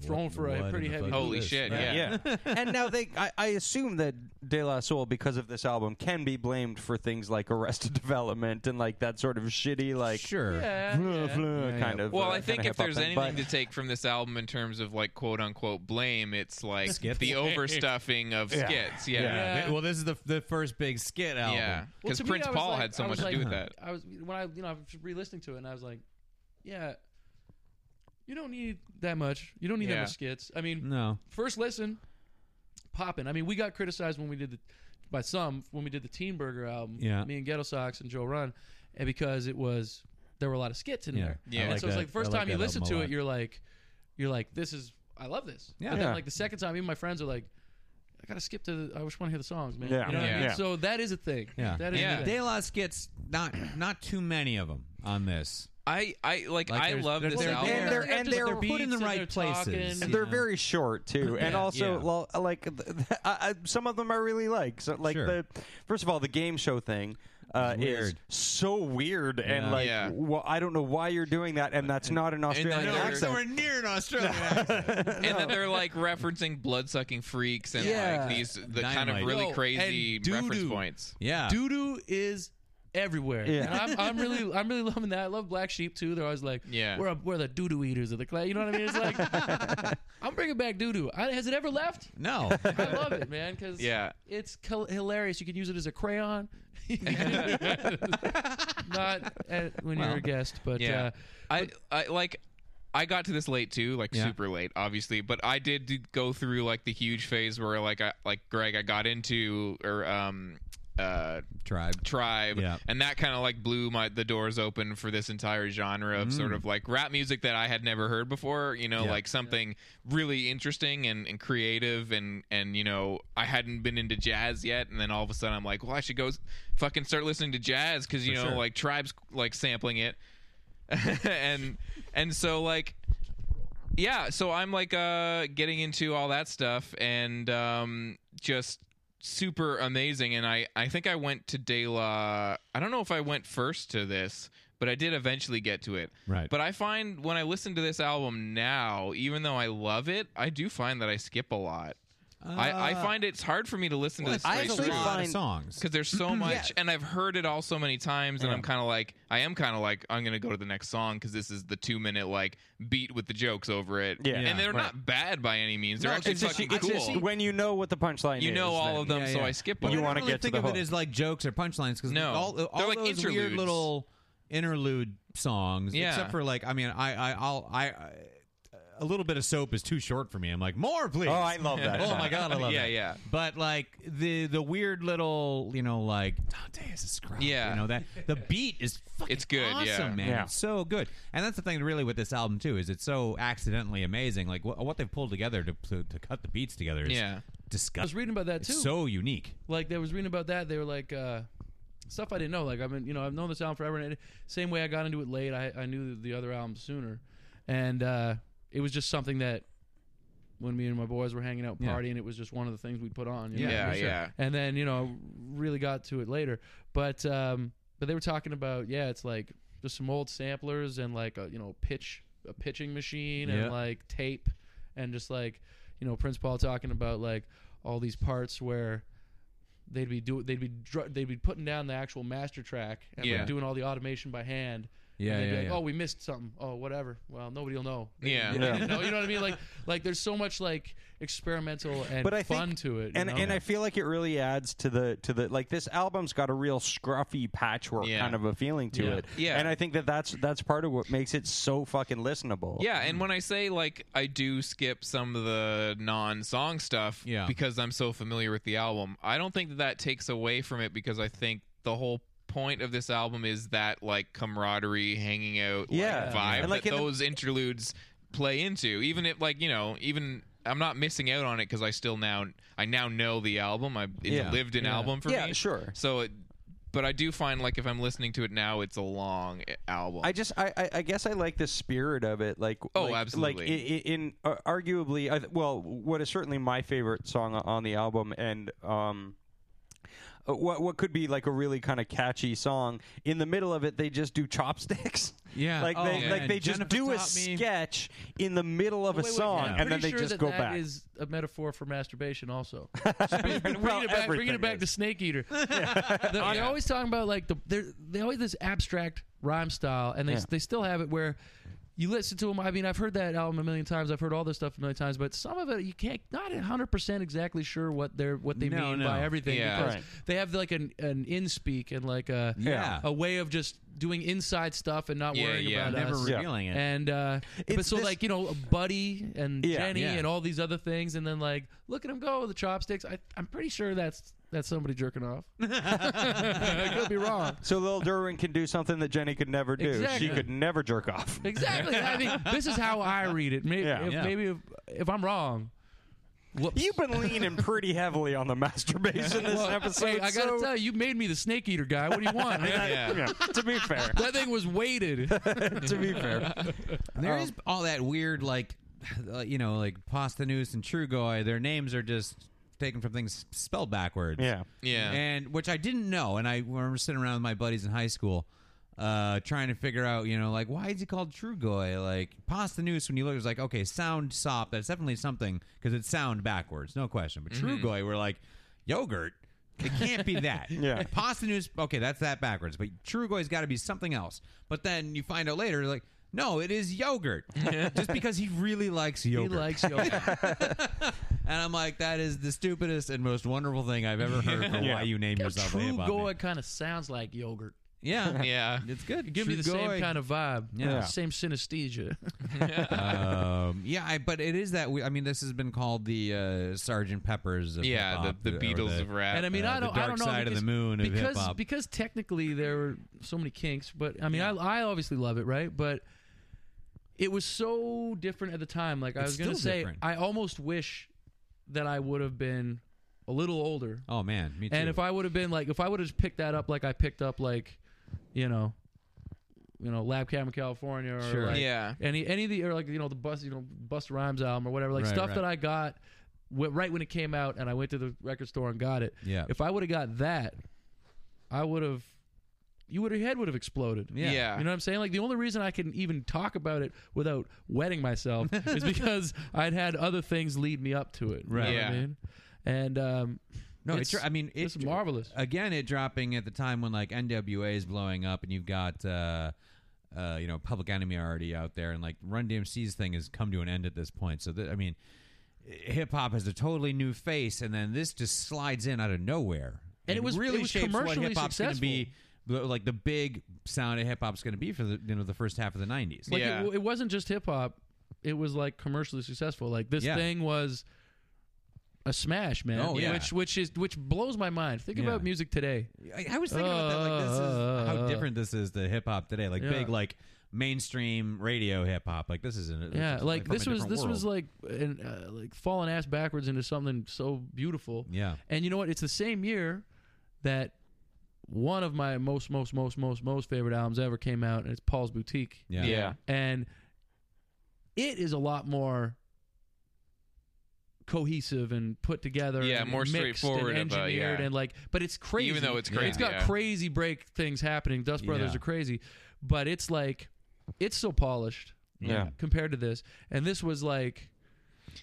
thrown for a
what
pretty
in the
heavy.
fuck?
Holy
Yes.
shit!
Right.
Yeah.
yeah. and now they, I, I assume that De La Soul, because of this album, can be blamed for things like Arrested Development and like that sort of shitty, like
Sure.
Yeah,
blah,
yeah.
blah
yeah.
kind of.
Well,
uh,
I think
kinda
if there's
hip-hop thing,
anything to take from this album in terms of like quote unquote blame, it's like
Skits.
the overstuffing of skits. Yeah. Yeah.
Yeah.
Th- Well, this is the the first big skit album.
Well,
Because
to me,
Prince
I was
Paul
like-
had so
I was
much to do
like-
with that.
I was when I you know I was re-listening to it and I was like, yeah, you don't need that much. You don't need that
Yeah.
much skits. I mean,
No.
first listen, popping. I mean, we got criticized when we did the by some when we did the Teen Burger album.
Yeah.
me and Ghetto Sox and Joe Run, and because it was there were a lot of skits in
Yeah.
there.
Yeah. I
and
like
so it's
that.
like the first
I like
time you
that
listen
album a
to
lot.
it, you're like, you're like, this is I love this.
Yeah.
But then,
Yeah.
like the second time, even my friends are like. I gotta skip to. The, I just want to hear the songs, man.
Yeah.
You know what I
Yeah.
mean?
Yeah.
So that is a thing.
Yeah.
That is
Yeah.
A thing.
De La skits. Not not too many of them on this.
I I
Like,
like, I
there's-
love
there's-
this
there's-
album.
And they're- and they're
put in the right places.
And
you
they're
know?
very short too, and
Yeah.
also
Yeah.
lo- like th- th- I, I, some of them I really like. So like
Sure.
the first of all, the game show thing uh,
It's
is
weird.
so weird, and
Yeah.
like
Yeah.
well, I don't know why you're doing that, and that's not an Australian
No, they're-
it's
accent.
nowhere near an Australian accent.
and then they're like referencing blood sucking freaks and
Yeah.
like these the kind
Dynamite.
of really
Yo,
crazy
and doo-doo.
reference points.
Yeah.
Doo doo is everywhere.
Yeah.
And I'm, I'm really, I'm really loving that. I love Black Sheep too. They're always like,
Yeah.
we're a, we're the doo doo eaters of the class. You know what I mean? It's like, I'm bringing back doo doo. Has it ever left?
No.
I love it, man. Because
Yeah.
it's col- hilarious. You can use it as a crayon. Not at, when you're a guest, but
Yeah.
uh,
I I like I got to this late too, like
Yeah.
super late, obviously. But I did do- go through like the huge phase where like I like Greg, I got into or um uh
Tribe.
tribe
Yeah.
and that kind of like blew my the doors open for this entire genre of sort of like rap music that i had never heard before you know
Yeah.
like something really interesting and, and creative and and you know i hadn't been into jazz yet and then all of a sudden i'm like well i should go s- fucking start listening to jazz because you know
sure.
like tribes like sampling it and and so like yeah so i'm like uh getting into all that stuff and um just super amazing and i i think i went to de la i don't know if i went first to this but i did eventually get to it
Right.
but i find when i listen to this album now even though i love it i do find that i skip a lot I, I
Uh,
find it's hard for me to listen to this
I
straight
There's a
actually
through
lot of
find-
songs.
because there's
Mm-hmm.
so much and i've heard it all so many times and i'm kind of like i am kind of like i'm gonna go to the next song because this is the two minute like beat with the jokes over it
Yeah.
and they're
Right.
not bad by any means they're
No,
actually
It's just-
fucking
it's
cool
just when you know what the punchline is.
you know all
then-
of them
Yeah,
so
yeah.
i skip
Well,
them
you
I
wanna
don't really
get to
think
the
of
hook.
it as like jokes or punchlines because
No.
all, all
They're like
those weird
interludes.
little interlude songs.
Yeah.
Except for like, I mean, I, I, I'll, I, I, a little bit of soap is too short for me. I'm like, more, please.
Oh, I love that.
oh my god, I love
Yeah,
that.
yeah.
But like the the weird little, you know, like Dante is a scribe.
Yeah.
you know that the beat is fucking
It's good,
awesome,
yeah.
man.
Yeah.
It's so good, and that's the thing really with this album too is it's so accidentally amazing. Like wh- what they've pulled together to to, to cut the beats together is
Yeah.
I was
disgusting.
reading about that
It's
too.
so unique.
like they was reading about that they were like uh stuff i didn't know like i've been you know i've known this album forever and it, same way i got into it late i, I knew the other album sooner and uh it was just something that when me and my boys were hanging out
Yeah.
partying it was just one of the things we'd put on you know?
yeah
for sure.
yeah
and then you know really got to it later but um but they were talking about yeah it's like just some old samplers and like a you know pitch a pitching machine
Yeah.
and like tape and just like you know prince paul talking about like all these parts where they'd be do they'd be dr- they'd be putting down the actual master track and like,
Yeah.
doing all the automation by hand
Yeah,
and they'd
yeah,
be like,
yeah.
oh we missed something oh whatever well nobody'll know They-
Yeah.
they didn't
Yeah.
know. you know what i mean like like there's so much like experimental and
But I think-
fun to it you
and
know?
and I feel like it really adds to the to the like this album's got a real scruffy patchwork
Yeah.
kind of a feeling to
Yeah.
it.
Yeah.
and I think that that's that's part of what makes it so fucking listenable.
Yeah, and when I say like I do skip some of the non-song stuff
Yeah.
because I'm so familiar with the album, I don't think that that takes away from it because I think the whole point of this album is that like camaraderie, hanging out,
Yeah.
like, vibe
And, like,
that
in the-
those interludes play into. Even if like you know, even I'm not missing out on it because I still now I now know the album. I it's
Yeah.
a lived in
Yeah.
album for
Yeah,
me.
sure.
So. It, but I do find like if I'm listening to it now, it's a long eh, album.
I just I, I I guess I like the spirit of it. Like
Oh,
like,
absolutely.
Like in, in uh, arguably, I, th- well, what is certainly my favorite song on the album, and um, uh, what what could be like a really kind of catchy song. In the middle of it, they just do chopsticks.
Yeah.
like
Oh,
they
yeah.
like they
And
just
Jennifer
do a
taught me-
sketch in the middle of a
Wait, wait,
song,
I'm
and then
pretty
they
sure
just
that
go
that
back.
is a metaphor for masturbation, also.
Well,
bringing it back, bringing
everything
it back to
is.
Snake Eater. They're, they're
Yeah.
always talking about like the they're, they always this abstract rhyme style, and they they still have it where you listen to them. I mean, I've heard that album a million times. I've heard all this stuff a million times, but some of it you can't not hundred percent exactly sure what they're what they
No,
mean
no.
by everything
Yeah.
because
Right.
they have like an an in speak and like a
Yeah.
a way of just doing inside stuff and not
Yeah,
worrying
yeah.
about
Never
us.
Yeah.
revealing it.
And uh, but
It's
so
this-
like you know Buddy and
Yeah.
Jenny
Yeah.
and all these other things, and then like look at him go with the chopsticks. I, I'm pretty sure that's that's somebody jerking off. I could be wrong.
So Lil Durwin can do something that Jenny could never do.
Exactly.
She could never jerk off.
Exactly. I mean, this is how I read it. Maybe
Yeah.
if,
Yeah.
maybe if, if I'm wrong. Whoops.
You've been leaning pretty heavily on the masturbation this
Well,
episode.
hey, I gotta
so-
tell you, you made me the snake eater guy. What do you want?
Yeah, to be fair,
that thing was weighted.
to be fair,
There is all that weird, like, uh, you know, like Pasta Noose and Trugoy. Their names are just taken from things spelled backwards.
yeah.
Yeah.
And which I didn't know, and I remember sitting around with my buddies in high school, uh, trying to figure out, you know, like why is he called Trugoy? Like Pasta Noose, when you look, it was like okay, sound sop. That's definitely something because it's sound backwards, no question. But Trugoy, we're like yogurt. It can't be that.
Yeah.
Pasta Noose, okay, that's that backwards. But Trugoy's got to be something else. But then you find out later, like. No, it is yogurt. Just because he really likes
he
yogurt.
likes yoga.
and I'm like, that is the stupidest and most wonderful thing I've ever heard for
Yeah.
why you name yourself
True
Hey, Bob Me.
goy kind of sounds like yogurt.
Yeah.
yeah.
It's good.
Give me the same kind of vibe.
Yeah.
Same synesthesia.
um, yeah, I, but it is that. We, I mean, this has been called the uh, Sergeant Pepper's. Of
Yeah,
hip-hop,
the, the
or
Beatles of rap.
And I mean,
uh,
I
the
don't, I
dark
don't know
side of
because,
the moon of
because
hip-hop.
because technically there were so many kinks, but I mean, I, I obviously love it, right? But it was so different at the time. Like I
It's
was gonna
still
say,
different.
I almost wish that I would have been a little older,
Oh man, me too.
and if I would have been like, if I would have picked that up, like I picked up, like you know, you know, Lab Cam in California, or
Sure.
like,
yeah.
any any of the or like you know the bus you know Bust Rhymes album or whatever like
Right,
stuff
right.
that I got w- right when it came out and I went to the record store and got it.
Yeah.
If I would have got that, I would have you would have head would have exploded.
Yeah.
Yeah.
You know what I'm saying? Like the only reason I can even talk about it without wetting myself is because I'd had other things lead me up to it. You know
Right.
what
Yeah.
I mean? And um,
no,
it's-
it's, I mean, it's,
it's marvelous.
Again, it dropping at the time when like NWA is blowing up, and you've got. Uh, uh, you know, Public Enemy already out there, and like Run DMC's thing has come to an end at this point. So that I mean, hip hop has a totally new face, and then this just slides in out of nowhere.
And it was-
really
it was
shapes what
commercially
hip hop's going to be,
successful.
the- like the big sound of hip hop's going to be for the you know the first half of the nineties.
Like
Yeah.
it, it wasn't just hip hop; it was like commercially successful. Like this
Yeah.
thing was a smash, man.
Oh, yeah.
Which which is which blows my mind. Think
Yeah.
about music today.
I, I was thinking about that. Like, this is how
Uh,
different this is to hip hop today. Like
Yeah.
big, like mainstream radio hip hop. Like this isn't. this
yeah,
is,
like
from a
this was
different
this was
world.
like an, uh, like falling ass backwards into something so beautiful.
Yeah.
And you know what? It's the same year that one of my most most most most most favorite albums ever came out, and it's Paul's Boutique.
yeah.
Yeah.
and it is a lot more cohesive and put together
Yeah,
and
more
mixed
straightforward
and
of a-
engineered
yeah.
and like but it's crazy
Even though it's
Yeah.
it's
crazy,
got
yeah.
crazy break things happening dust brothers
Yeah.
are crazy but it's like it's so polished
Yeah.
compared to this and this was like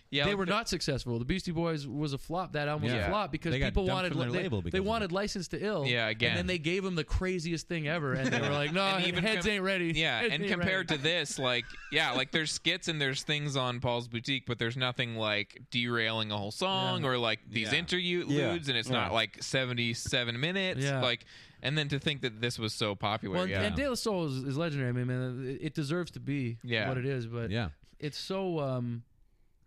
Yeah,
they
like
were
the-
not successful the beastie boys was a flop that album was
Yeah.
a flop because
They got
people
dumped
wanted
from their
they,
label because
they
of
wanted license to ill
Yeah, again.
and then they gave them the craziest thing ever and they were like no
And even
heads
com-
ain't ready
Yeah,
Heads
and
ain't
compared
ready."
to this, like, yeah, like there's skits and there's things on Paul's Boutique, but there's nothing like derailing a whole song or like these
Yeah.
interludes, and it's not like 77 minutes.
Yeah.
Like, and then to think that this was so popular,
Well, and-
yeah,
and De La Soul is, is legendary. I mean, man, it, it deserves to be
Yeah.
what it is, but
Yeah.
it's so um,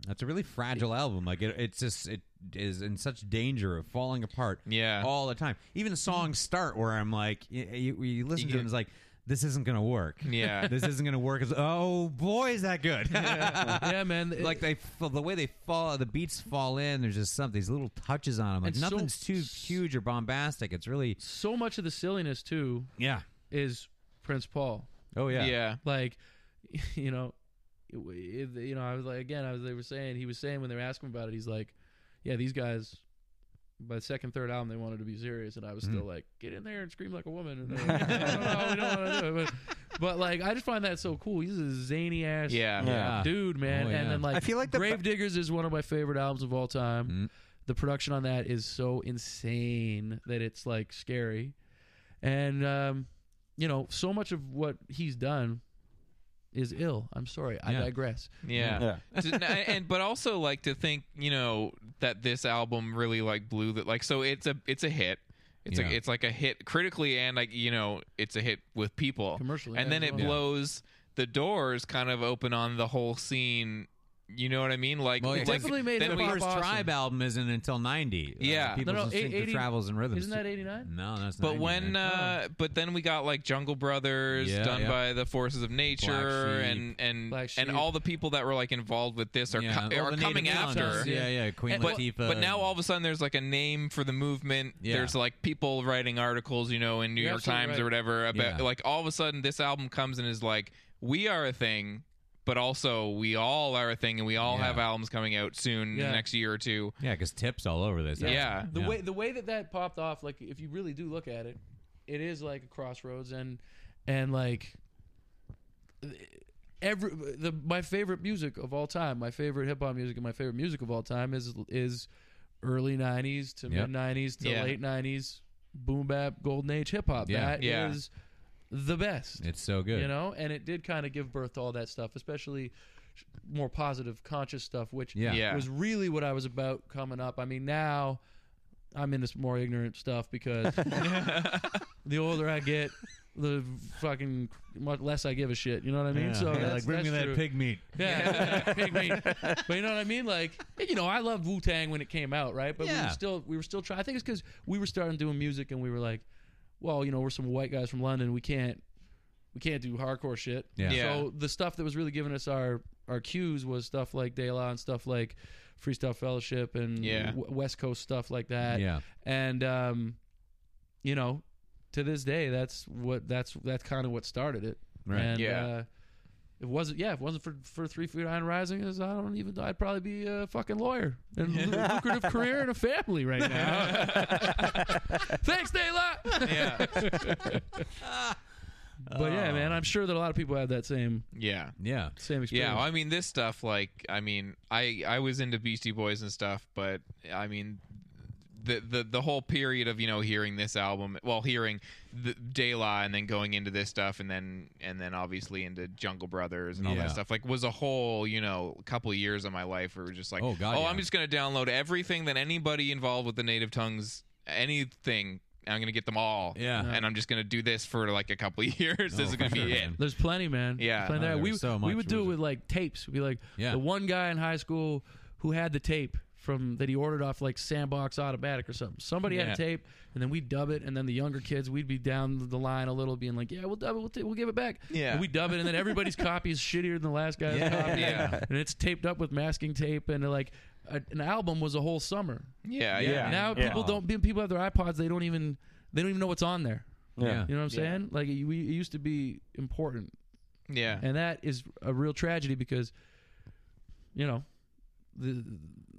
That's a really fragile album. Like it, it's just it is in such danger of falling apart.
Yeah.
all the time. Even songs start where I'm like, you, you, you listen to it,
get-
and it's like, this isn't gonna work.
Yeah.
this isn't gonna work. It's, oh boy, is that good.
yeah, man. it-
like they, f- the way they fall, the beats fall in. There's just some these little touches on them. Like
And so-
nothing's too huge or bombastic. It's really
so much of the silliness too
yeah.
is Prince Paul.
Oh yeah.
yeah,
Like, you know, it, it- you know, I was like, again, I was they were saying he was saying when they were asking about it, he's like, yeah, these guys by the second, third album, they wanted to be serious, and I was still like, "Get in there and scream like a woman." And they're like, "I don't know, we don't want to do it, but, but like, I just find that so cool. He's a zany ass,
Yeah.
Yeah.
dude, man.
Oh, yeah.
And then like,
I feel like the-
Grave Diggers is one of my favorite albums of all time.
Mm.
The production on that is so insane that it's like scary, and um, you know, so much of what he's done is ill. I'm sorry, I
Yeah.
digress.
Yeah. To- n- and but also like to think, you know, that this album really like blew that like so it's a it's a hit. It's
Yeah.
a, it's like a hit critically and like you know, it's a hit with people.
Commercially,
And
yeah,
then
as
it
well. Yeah.
blows the doors kind of open on the whole scene. You know what I mean? Like,
Well, yeah.
like,
Definitely made
then
it
we-
pop
first
awesome.
Tribe album isn't until Uh, '90.
Yeah.
People's
No, no,
Instinctive
80
Travels and Rhythms.
Isn't that '89?
No, that's
But
90,
when,
man.
uh, but then we got like Jungle Brothers
Yeah,
done
yeah.
by the forces of nature,
Sheep.
and and
Black
and
Sheep.
all the people that were like involved with this uh, are
yeah.
co-
Well,
are
the Native
coming
Sons,
after.
Yeah, yeah. Queen
And- but,
Latifah.
but now
and-
all of a sudden there's like a name for the movement.
Yeah.
There's like people writing articles, you know, in New
You're
York
absolutely
Times
right.
or whatever about
Yeah.
like all of a sudden this album comes and is like we are a thing, but also we all are a thing and we all
Yeah.
have albums coming out soon in
Yeah.
the next year or two.
yeah, because tips all over this. album.
Yeah.
the way the way that that popped off like if you really do look at it it is like a crossroads and and like every the my favorite music of all time my favorite hip hop music and my favorite music of all time is is early 90s to
Yep.
mid 90s to
Yeah.
late 90s boom bap golden age hip hop
Yeah.
That is
Yeah.
the best
it's so good.
you know and it did kind of give birth to all that stuff especially more positive conscious stuff which
Yeah.
Yeah.
was really what I was about coming up. I mean, now I'm into some more ignorant stuff because the older I get, the fucking much less I give a shit. You know what I mean? so that's,
like bring me
that's
that
true.
pig meat.
Yeah, pig meat. But you know what I mean? Like, you know, I loved Wu Tang when it came out, right? But we
Yeah.
were still, we were still trying. I think it's because we were starting doing music, and we were like, well, you know, we're some white guys from London. We can't, we can't do hardcore shit.
Yeah.
Yeah.
So the stuff that was really giving us our our cues was stuff like De La and stuff like Freestyle Fellowship and
Yeah.
w- West Coast stuff like that.
Yeah.
And um, you know, to this day, that's what that's that's kind of what started it.
Right.
And,
Yeah.
Uh, it wasn't. Yeah. If it wasn't for for Three Feet Iron Rising, is I don't even. I'd probably be a fucking lawyer and lu- lucrative career and a family right now. Thanks, Dayla.
Yeah.
But yeah, man, I'm sure that a lot of people have that same
yeah.
Yeah.
same experience.
Yeah, I mean this stuff. Like, I mean, I I was into Beastie Boys and stuff, but I mean, the the the whole period of you know hearing this album, well, hearing the De La and then going into this stuff, and then and then obviously into Jungle Brothers and all
Yeah.
that stuff, like was a whole you know couple years of my life where it was just like,
Oh, God, yeah.
I'm just gonna download everything that anybody involved with the native tongues, anything. I'm gonna get them all,
Yeah.
and I'm just gonna do this for like a couple years. this is
Oh, for
gonna
sure,
be it.
man.
There's plenty, man.
Yeah.
There's plenty
Oh,
there.
there
we
was so
we
much,
would do it
wasn't
with like tapes. We'd be like
Yeah.
the one guy in high school who had the tape from that he ordered off like Sandbox Automatic or something. Somebody had
Yeah.
a tape, and then we'd dub it, and then the younger kids we'd be down the line a little, being like, "Yeah, we'll dub it, we'll, ta- we'll give it back."
Yeah.
And we dub it, and then everybody's copy is shittier than the last guy's copy,
Yeah.
and it's taped up with masking tape, and like a, an album was a whole summer.
Yeah, yeah,
Yeah.
Now people don't people have their iPods, they don't even they don't even know what's on there.
Yeah.
You know what I'm saying? Like it, we, it used to be important
yeah.
and that is a real tragedy because you know the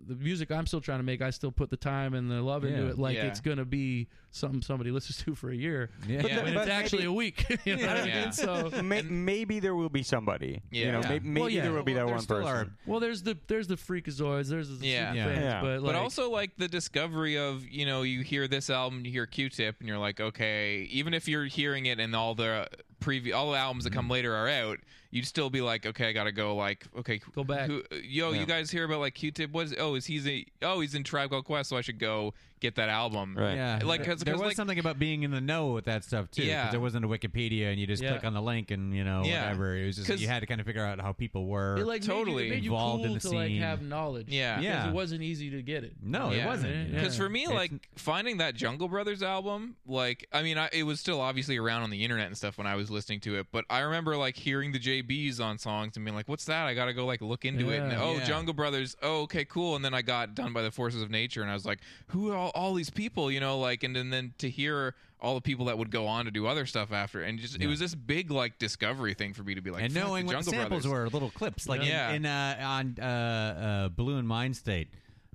the music I'm still trying to make I still put the time and the love into
Yeah.
it like
Yeah.
it's gonna be something somebody listens to for a year
Yeah.
But
when
then-
it's actually a week you know what I
Yeah.
mean so
May, maybe there will be somebody. You
Yeah.
know,
Yeah.
may- maybe
yeah.
there will be that
There
one
still
person.
are-
well there's the there's the freakazoids there's the
Yeah.
super
Yeah.
fans,
Yeah.
but like,
but also like the discovery of you know you hear this album you hear q-tip and you're like okay even if you're hearing it and all the previous all the albums that
Mm-hmm.
come later are out you'd still be like okay i gotta go like okay
Go back.
who, yo
Yeah.
you guys hear about like q-tip what is oh is he's a oh he's in tribe called quest so i should go get that album
Right.
Yeah,
Like, 'cause-
there
'cause,
was
like-
something about being in the know with that stuff too.
Yeah.
because there wasn't a Wikipedia, and you just
Yeah.
click on the link, and you know
Yeah.
whatever. It was just
'Cause-
you had to kind of figure out how people were.
it like made you-
totally
it made you,
involved
cool
in the
to like
scene.
have knowledge
Yeah.
because
Yeah.
it wasn't easy to get it
no, Oh, it
Yeah.
wasn't.
Yeah.
Because for me,
It's-
like finding that Jungle Brothers album, like I mean, I, it was still obviously around on the internet and stuff when I was listening to it, but I remember like hearing the JBs on songs and being like, "What's that?" I gotta go like look into it. And,
Yeah.
oh,
Yeah.
Jungle Brothers. Oh, okay, cool. And then I got done by the forces of nature, and I was like, "Who are all, all these people?" You know, like, and, and then to hear all the people that would go on to do other stuff after, and just it was this big like discovery thing for me to be like,
and
"Fuck,
knowing
the
what the
Jungle
samples
Brothers.
uh, were, little clips like in-
Yeah.
in, uh, on uh, uh, Blue and Mind State.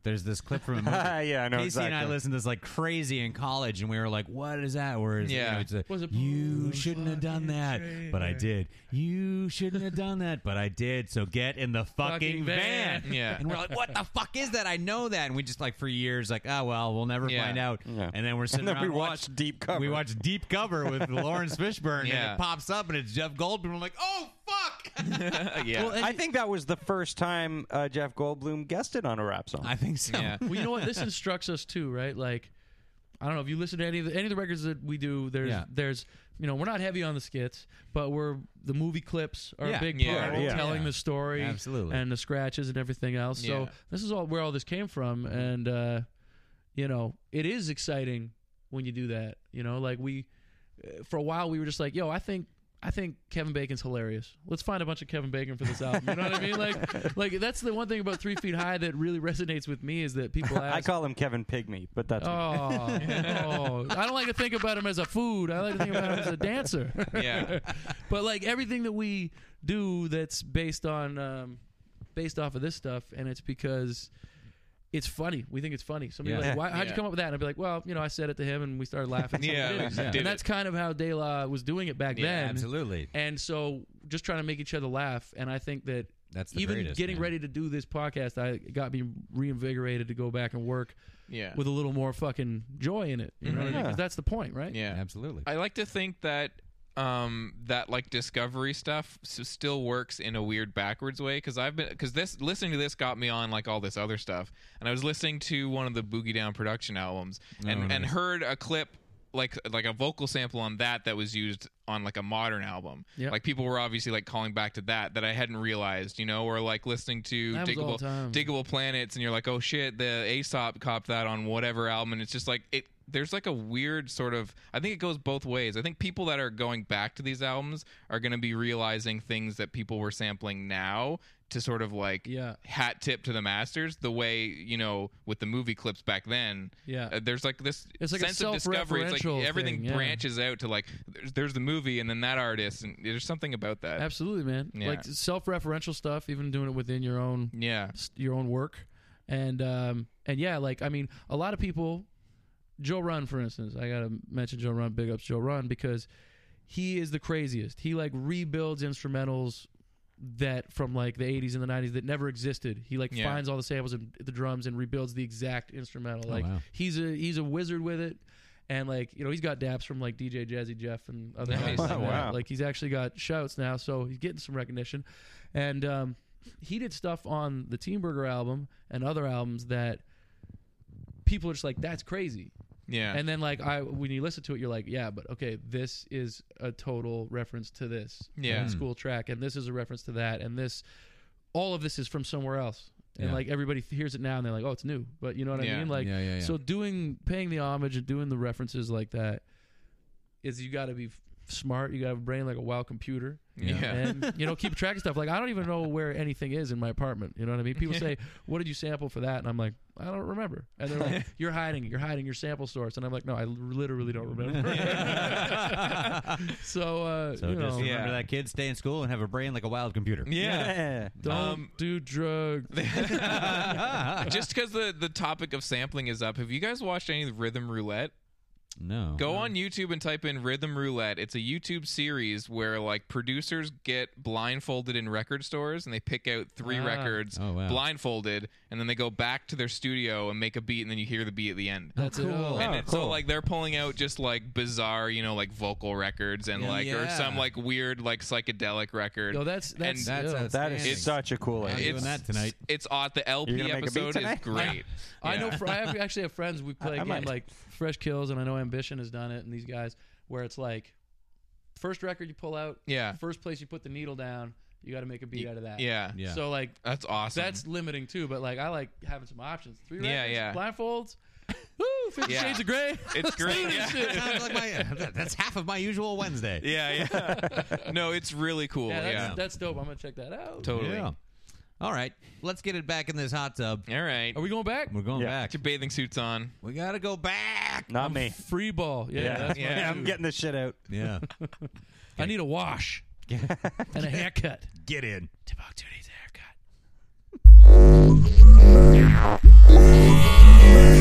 There's this clip from a movie.
Yeah, I know
Casey and I
exactly.
listened to this like crazy in college, and we were like, "What is that?" Where is
Yeah.
you know, it's a,
Was it
you
blue
shouldn't have done
fucking
that, but I
trailer?"
did. You shouldn't have done that, but I did. So get in the fucking,
Fucking van.
Yeah.
And we're like, "What the fuck is that?" I know that, and we just like for years, like, "Oh well, we'll never
Yeah.
find out."
Yeah.
And then we're sitting
And then
around
we
watch-
watched Deep Cover.
We watched Deep Cover with Lawrence Fishburne, and
Yeah.
it pops up, and it's Jeff Goldblum. I'm like, "Oh fuck!"
Uh, yeah.
Well, and-
I think that was the first time uh, Jeff Goldblum guested on a rap song.
I think so.
yeah.
well, you know what? This instructs us too, right? Like, I don't know if you listen to any of the, any of the records that we do. There's
Yeah.
there's you know we're not heavy on the skits, but we're the movie clips are
Yeah.
a big
Yeah.
part of
Yeah.
telling
Yeah.
the story,
Absolutely.
and the scratches and everything else. So
Yeah.
this is all where all this came from, and uh, you know it is exciting when you do that. You know, like we uh, for a while we were just like, yo, I think. I think Kevin Bacon's hilarious. Let's find a bunch of Kevin Bacon for this album. You know what I mean? Like, like that's the one thing about Three Feet High that really resonates with me is that people ask,
I call him Kevin Pygmy, but that's
Oh, oh. I don't like to think about him as a food. I like to think about him as a dancer.
Yeah.
but like everything that we do, that's based on, um, based off of this stuff, and it's because it's funny. We think it's funny. Somebody
Yeah.
like, Why, how'd
Yeah.
you come up with that? And I'd be like, well, you know, I said it to him, and we started laughing. so we
Yeah,
did
we
it.
just did
and that's
it.
kind of how De La was doing it back
Yeah,
then.
Absolutely.
And so, just trying to make each other laugh, and I think that
That's the
even
greatest,
getting
man.
ready to do this podcast, I it got me reinvigorated to go back and work
yeah. Mm-hmm.
with a little more fucking joy in it. You know what I mean? 'Cause that's the point, right?
yeah.
Absolutely.
I like to think that um that like discovery stuff s- still works in a weird backwards way because I've been because this listening to this got me on like all this other stuff and I was listening to one of the Boogie Down production albums
Oh,
and and heard a clip like like a vocal sample on that that was used on like a modern album
Yep.
like people were obviously like calling back to that that I hadn't realized you know or like listening to
That was all
diggable
the time.
diggable planets and you're like oh shit the aesop copped that on whatever album and it's just like it there's like a weird sort of i think it goes both ways i think people that are going back to these albums are going to be realizing things that people were sampling now to sort of like
Yeah.
hat tip to the masters the way you know with the movie clips back then
Yeah.
uh, there's like this
It's like a
sense of discovery it's
self-referential
like everything
thing, yeah.
branches out to like there's, there's the movie and then that artist and there's something about that
Absolutely, man.
Yeah.
Like self-referential stuff, even doing it within your own
yeah
your own work, and um and yeah, like I mean, a lot of people. Joe Run, for instance, I gotta mention Joe Run. Big ups Joe Run because he is the craziest. He like rebuilds instrumentals that from like the 80s and the 90s that never existed. He like
Yeah.
finds all the samples and the drums and rebuilds the exact instrumental.
Oh,
Like
wow.
he's a he's a wizard with it. And like you know, he's got daps from like DJ Jazzy Jeff and other
Nice.
guys like
Oh,
that.
wow.
Like he's actually got shouts now, so he's getting some recognition. And um, he did stuff on the Team Burger album and other albums that people are just like, "That's crazy."
yeah
And then like I when you listen to it, you're like, yeah, but okay, this is a total reference to this
Yeah.
old school track, and this is a reference to that, and this all of this is from somewhere else. And
Yeah.
like everybody hears it now and they're like, Oh, it's new. But you know what I
Yeah.
mean? Like
Yeah, yeah, yeah.
so doing paying the homage and doing the references like that is you gotta be f- smart, you gotta have a brain like a wild computer
yeah,
and you know keep track of stuff like i don't even know where anything is in my apartment you know what i mean people say what did you sample for that and i'm like i don't remember and they're like you're hiding you're hiding your sample source and i'm like no i l- literally don't remember so uh
So
you
just
know
remember
Yeah.
that kid, stay in school, and have a brain like a wild computer.
yeah.
don't
Um,
do drugs
just because the, the topic of sampling is up, have you guys watched any of Rhythm Roulette?
No.
Go on YouTube and type in Rhythm Roulette. It's a YouTube series where like producers get blindfolded in record stores and they pick out three
Ah.
records
Oh, wow.
blindfolded, and then they go back to their studio and make a beat, and then you hear the beat at the end.
that's it
cool.
Oh.
and
Oh,
it's so
cool.
like they're pulling out just like bizarre, you know, like vocal records and
Yeah.
like or
Yeah.
some like weird like psychedelic record.
yo that's
And
that's,
that's
yo.
outs-
That is
It's-
such a cool
I'm
idea.
doing that tonight.
It's odd. The
You're
LP
gonna make a beat
episode is
tonight?
great.
I know.
Yeah.
Fr- I have, actually have friends. We play
I
a game
might.
like Fresh Kills, and I know Ambition has done it, and these guys where it's like first record you pull out,
Yeah.
First place you put the needle down, you got to make a beat out of that.
Yeah.
Yeah.
So like
That's awesome.
that's limiting too, but like I like having some options. Three records,
Yeah, yeah.
blindfolds. Woo, Fifty
Yeah.
Shades of Grey.
It's great. Yeah.
Sounds like my- that- that's half of my usual Wednesday.
yeah, yeah. No, it's really cool.
Yeah,
Yeah.
that's, that's dope. I'm gonna check that out.
totally.
Yeah. All right, let's get it back in this hot tub.
All right.
Are we going back?
We're going
Yeah.
back.
Get your bathing suits on.
We gotta go back.
Not me.
Free ball. Yeah, That's my
Yeah.
dude.
I'm getting this shit out.
Yeah,
I need a wash and a haircut.
get in.
Timbuktu needs a haircut.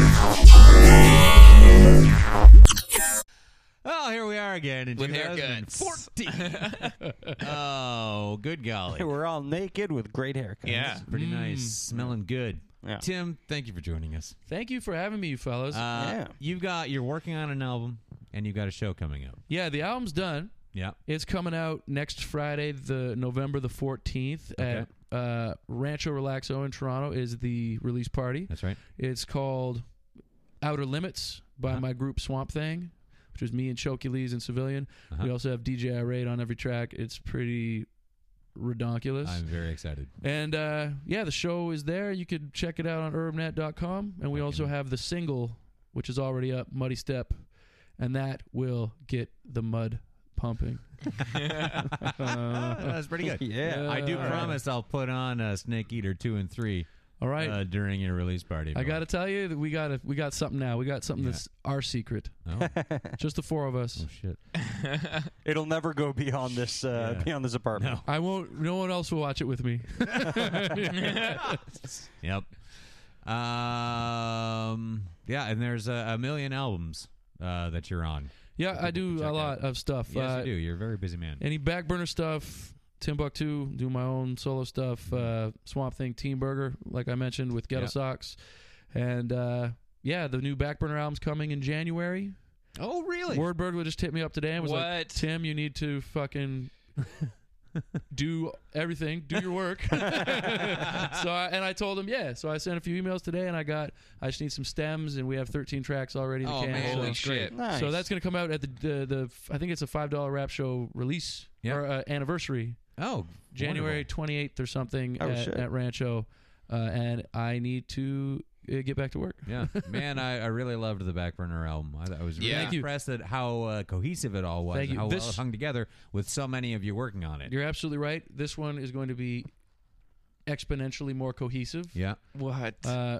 Oh,
with haircuts.
2014. oh, good golly.
We're all naked with great haircuts.
Yeah.
Pretty nice. Smelling good.
Yeah.
Tim, thank you for joining us.
Thank you for having me, you fellas.
Uh,
Yeah.
You've got you're working on an album and you've got a show coming up.
yeah, the album's done.
Yeah.
It's coming out next Friday, the November the fourteenth
Okay.
at uh, Rancho Relaxo in Toronto. Is the release party?
That's right.
It's called Outer Limits by
Uh-huh.
my group Swamp Thing, which was me and Choky Lees and Civilian. We
Uh-huh.
also have DJ Irate on every track. It's pretty redonkulous.
I'm very excited.
and uh, yeah, the show is there. You could check it out on herbnet.com. And we also have the single, which is already up, Muddy Step. And that will get the mud pumping.
That's pretty good.
Yeah.
I do
Uh,
promise I'll put on uh, Snake Eater 2 and 3
All right.
uh, during your release party.
I gotta tell you that we got a, we got something now. We got something
Yeah.
that's our secret.
Oh.
Just the four of us.
Shit.
It'll never go beyond this uh,
Yeah.
beyond this apartment.
No.
I won't. No one else will watch it with me.
Yep. Um yeah, and there's a, a million albums uh, that you're on.
Yeah, I
people can
do
check
a lot
out.
of stuff.
Yes,
uh,
you do. You're a very busy man.
Any back burner stuff? Timbuktu, do my own solo stuff. Uh, Swamp Thing, Team Burger, like I mentioned with Ghetto
Mm-hmm. Yeah.
Socks, and uh, yeah, the new back burner album's coming in January.
oh, really?
Word Burglar just hit me up today and was like,
What?
"Tim, you need to fucking." do everything do your work so I, and i told him yeah so i sent a few emails today and i got i just need some stems and we have 13 tracks already in the
Oh,
can
man,
so-
Holy
that's great.
shit.
Nice.
So that's going to come out at the, the the I think it's a five dollar rap show release
Yeah.
or uh, anniversary,
oh,
January
wonderful.
twenty eighth or something
Oh,
at,
shit.
at Rancho, uh, and I need to uh, get back to work.
Yeah, man, I, I really loved the Back Burner album. I, I was really
Yeah. Thank
you.
impressed at how uh, cohesive it all was
Thank
and
you.
how well
This-
it hung together with so many of you working on it.
You're absolutely right. This one is going to be exponentially more cohesive.
Yeah.
What?
Uh,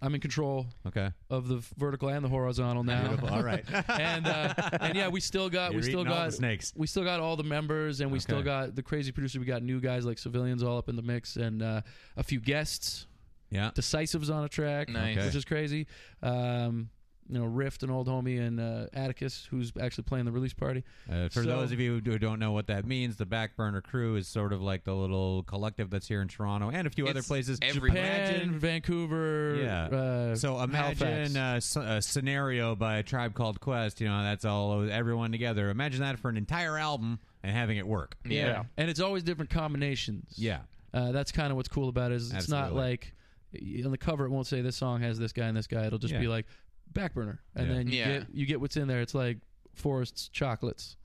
I'm in control
Okay.
of the f- vertical and the horizontal now.
All right.
and uh, and yeah, we still got
You're
we still
eating all
got
the snakes.
We still got all the members, and we still
Okay.
got the crazy producer. We got new guys like civilians all up in the mix, and uh, a few guests.
Yeah.
Decisives on a track,
Nice. Okay.
which is crazy. Um, you know, Rift, an old homie, and uh, Atticus, who's actually playing the release party.
Uh, for
So-
those of you who don't know what that means, the Back Burner crew is sort of like the little collective that's here in Toronto and a few other
It's
places.
everywhere.
Penn,
Imagine.
Vancouver.
Yeah.
Uh,
So
Halifax.
imagine uh, s- a scenario by a tribe called Quest. You know, that's all everyone together. Imagine that for an entire album and having it work.
yeah.
yeah.
and it's always different combinations.
Yeah.
Uh, that's kind of what's cool about it is it's not
Absolutely.
like y- on the cover it won't say this song has this guy and this guy. It'll just
Yeah.
be like back burner, and
Yeah.
then you
Yeah.
get you get what's in there. It's like Forest's chocolates.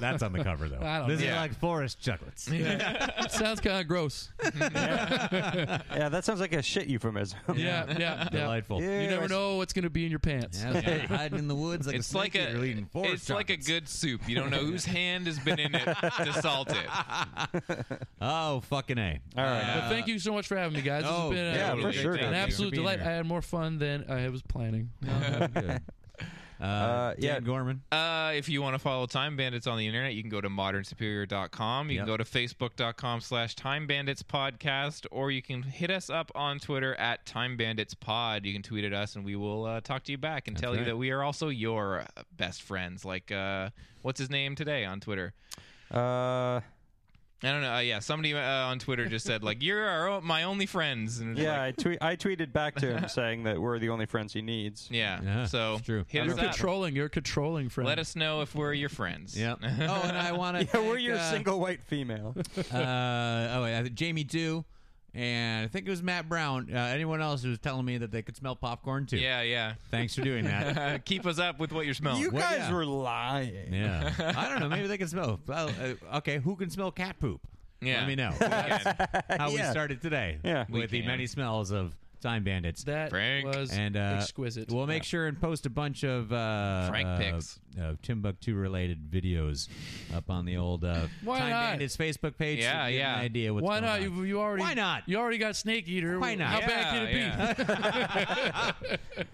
That's on the cover, though.
I don't
this
know.
is
Yeah.
like forest chocolates.
it sounds kind of gross.
yeah, that sounds like a shit euphemism.
Yeah, yeah, yeah.
Delightful.
Yeah.
You never know what's going to be in your pants.
Yeah, they're hiding in the woods like
it's
a
like
snake
a
eater eating forest
it's like a
chocolates.
good soup. You don't know whose hand has been in it to salt it.
Oh fucking a!
All right.
But thank you so much for having me, guys. This
oh,
has been uh,
yeah, for
totally.
sure.
Thank
an
you.
absolute
Thanks for being
delight.
here.
I had more fun than I was planning.
Good. Uh,
yeah.
Dan Gorman.
Uh, if you want to follow Time Bandits on the internet, you can go to modernsuperior.com. You
Yep.
can go to facebook.com slash Time Bandits Podcast, or you can hit us up on Twitter at Time Bandits Pod. You can tweet at us, and we will uh, talk to you back and tell
right.
you that we are also your uh, best friends. Like, uh, what's his name today on Twitter?
Uh,
I don't know. Uh, yeah, somebody uh, on Twitter just said, like, you're our o- my only friends. And it's
yeah,
like-
I tweet. I tweeted back to him saying that we're the only friends he needs.
yeah.
Yeah,
so
it's true.
hit
You're
us up.
controlling. You're controlling, friend.
Let us know if we're your friends.
Yeah. oh, and I want to.
Yeah, we're your single white female.
uh, oh, yeah, Jamie too, and I think it was Matt Brown. Uh, anyone else who was telling me that they could smell popcorn too?
Yeah, yeah.
Thanks for doing that.
Uh, keep us up with what you're smelling.
you
well,
guys
yeah.
were lying.
yeah. I don't know. Maybe they can smell. Well, uh, okay, who can smell cat poop?
Yeah.
Let me know.
Yeah.
How we
Yeah.
started today.
Yeah. We
With the
can.
many smells of time bandits.
That
Frank.
was
and uh,
exquisite.
We'll make sure and post a bunch of uh,
Frank
uh,
pics.
uh, Timbuktu related videos up on the old uh,
Why
Time
not?
Bandits Facebook page.
Yeah,
to get
yeah.
An idea what's
Why
going
not?
on.
You, you already.
Why not?
You already got Snake Eater.
Why not?
How
Yeah,
bad can it
yeah.
be?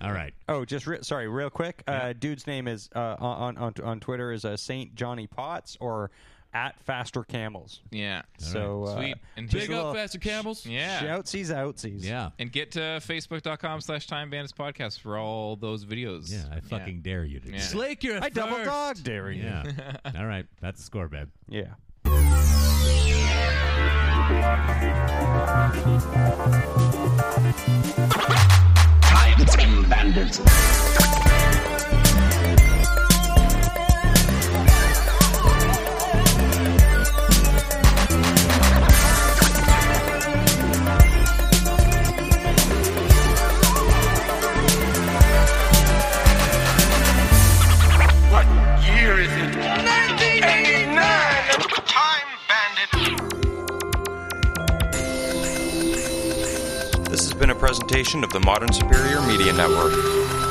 All right.
Oh, just re- sorry, real quick. Uh, Dude's name is uh, on on on Twitter is uh, Saint Johnny Potts or at Faster Camels.
Yeah.
So uh,
Sweet. And
Big
just-
up, Faster Camels.
Yeah.
Shoutsies, outsies.
Yeah.
And get to facebook.com slash time bandits podcast for all those videos.
Yeah, I fucking dare you to do
Yeah.
that.
Slake your
I double
thirst.
dog dare you.
Yeah. All right. That's the score, babe.
yeah.
Time Bandits. What year is it? 1989. Time Bandit.
This has been a presentation of the Modern Superior Media Network.